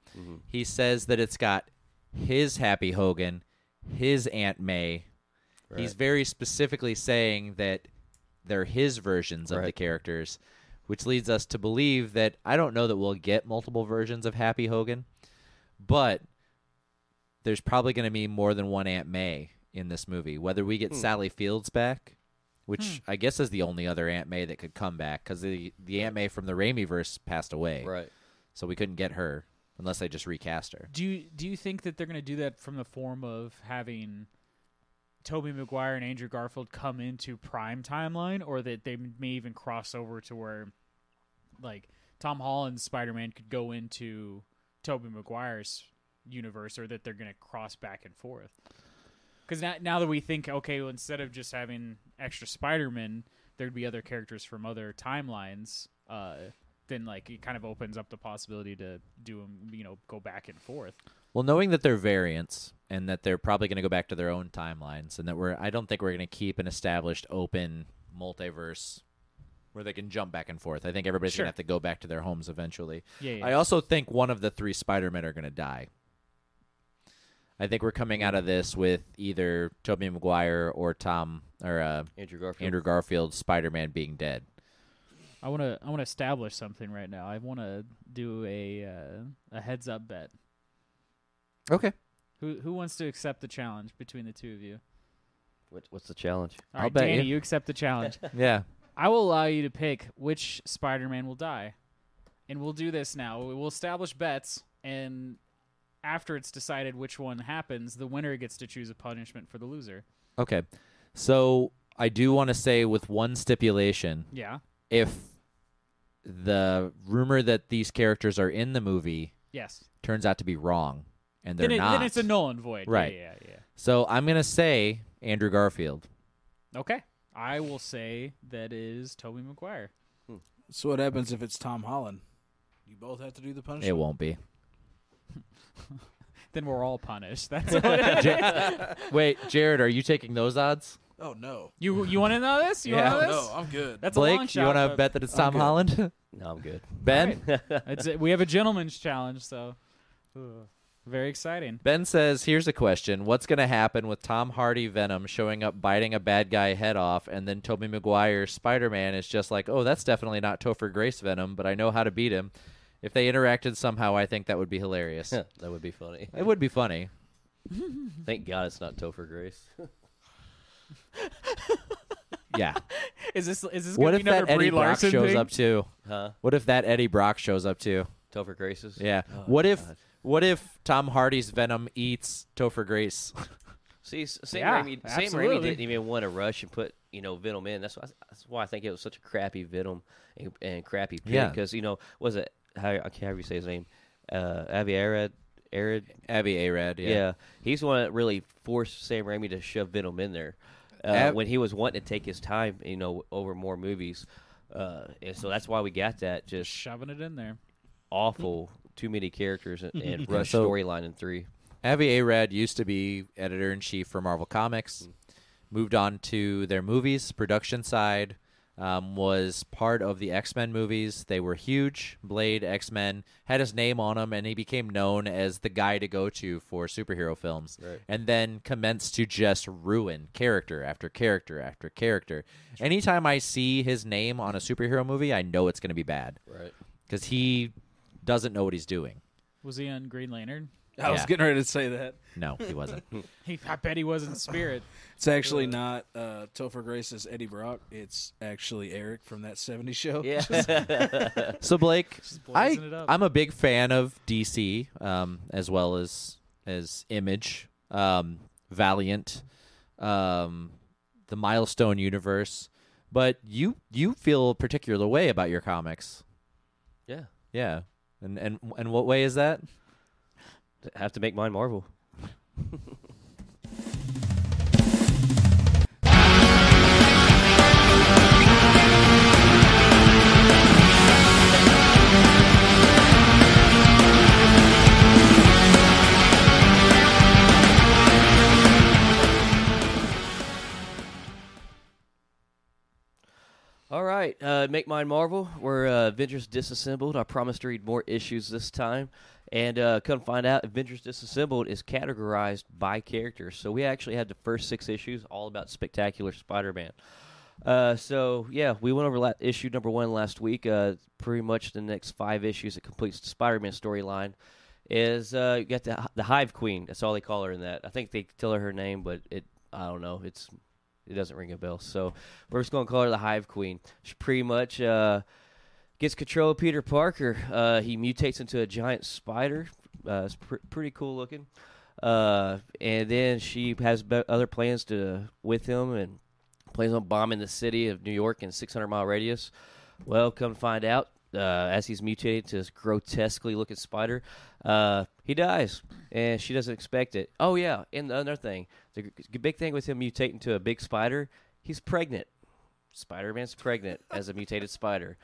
[SPEAKER 1] he says that it's got his Happy Hogan, his Aunt May. He's very specifically saying that they're his versions of the
[SPEAKER 2] Right.
[SPEAKER 1] characters, which leads us to believe that I don't know that we'll get multiple versions of Happy Hogan, but there's probably going to be more than one Aunt May in this movie. Whether we get Sally Fields back, which I guess is the only other Aunt May that could come back because the the Aunt May from the Raimi verse passed away, So we couldn't get her unless they just recast her.
[SPEAKER 3] Do you do you think that they're gonna do that from the form of having? Toby Maguire and Andrew Garfield come into prime timeline, or that they may even cross over to where, like, Tom Holland's Spider Man could go into Toby Maguire's universe, or that they're going to cross back and forth. Because now, now that we think, okay, well, instead of just having extra Spider-Man, there'd be other characters from other timelines. Uh, then, like, it kind of opens up the possibility to do 'em, you know, go back and forth.
[SPEAKER 1] Well, knowing that they're variants and that they're probably going to go back to their own timelines, and that we're I don't think we're going to keep an established open multiverse where they can jump back and forth. I think everybody's
[SPEAKER 3] Sure.
[SPEAKER 1] going to have to go back to their homes eventually.
[SPEAKER 3] Yeah, yeah.
[SPEAKER 1] I also think one of the three Spider-Men are going to die. I think we're coming out of this with either Tobey Maguire or Tom or uh,
[SPEAKER 2] Andrew Garfield.
[SPEAKER 1] Andrew Garfield's Spider-Man being dead.
[SPEAKER 3] I want to, I want to establish something right now. I want to do a uh, a heads up bet.
[SPEAKER 1] Okay.
[SPEAKER 3] Who who wants to accept the challenge between the two of you?
[SPEAKER 2] What, what's the challenge?
[SPEAKER 3] All
[SPEAKER 1] I'll
[SPEAKER 3] right,
[SPEAKER 1] bet
[SPEAKER 3] Danny,
[SPEAKER 1] you.
[SPEAKER 3] you accept the challenge.
[SPEAKER 1] Yeah.
[SPEAKER 3] I will allow you to pick which Spider-Man will die, and we'll do this now. We will establish bets, and after it's decided which one happens, the winner gets to choose a punishment for the loser.
[SPEAKER 1] Okay. So I do want to say with one stipulation.
[SPEAKER 3] Yeah.
[SPEAKER 1] if the rumor that these characters are in the movie
[SPEAKER 3] Yes.
[SPEAKER 1] turns out to be wrong and they're
[SPEAKER 3] then, it,
[SPEAKER 1] not.
[SPEAKER 3] then it's a null and void. Yeah,
[SPEAKER 1] Right.
[SPEAKER 3] Yeah, yeah,
[SPEAKER 1] So I'm gonna say Andrew Garfield.
[SPEAKER 3] Okay. I will say that is Toby McGuire.
[SPEAKER 4] So what happens if it's Tom Holland? You both have to do the punishment.
[SPEAKER 1] It won't be.
[SPEAKER 3] Then we're all punished. That's what it is.
[SPEAKER 1] Wait, Jared, are you taking those odds?
[SPEAKER 4] Oh no.
[SPEAKER 3] you. You want to know this? You
[SPEAKER 1] Yeah.
[SPEAKER 3] want to know
[SPEAKER 4] No,
[SPEAKER 3] this?
[SPEAKER 4] I'm good.
[SPEAKER 3] That's a long
[SPEAKER 1] Blake,
[SPEAKER 3] shot.
[SPEAKER 1] you want to
[SPEAKER 3] but
[SPEAKER 1] bet that it's Tom Holland?
[SPEAKER 2] No, I'm good.
[SPEAKER 1] Ben,
[SPEAKER 3] It's, we have a gentleman's challenge, so. Very exciting.
[SPEAKER 1] Ben says, "Here's a question: What's going to happen with Tom Hardy Venom showing up biting a bad guy head off, and then Tobey Maguire's Spider Man is just like, oh, that's definitely not Topher Grace Venom, but I know how to beat him. If they interacted somehow, I think that would be hilarious. it
[SPEAKER 2] that would be funny.
[SPEAKER 1] would be funny.
[SPEAKER 2] Thank God it's not Topher Grace.
[SPEAKER 1] Yeah.
[SPEAKER 3] Is this is this gonna
[SPEAKER 1] what
[SPEAKER 3] be
[SPEAKER 1] if
[SPEAKER 3] another
[SPEAKER 1] that Eddie
[SPEAKER 3] Brie
[SPEAKER 1] Brock
[SPEAKER 3] Larson
[SPEAKER 1] shows
[SPEAKER 3] thing?
[SPEAKER 1] up too?
[SPEAKER 2] Huh?
[SPEAKER 1] What if that Eddie Brock shows up too?
[SPEAKER 2] Topher Grace's?
[SPEAKER 1] Yeah.
[SPEAKER 2] Oh,
[SPEAKER 1] what if
[SPEAKER 2] God.
[SPEAKER 1] what if Tom Hardy's Venom eats Topher Grace?
[SPEAKER 2] See, S- Sam
[SPEAKER 3] Yeah,
[SPEAKER 2] Raimi, Sam Raimi
[SPEAKER 3] absolutely.
[SPEAKER 2] didn't even want to rush and put you know Venom in. That's why that's why I think it was such a crappy Venom and, and crappy pick
[SPEAKER 1] Yeah.
[SPEAKER 2] because you know was it how I can't ever say his name, uh, Aviera, Arid.
[SPEAKER 1] Abby Arad.
[SPEAKER 2] Yeah. he's the one that really forced Sam Raimi to shove Venom in there uh,
[SPEAKER 1] Ab-
[SPEAKER 2] when he was wanting to take his time, you know, over more movies. Uh, and so that's why we got that just
[SPEAKER 3] Shoving it in there.
[SPEAKER 2] awful, too many characters and, and rush
[SPEAKER 1] So-
[SPEAKER 2] storyline in three.
[SPEAKER 1] Avi Arad used to be editor in chief for Marvel Comics, moved on to their movies production side, um, was part of the X Men movies. They were huge. Blade, X Men had his name on them, and he became known as the guy to go to for superhero films. And then commenced to just ruin character after character after character. Anytime I see his name on a superhero movie, I know it's going to be bad
[SPEAKER 2] Right.
[SPEAKER 1] because he doesn't know what he's doing.
[SPEAKER 3] Was he on Green Lantern?
[SPEAKER 4] I was
[SPEAKER 1] Yeah.
[SPEAKER 4] getting ready to say that.
[SPEAKER 1] No, he wasn't.
[SPEAKER 3] He, I bet he was in Spirit.
[SPEAKER 4] It's actually not uh, Topher Grace's Eddie Brock. It's actually Eric from that 70s show.
[SPEAKER 2] Yeah.
[SPEAKER 1] So Blake, I
[SPEAKER 3] blazing it up.
[SPEAKER 1] I'm a big fan of DC um, as well as as Image, um, Valiant, um, the Milestone universe. But you you feel a particular way about your comics,
[SPEAKER 2] yeah.
[SPEAKER 1] yeah. And and and what way is that?
[SPEAKER 2] Have to make mine Marvel. All right, uh, Make Mine Marvel. We're uh, Avengers Disassembled. I promise to read more issues this time. And uh, come find out, Avengers Disassembled is categorized by character. So we actually had the first six issues all about Spectacular Spider Man. Uh, so yeah, we went over la- issue number one last week. Uh, pretty much the next five issues that completes the Spider-Man storyline is uh, you got the the Hive Queen. That's all they call her in that. I think they tell her her name, but it I don't know. It's it doesn't ring a bell. So we're just gonna call her the Hive Queen. She pretty much uh, gets control of Peter Parker. Uh, he mutates into a giant spider. Uh, it's pr- pretty cool looking. Uh, and then she has be- other plans to with him and plans on bombing the city of New York in 600 mile radius. Well, come find out, uh, as he's mutated to this grotesquely looking spider, uh, he dies, and she doesn't expect it. Oh yeah, and the other thing, the g- big thing with him mutating to a big spider, he's pregnant. Spider-Man's pregnant as a mutated spider,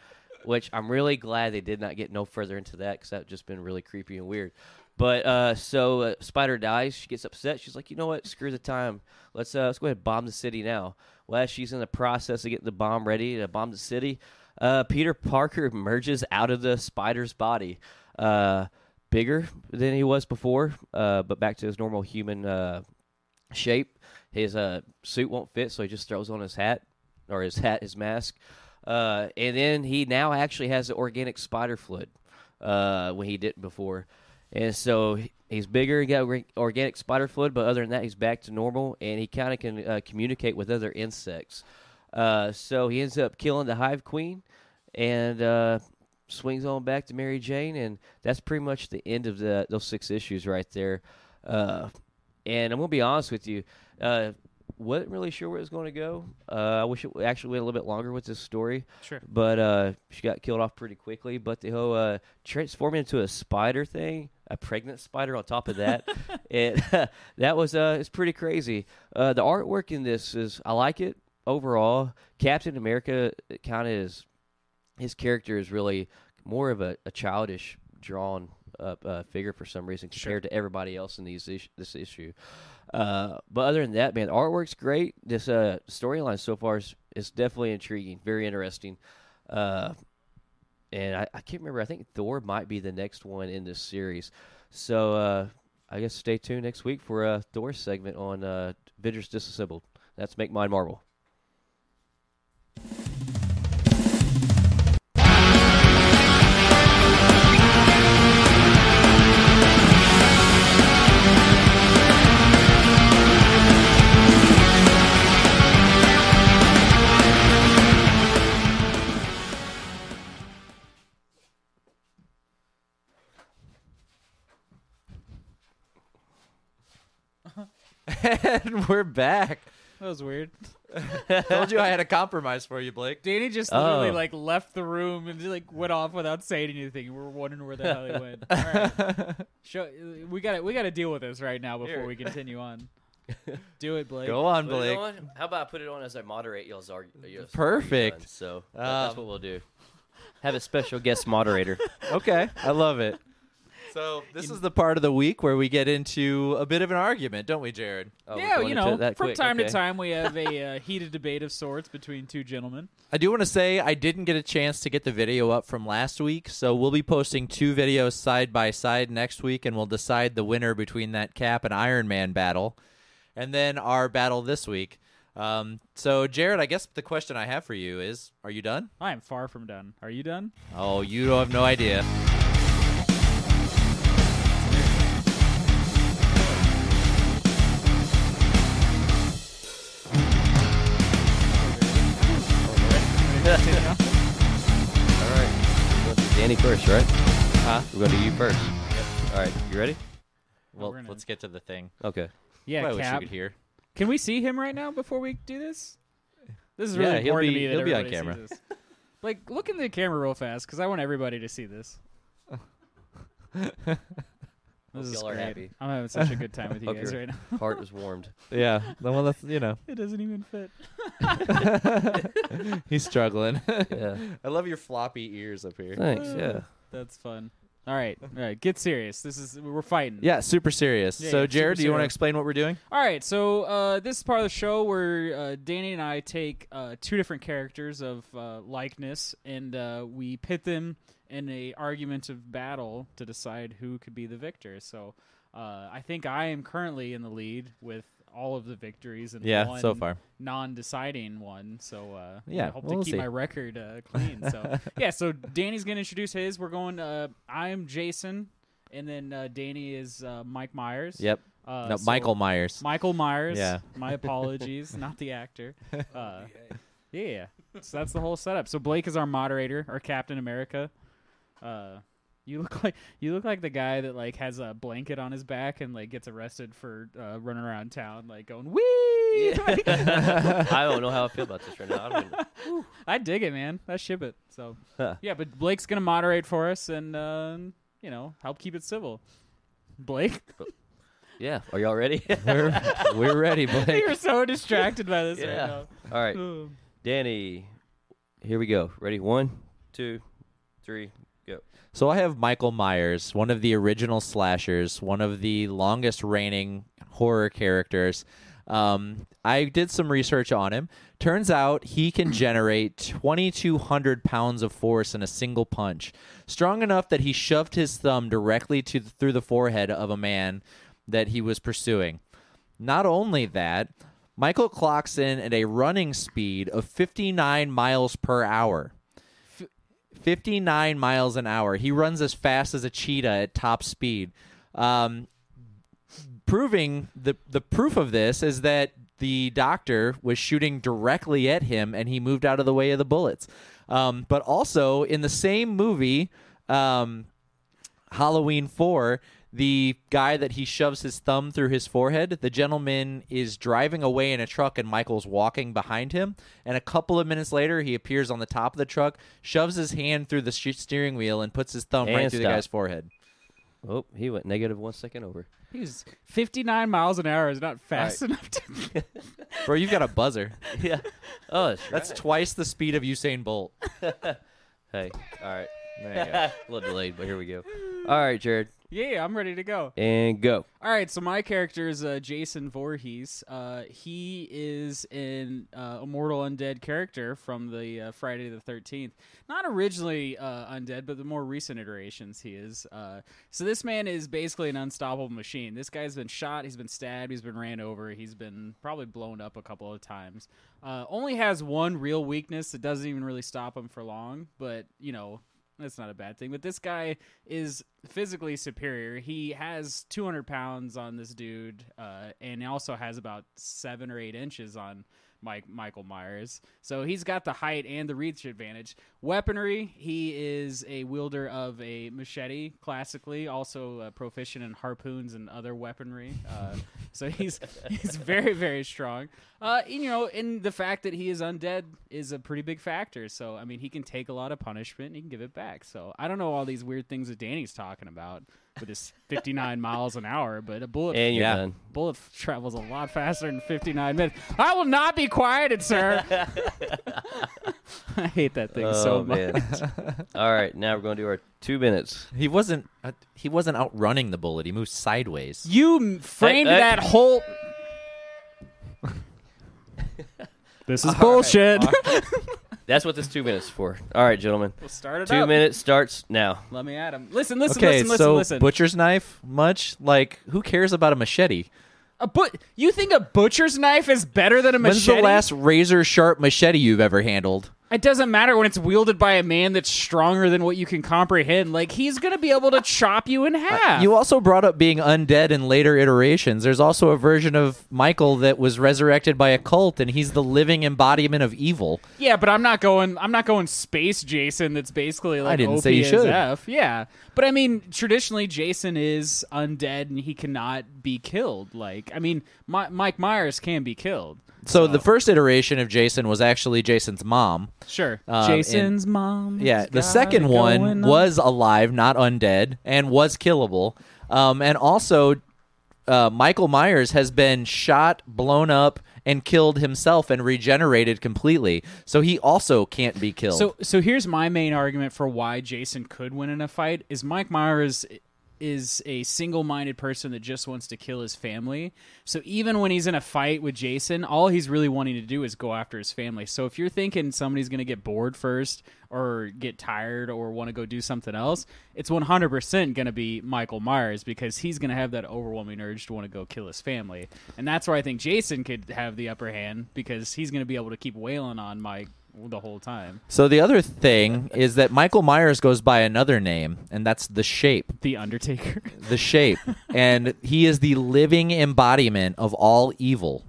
[SPEAKER 2] which I'm really glad they did not get no further into that because that just been really creepy and weird. But uh, so uh, Spider dies. She gets upset. She's like, you know what? Screw the time. Let's uh, let's go ahead and bomb the city now. Well, as she's in the process of getting the bomb ready to bomb the city, uh, Peter Parker emerges out of the spider's body, uh, bigger than he was before, uh, but back to his normal human uh, shape. His uh, suit won't fit, so he just throws on his hat or his hat, his mask, uh, and then he now actually has the organic spider foot uh, when he didn't before, and so he- he's bigger. He got orga- organic spider foot, but other than that, he's back to normal, and he kind of can uh, communicate with other insects. Uh, so he ends up killing the hive queen, and uh, swings on back to Mary Jane, and that's pretty much the end of the, those six issues right there. Uh, and I'm gonna be honest with you, uh, wasn't really sure where it was going to go. Uh, I wish it actually went a little bit longer with this story,
[SPEAKER 3] Sure.
[SPEAKER 2] but uh, she got killed off pretty quickly. But the whole uh, transforming into a spider thing, a pregnant spider on top of that, it that was uh, it's pretty crazy. Uh, the artwork in this is I like it overall. Captain America kind of is his character is really more of a, a childish drawn up uh, figure for some reason compared to everybody else in these ish- this issue. Uh, but other than that, man, the artwork's great. This uh, storyline so far is, is definitely intriguing, very interesting. Uh, and I, I can't remember. I think Thor might be the next one in this series. So uh, I guess stay tuned next week for a Doors segment on uh, Avengers Disassembled. That's Make Mine Marvel.
[SPEAKER 1] and we're back.
[SPEAKER 3] That was weird.
[SPEAKER 1] Told you I had a compromise for you, Blake.
[SPEAKER 3] Danny just literally like left the room and just, like went off without saying anything. We are wondering where the hell he went. All right. Show, uh, we got to we got to deal with this right now before
[SPEAKER 2] Here.
[SPEAKER 3] we continue on. Do it, Blake.
[SPEAKER 1] Go on, Blake.
[SPEAKER 2] How about I put it on as I moderate y'all's argument?
[SPEAKER 1] Perfect. arguments,
[SPEAKER 2] So
[SPEAKER 1] that's
[SPEAKER 2] that's
[SPEAKER 1] Um,
[SPEAKER 2] what we'll do. Have a special guest moderator.
[SPEAKER 1] Okay, I love it.
[SPEAKER 7] So
[SPEAKER 1] This is the part of the week where we get into a bit of an argument, don't we, Jared?
[SPEAKER 2] Oh, we're
[SPEAKER 3] yeah,
[SPEAKER 2] going
[SPEAKER 3] you
[SPEAKER 2] into
[SPEAKER 3] know,
[SPEAKER 2] that
[SPEAKER 3] from
[SPEAKER 2] quick,
[SPEAKER 3] time
[SPEAKER 2] okay.
[SPEAKER 3] to time we have a uh, heated debate of sorts between two gentlemen.
[SPEAKER 1] I do want to say I didn't get a chance to get the video up from last week, so we'll be posting two videos side by side next week, and we'll decide the winner between that Cap and Iron Man battle, and then our battle this week. Um, so, Jared, I guess the question I have for you is: Are you done?
[SPEAKER 3] I am far from done. Are you done?
[SPEAKER 1] Oh, you don't have no idea.
[SPEAKER 2] All right. We're going to Danny first, right? Huh? We're going to you first. All right. You ready?
[SPEAKER 1] Well,
[SPEAKER 3] we're gonna-
[SPEAKER 1] let's get to the thing.
[SPEAKER 2] Okay.
[SPEAKER 3] Yeah,
[SPEAKER 1] Well, I wish you
[SPEAKER 3] Cap.
[SPEAKER 1] could hear.
[SPEAKER 3] Can we see him right now before we do this? This is
[SPEAKER 1] Yeah,
[SPEAKER 3] really
[SPEAKER 1] he'll be-
[SPEAKER 3] important to me that
[SPEAKER 1] he'll be on
[SPEAKER 3] everybody
[SPEAKER 1] camera.
[SPEAKER 3] sees this. like, look in the camera real fast because I want everybody to see this. this is
[SPEAKER 2] y'all are
[SPEAKER 3] great.
[SPEAKER 2] happy.
[SPEAKER 3] I'm having such a good time with you
[SPEAKER 2] Hope
[SPEAKER 3] guys
[SPEAKER 2] you're-
[SPEAKER 3] right now.
[SPEAKER 2] Heart was warmed.
[SPEAKER 1] Yeah, the one that's you know
[SPEAKER 3] It doesn't even fit.
[SPEAKER 1] he's struggling.
[SPEAKER 2] Yeah.
[SPEAKER 1] I love your floppy ears up here.
[SPEAKER 2] Thanks. Yeah.
[SPEAKER 3] That's fun. All right, all right. Get serious. This is we're fighting.
[SPEAKER 1] Yeah, super serious.
[SPEAKER 3] Yeah,
[SPEAKER 1] so,
[SPEAKER 3] yeah, super
[SPEAKER 1] Jared, do you want to
[SPEAKER 3] serious.
[SPEAKER 1] explain what we're doing?
[SPEAKER 3] All right, so uh, this is part of the show where uh, Danny and I take uh, two different characters of uh, likeness, and uh, we pit them in a argumentative battle to decide who could be the victor. So uh, I think I am currently in the lead with all of the victories and
[SPEAKER 1] Yeah,
[SPEAKER 3] one
[SPEAKER 1] so far.
[SPEAKER 3] non-deciding one. So uh,
[SPEAKER 1] Yeah,
[SPEAKER 3] I hope
[SPEAKER 1] we'll
[SPEAKER 3] to keep
[SPEAKER 1] see.
[SPEAKER 3] my record uh, clean. So yeah, so Danny's gonna introduce his. We're going. Uh, I'm Jason, and then uh, Danny is uh, Mike Myers.
[SPEAKER 1] Yep.
[SPEAKER 3] Uh,
[SPEAKER 1] no,
[SPEAKER 3] so-
[SPEAKER 1] Michael Myers.
[SPEAKER 3] Michael Myers.
[SPEAKER 1] Yeah.
[SPEAKER 3] My apologies, not the actor. Uh, yeah. So that's the whole setup. So Blake is our moderator, our Captain America. Uh, you look like you look like the guy that like has a blanket on his back and like gets arrested for uh, running around town like going wee.
[SPEAKER 2] I don't know how I feel about this right now. I don't even-
[SPEAKER 3] I dig it, man. I ship it. So
[SPEAKER 2] Huh.
[SPEAKER 3] yeah, but Blake's gonna moderate for us and uh, you know help keep it civil. Blake,
[SPEAKER 2] yeah. Are y'all ready?
[SPEAKER 1] we're, we're ready, Blake.
[SPEAKER 3] you're so distracted by this
[SPEAKER 2] Yeah.
[SPEAKER 3] right
[SPEAKER 2] All right.
[SPEAKER 3] now.
[SPEAKER 2] Danny, here we go. Ready? One, two, three, go.
[SPEAKER 1] So I have Michael Myers, one of the original slashers, one of the longest reigning horror characters. Um, I did some research on him. Turns out he can generate 2,200 pounds of force in a single punch, strong enough that he shoved his thumb directly to through the forehead of a man that he was pursuing. Not only that, Michael clocks in at a running speed of 59 miles per hour. 59 miles an hour. He runs as fast as a cheetah at top speed. Um, proving the the proof of this is that the doctor was shooting directly at him and he moved out of the way of the bullets. Um, but also in the same movie, um, Halloween 4, the guy that he shoves his thumb through his forehead, the gentleman is driving away in a truck and Michael's walking behind him. And a couple of minutes later, he appears on the top of the truck, shoves his hand through the sh- steering wheel, and puts his thumb right
[SPEAKER 2] And
[SPEAKER 1] through
[SPEAKER 2] stop.
[SPEAKER 1] the guy's forehead.
[SPEAKER 2] Oh, he went negative one second over.
[SPEAKER 3] He's 59 miles an hour is not fast enough to.
[SPEAKER 1] Bro, you've got a buzzer.
[SPEAKER 2] Yeah. Oh, that's,
[SPEAKER 1] That's twice the speed of Usain Bolt.
[SPEAKER 2] Hey. All right.
[SPEAKER 1] There you go.
[SPEAKER 2] A little delayed, but here we go. All right, Jared.
[SPEAKER 3] Yeah, I'm ready to go.
[SPEAKER 2] And go.
[SPEAKER 3] All right, so my character is uh, Jason Voorhees. Uh, he is an uh, immortal undead character from the uh, Friday the Thirteenth. Not originally uh, undead, but the more recent iterations he is. Uh, so this man is basically an unstoppable machine. This guy's been shot, he's been stabbed, he's been ran over, he's been probably blown up a couple of times. Uh, only has one real weakness that doesn't even really stop him for long, but you know that's not a bad thing. But this guy is physically superior. He has 200 pounds on this dude, uh, and he also has about seven or eight inches on Mike Michael Myers. So he's got the height and the reach advantage. Weaponry, he is a wielder of a machete, classically, also uh, proficient in harpoons and other weaponry. Uh, so he's he's very very strong. Uh, and, you know, and the fact that he is undead is a pretty big factor. So I mean, he can take a lot of punishment and he can give it back. So I don't know all these weird things that Danny's talking about with his 59 miles an hour, but a bullet
[SPEAKER 2] And you're
[SPEAKER 1] Yeah.
[SPEAKER 2] done.
[SPEAKER 3] bullet travels a lot faster than 59 minutes. I will not be quieted, sir. I hate that thing so
[SPEAKER 2] Oh,
[SPEAKER 3] much.
[SPEAKER 2] man. All right, now we're going to do our two minutes.
[SPEAKER 1] He wasn't. Uh, he wasn't outrunning the bullet. He moved sideways.
[SPEAKER 3] You m- framed
[SPEAKER 2] hey.
[SPEAKER 3] that whole. this is bullshit.
[SPEAKER 2] That's what this two minutes is for. All right, gentlemen.
[SPEAKER 3] We'll start it
[SPEAKER 2] Two
[SPEAKER 3] up.
[SPEAKER 2] minutes starts now.
[SPEAKER 3] Let me at him. Listen, listen,
[SPEAKER 1] okay,
[SPEAKER 3] listen, listen,
[SPEAKER 1] so
[SPEAKER 3] listen.
[SPEAKER 1] butcher's knife, much like who cares about a machete?
[SPEAKER 3] a but you think a butcher's knife is better than a
[SPEAKER 1] When's
[SPEAKER 3] machete?
[SPEAKER 1] the last razor sharp machete you've ever handled?
[SPEAKER 3] It doesn't matter when it's wielded by a man that's stronger than what you can comprehend. Like he's gonna be able to chop you in half.
[SPEAKER 1] You also brought up being undead in later iterations. There's also a version of Michael that was resurrected by a cult, and he's the living embodiment of evil.
[SPEAKER 3] Yeah, but I'm not going. I'm not going space Jason. That's basically like
[SPEAKER 1] didn't
[SPEAKER 3] OP
[SPEAKER 1] say you
[SPEAKER 3] as
[SPEAKER 1] should.
[SPEAKER 3] F. Yeah, but I mean, traditionally Jason is undead and he cannot be killed. Like, I mean, Mi- Mike Myers can be killed.
[SPEAKER 1] So the first iteration of Jason was actually Jason's mom.
[SPEAKER 3] Sure,
[SPEAKER 1] Um,
[SPEAKER 3] Jason's mom.
[SPEAKER 1] Yeah, the second one was alive, not undead, and was killable. Um, and also, uh, Michael Myers has been shot, blown up, and killed himself and regenerated completely. So he also can't be killed.
[SPEAKER 3] So, so here's my main argument for why Jason could win in a fight is Mike Myers is a single-minded person that just wants to kill his family. So even when he's in a fight with Jason, all he's really wanting to do is go after his family. So if you're thinking somebody's going to get bored first or get tired or want to go do something else, it's 100% going to be Michael Myers because he's going to have that overwhelming urge to want to go kill his family. And that's where I think Jason could have the upper hand because he's going to be able to keep wailing on Mike the whole time.
[SPEAKER 1] So the other thing is that Michael Myers goes by another name, and that's the Shape.
[SPEAKER 3] The Undertaker.
[SPEAKER 1] The Shape, and he is the living embodiment of all evil.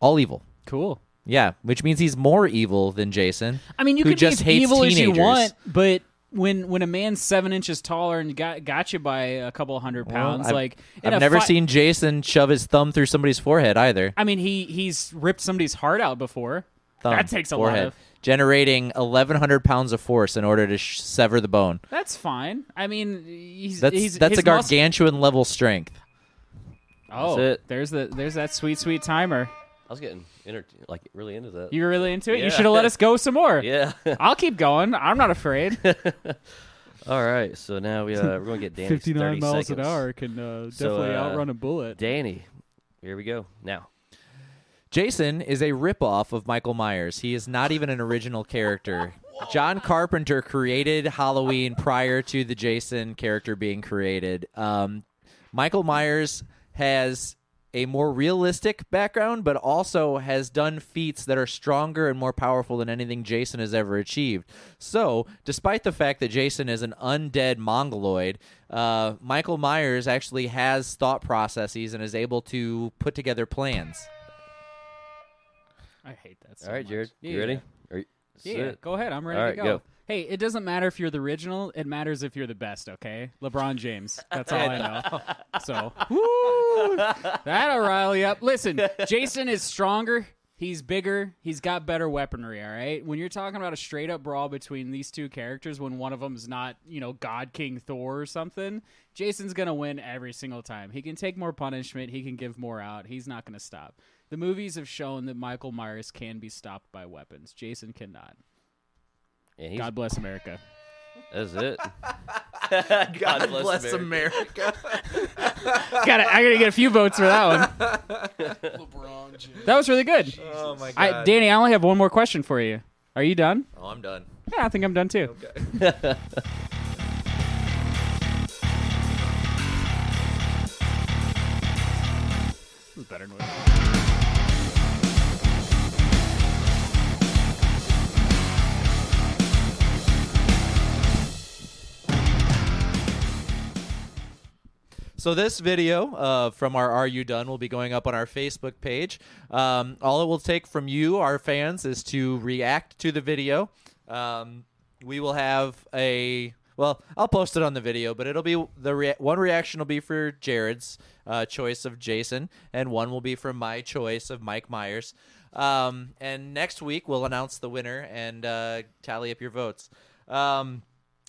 [SPEAKER 1] All evil.
[SPEAKER 3] Cool.
[SPEAKER 1] Yeah, which means he's more evil than Jason.
[SPEAKER 3] I mean, you
[SPEAKER 1] who
[SPEAKER 3] can
[SPEAKER 1] just
[SPEAKER 3] be as
[SPEAKER 1] hates
[SPEAKER 3] evil
[SPEAKER 1] teenagers.
[SPEAKER 3] as you want, but when when a man's seven inches taller and got got you by a couple hundred pounds,
[SPEAKER 1] I've-
[SPEAKER 3] like in
[SPEAKER 1] I've
[SPEAKER 3] a
[SPEAKER 1] never
[SPEAKER 3] fi-
[SPEAKER 1] seen Jason shove his thumb through somebody's forehead either.
[SPEAKER 3] I mean, he he's ripped somebody's heart out before.
[SPEAKER 1] Thumb,
[SPEAKER 3] that takes a
[SPEAKER 1] forehead,
[SPEAKER 3] lot of.
[SPEAKER 1] generating 1,100 pounds of force in order to sh- sever the bone.
[SPEAKER 3] That's fine. I mean, he's
[SPEAKER 1] That's
[SPEAKER 3] he's,
[SPEAKER 1] that's
[SPEAKER 3] his
[SPEAKER 1] a gargantuan level strength.
[SPEAKER 3] Muscle- oh,
[SPEAKER 2] That's it.
[SPEAKER 3] there's the there's that sweet sweet timer.
[SPEAKER 2] I was getting enter- like really into that.
[SPEAKER 3] You were really into it.
[SPEAKER 2] Yeah.
[SPEAKER 3] You should have let us go some more.
[SPEAKER 2] yeah.
[SPEAKER 3] I'll keep going. I'm not afraid.
[SPEAKER 2] All right, so now we uh, we're going to get Danny
[SPEAKER 3] 59 miles
[SPEAKER 2] seconds.
[SPEAKER 3] an hour can uh, definitely
[SPEAKER 2] So, uh,
[SPEAKER 3] outrun a bullet.
[SPEAKER 2] Danny, here we go. Now,
[SPEAKER 1] Jason is a ripoff of Michael Myers. He is not even an original character. John Carpenter created Halloween prior to the Jason character being created. Um, Michael Myers has a more realistic background, but also has done feats that are stronger and more powerful than anything Jason has ever achieved. So, despite the fact that Jason is an undead mongoloid, uh, Michael Myers actually has thought processes and is able to put together plans.
[SPEAKER 3] I hate that. So
[SPEAKER 2] all right,
[SPEAKER 3] much.
[SPEAKER 2] Jared, you
[SPEAKER 3] Yeah.
[SPEAKER 2] ready? Are you,
[SPEAKER 3] Yeah, yeah,
[SPEAKER 2] sit.
[SPEAKER 3] go ahead. I'm ready
[SPEAKER 2] All
[SPEAKER 3] to
[SPEAKER 2] right,
[SPEAKER 3] go.
[SPEAKER 2] go.
[SPEAKER 3] Hey, it doesn't matter if you're the original. It matters if you're the best. Okay, LeBron James. That's all I know. So woo, that'll rile you up. Listen, Jason is stronger. He's bigger. He's got better weaponry. All right. When you're talking about a straight up brawl between these two characters, when one of them's not, you know, God King Thor or something, Jason's gonna win every single time. He can take more punishment. He can give more out. He's not gonna stop. The movies have shown that Michael Myers can be stopped by weapons. Jason cannot.
[SPEAKER 2] And he's,
[SPEAKER 3] God bless America.
[SPEAKER 2] That's it.
[SPEAKER 7] God, bless, America.
[SPEAKER 3] Got it. I gotta get a few votes for that one.
[SPEAKER 4] LeBron James.
[SPEAKER 3] That was really good.
[SPEAKER 7] oh my god.
[SPEAKER 3] I, Danny, I only have one more question for you. Are you done?
[SPEAKER 7] oh, I'm done.
[SPEAKER 3] Yeah, I think I'm done too.
[SPEAKER 7] Okay.
[SPEAKER 1] So this video uh, from our "Are You Done" will be going up on our Facebook page. Um, all it will take from you, our fans, is to react to the video. Um, we will have a well, I'll post it on the video, but it'll be the rea- one reaction will be for Jared's uh, choice of Jason, and one will be for my choice of Mike Myers. Um, and next week we'll announce the winner and uh, tally up your votes. Um,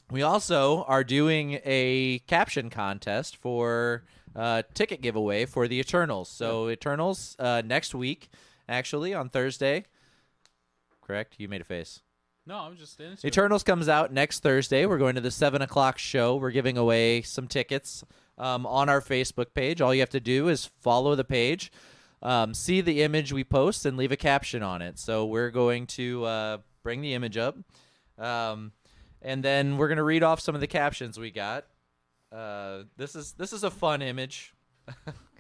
[SPEAKER 1] we also are doing a caption contest for uh, ticket giveaway for the Eternals. So Eternals uh, next week, actually on Thursday. Correct? You made a face.
[SPEAKER 3] No, I'm just in.
[SPEAKER 1] Eternals comes out next Thursday. We're going to the seven o'clock show. We're giving away some tickets um, on our Facebook page. All you have to do is follow the page, um, see the image we post, and leave a caption on it. So we're going to uh, bring the image up, um, and then we're going to read off some of the captions we got. Uh, this is this is a fun image.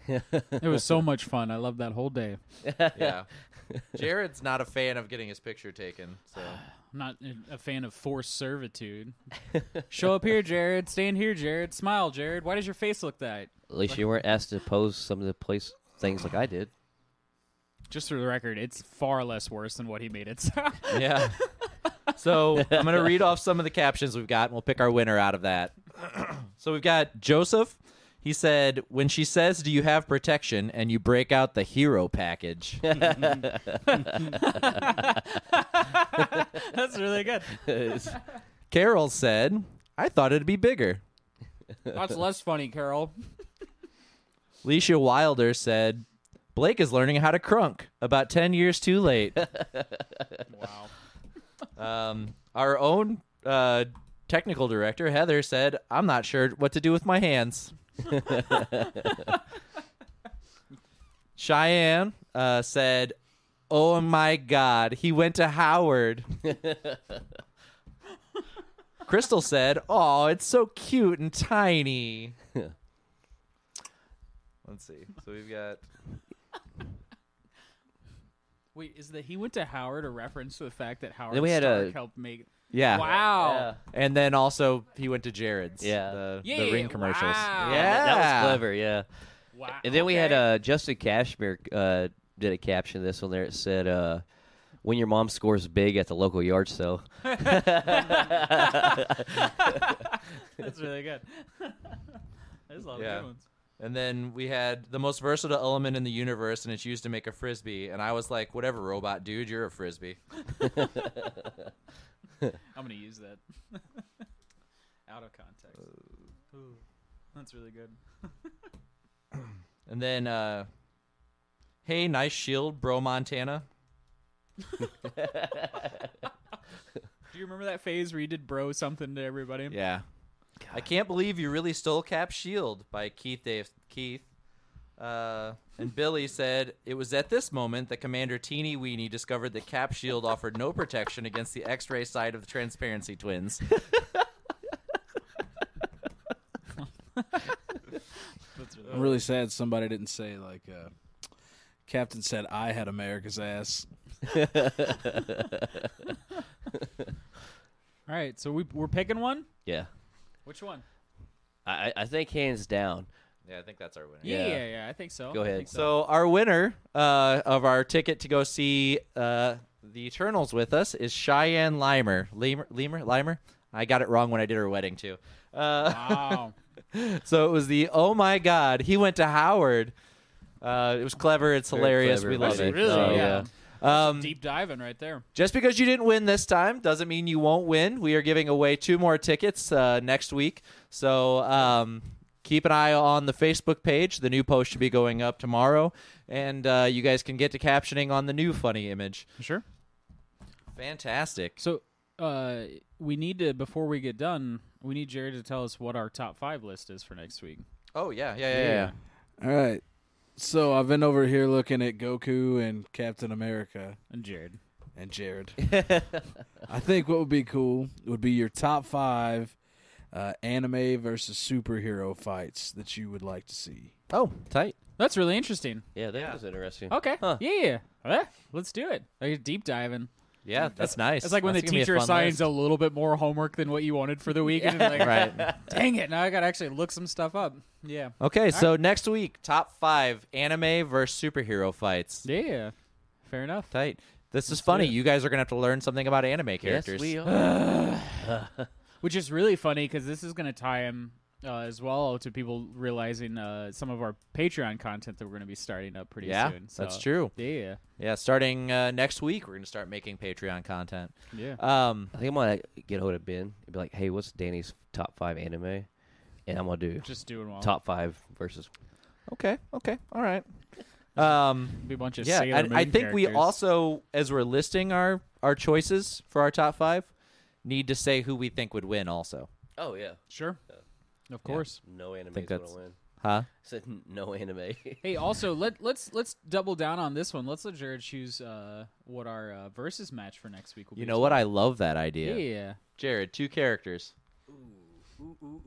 [SPEAKER 3] It was so much fun. I loved that whole day.
[SPEAKER 1] Yeah, Jared's not a fan of getting his picture taken. So
[SPEAKER 3] I'm not a fan of forced servitude. Show up here, Jared. Stand here, Jared. Smile, Jared. Why does your face look that?
[SPEAKER 2] At least you weren't asked to pose some of the place things like I did.
[SPEAKER 3] Just for the record, it's far less worse than what he made it sound.
[SPEAKER 1] Yeah. So I'm going to read off some of the captions we've got, and we'll pick our winner out of that. so we've got Joseph. He said, "When she says, do you have protection?' and you break out the hero package."
[SPEAKER 3] That's really good.
[SPEAKER 1] Carol said, "I thought it'd be bigger."
[SPEAKER 3] That's less funny, Carol.
[SPEAKER 1] Leisha Wilder said, "Blake is learning how to crunk. About ten years too late."
[SPEAKER 3] Wow.
[SPEAKER 1] Um, our own uh, technical director Heather said, "I'm not sure what to do with my hands." Cheyenne uh, said, "Oh my God, he went to Howard." Crystal said, "Oh, it's so cute and tiny." Let's see. So we've got
[SPEAKER 3] Wait, is that he went to Howard a reference to the fact that Howard
[SPEAKER 2] Then we had a-
[SPEAKER 3] Stark helped make?
[SPEAKER 1] yeah.
[SPEAKER 3] Wow.
[SPEAKER 1] And then also he went to Jared's.
[SPEAKER 2] Yeah.
[SPEAKER 1] The,
[SPEAKER 3] Yeah.
[SPEAKER 1] the ring commercials.
[SPEAKER 3] wow.
[SPEAKER 2] Yeah, that- that
[SPEAKER 1] Yeah.
[SPEAKER 2] was clever. Yeah,
[SPEAKER 3] Wow.
[SPEAKER 2] and then we had
[SPEAKER 3] Oh. Okay.
[SPEAKER 2] uh, Justin Cashmere uh, did a caption of this one there. It said, uh, "When your mom scores big at the local yard sale."
[SPEAKER 3] That's really good. There's a lot
[SPEAKER 1] Yeah.
[SPEAKER 3] of good ones.
[SPEAKER 1] And then we had the most versatile element in the universe, and it's used to make a frisbee. And I was like, whatever, robot dude, you're a frisbee.
[SPEAKER 3] I'm gonna use that. Out of context. Ooh, that's really good.
[SPEAKER 1] And then, uh, hey, nice shield, bro, Montana.
[SPEAKER 3] Do you remember that phase where you did bro something to everybody?
[SPEAKER 1] Yeah. I can't believe you really stole Cap's shield by Keith. Dave, Keith. Uh, and Billy said it was at this moment that Commander Teeny Weeny discovered that Cap shield offered no protection against the X-ray side of the Transparency Twins.
[SPEAKER 3] That's really
[SPEAKER 4] I'm really sad somebody didn't say like uh, Captain said I had America's ass.
[SPEAKER 3] All right, so we we're picking one.
[SPEAKER 2] yeah,
[SPEAKER 3] Which one?
[SPEAKER 2] I, I- I think hands down.
[SPEAKER 1] yeah, I think that's our winner.
[SPEAKER 3] Yeah,
[SPEAKER 2] Yeah.
[SPEAKER 3] yeah, I think so.
[SPEAKER 2] Go
[SPEAKER 3] I
[SPEAKER 2] ahead.
[SPEAKER 3] think so.
[SPEAKER 1] So our winner uh, of our ticket to go see uh, the Eternals with us is Cheyenne Limer. Limer, Limer, Limer. I got it wrong when I did her wedding too. Uh,
[SPEAKER 3] Wow.
[SPEAKER 1] So it was the oh my god, he went to Howard. Uh, it was clever. It's
[SPEAKER 2] Very
[SPEAKER 1] hilarious.
[SPEAKER 2] clever.
[SPEAKER 1] We love
[SPEAKER 2] Really,
[SPEAKER 1] it.
[SPEAKER 3] really,
[SPEAKER 1] So,
[SPEAKER 3] Oh, yeah.
[SPEAKER 1] Um,
[SPEAKER 3] Deep diving right there.
[SPEAKER 1] just because you didn't win this time doesn't mean you won't win. We are giving away two more tickets uh, next week. So um, keep an eye on the Facebook page. The new post should be going up tomorrow. And uh, you guys can get to captioning on the new funny image.
[SPEAKER 3] Sure.
[SPEAKER 1] Fantastic.
[SPEAKER 3] So uh, we need to before we get done, we need Jared to tell us what our top five list is for next week.
[SPEAKER 7] Oh yeah, yeah, yeah, yeah.
[SPEAKER 4] All right. So I've been over here looking at Goku and Captain America
[SPEAKER 3] And Jared,
[SPEAKER 4] and Jared. I think what would be cool would be your top five uh, anime versus superhero fights that you would like to see.
[SPEAKER 1] Oh, tight.
[SPEAKER 3] that's really interesting.
[SPEAKER 2] Yeah, that was interesting.
[SPEAKER 3] Okay,
[SPEAKER 1] Huh.
[SPEAKER 3] yeah, yeah, yeah. let's do it. Like a deep diving.
[SPEAKER 1] Yeah, that's nice.
[SPEAKER 3] It's like when
[SPEAKER 1] That's
[SPEAKER 3] the
[SPEAKER 1] gonna be a
[SPEAKER 3] teacher
[SPEAKER 1] fun
[SPEAKER 3] assigns
[SPEAKER 1] list.
[SPEAKER 3] a little bit more homework than what you wanted for the week, and you're like,
[SPEAKER 1] right.
[SPEAKER 3] dang it, now I gotta actually look some stuff up. Yeah,
[SPEAKER 1] Okay, so next week, top five anime versus superhero fights.
[SPEAKER 3] yeah, fair enough.
[SPEAKER 1] Tight. This is funny. You guys are gonna have to learn something about anime
[SPEAKER 2] Yes,
[SPEAKER 1] characters.
[SPEAKER 2] we are.
[SPEAKER 3] Which is really funny because this is going to tie him uh, as well to people realizing uh, some of our Patreon content that we're going to be starting up pretty
[SPEAKER 1] Yeah,
[SPEAKER 3] soon. So.
[SPEAKER 1] that's true.
[SPEAKER 3] Yeah,
[SPEAKER 1] Yeah, starting uh, next week, we're gonna start making Patreon content.
[SPEAKER 3] yeah.
[SPEAKER 1] Um,
[SPEAKER 2] I think I'm gonna get hold of Ben and be like, "Hey, what's Danny's top five anime?" And I'm gonna do
[SPEAKER 3] Just doing well.
[SPEAKER 2] top five versus.
[SPEAKER 1] okay, okay, all right. Um,
[SPEAKER 3] Be a bunch of
[SPEAKER 1] yeah,
[SPEAKER 3] Sailor
[SPEAKER 1] I,
[SPEAKER 3] Moon
[SPEAKER 1] I think we
[SPEAKER 3] characters.
[SPEAKER 1] also, as we're listing our our choices for our top five, need to say who we think would win. Also,
[SPEAKER 2] Oh yeah,
[SPEAKER 3] sure, of course.
[SPEAKER 2] no anime
[SPEAKER 1] Think
[SPEAKER 2] gonna
[SPEAKER 1] that's-
[SPEAKER 2] win.
[SPEAKER 1] huh?
[SPEAKER 2] said no anime.
[SPEAKER 3] Hey, also let let's let's double down on this one. Let's let Jared choose uh, what our uh, versus match for next week will be.
[SPEAKER 1] You
[SPEAKER 3] as
[SPEAKER 1] know what? I love that idea.
[SPEAKER 3] well. Yeah.
[SPEAKER 1] Jared, two characters.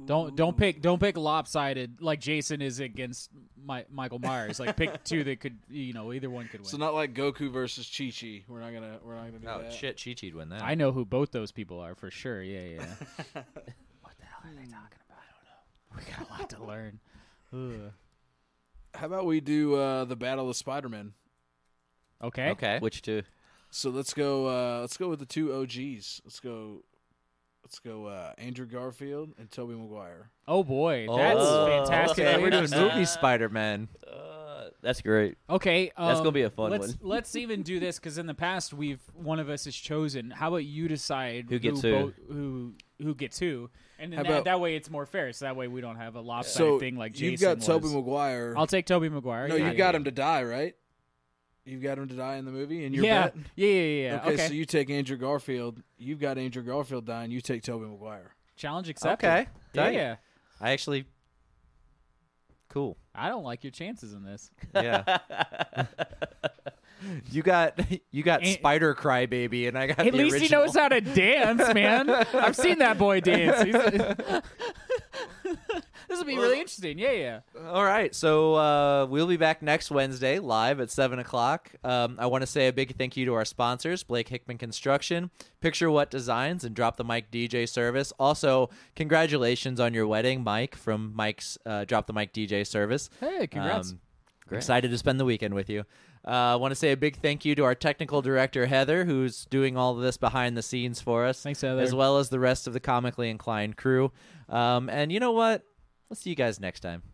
[SPEAKER 3] Don't don't pick don't pick lopsided like Jason is against my, Michael Myers. Like pick two that could you know either one could win.
[SPEAKER 4] So not like Goku versus Chi Chi. We're not gonna. We're not gonna do
[SPEAKER 1] Oh
[SPEAKER 4] that.
[SPEAKER 1] shit, Chi Chi'd win that.
[SPEAKER 3] I know who both those people are for sure. Yeah, yeah.
[SPEAKER 4] Hmm.
[SPEAKER 3] what the hell are they talking about? I don't know. We got a lot to learn. Ugh.
[SPEAKER 4] How about we do uh, the Battle of Spider Man?
[SPEAKER 3] Okay.
[SPEAKER 1] Okay.
[SPEAKER 2] Which two?
[SPEAKER 4] So let's go. Uh, let's go with the two OGs. Let's go. Let's go. Uh, Andrew Garfield and Tobey Maguire.
[SPEAKER 3] Oh boy, that's
[SPEAKER 1] Oh,
[SPEAKER 3] fantastic.
[SPEAKER 1] Okay,
[SPEAKER 3] Way
[SPEAKER 1] we're
[SPEAKER 3] to
[SPEAKER 1] doing
[SPEAKER 3] start.
[SPEAKER 1] movie Spider Man.
[SPEAKER 2] Uh, that's great.
[SPEAKER 3] Okay, um,
[SPEAKER 2] That's gonna be a fun
[SPEAKER 3] let's,
[SPEAKER 2] one.
[SPEAKER 3] let's even do this because in the past we've one of us is chosen. How about you decide
[SPEAKER 2] Who gets
[SPEAKER 3] who
[SPEAKER 2] who?
[SPEAKER 3] bo- who, who gets who, and then
[SPEAKER 4] How
[SPEAKER 3] that,
[SPEAKER 4] about-
[SPEAKER 3] that way it's more fair. So that way we don't have a lopsided
[SPEAKER 4] So
[SPEAKER 3] thing like Jason.
[SPEAKER 4] you've got Tobey
[SPEAKER 3] was.
[SPEAKER 4] Maguire.
[SPEAKER 3] I'll take Toby Maguire.
[SPEAKER 4] no,
[SPEAKER 3] yeah,
[SPEAKER 4] you've
[SPEAKER 3] yeah,
[SPEAKER 4] got
[SPEAKER 3] yeah.
[SPEAKER 4] him to die, right? You've got him to die in the movie, and you're
[SPEAKER 3] yeah.
[SPEAKER 4] bet.
[SPEAKER 3] yeah, yeah, yeah.
[SPEAKER 4] Okay, so you take Andrew Garfield. You've got Andrew Garfield dying. You take Tobey Maguire.
[SPEAKER 3] challenge accepted.
[SPEAKER 1] Okay.
[SPEAKER 3] Yeah,
[SPEAKER 1] Tight.
[SPEAKER 3] yeah.
[SPEAKER 1] I actually. Cool.
[SPEAKER 3] I don't like your chances in this.
[SPEAKER 1] Yeah. you got you got
[SPEAKER 3] Eh.
[SPEAKER 1] Spider Crybaby, and I got
[SPEAKER 3] At
[SPEAKER 1] the
[SPEAKER 3] least he
[SPEAKER 1] original.
[SPEAKER 3] knows how to dance, man. I've seen that boy dance. He's- this will be really interesting. Yeah, yeah.
[SPEAKER 1] All right, so uh, we'll be back next Wednesday live at seven o'clock. Um, I want to say a big thank you to our sponsors, Blake Hickman Construction, Picture What Designs, and Drop the Mic DJ service. Also, congratulations on your wedding, Mike, from Mike's uh, Drop the Mic DJ service.
[SPEAKER 3] Hey,
[SPEAKER 1] um,
[SPEAKER 3] congrats.
[SPEAKER 1] Excited to spend the weekend with you. Uh, I want to say a big thank you to our technical director Heather, who's doing all of this behind the scenes for us.
[SPEAKER 3] Thanks, Heather.
[SPEAKER 1] As well as the rest of the comically inclined crew. Um, and you know what? We'll see you guys next time.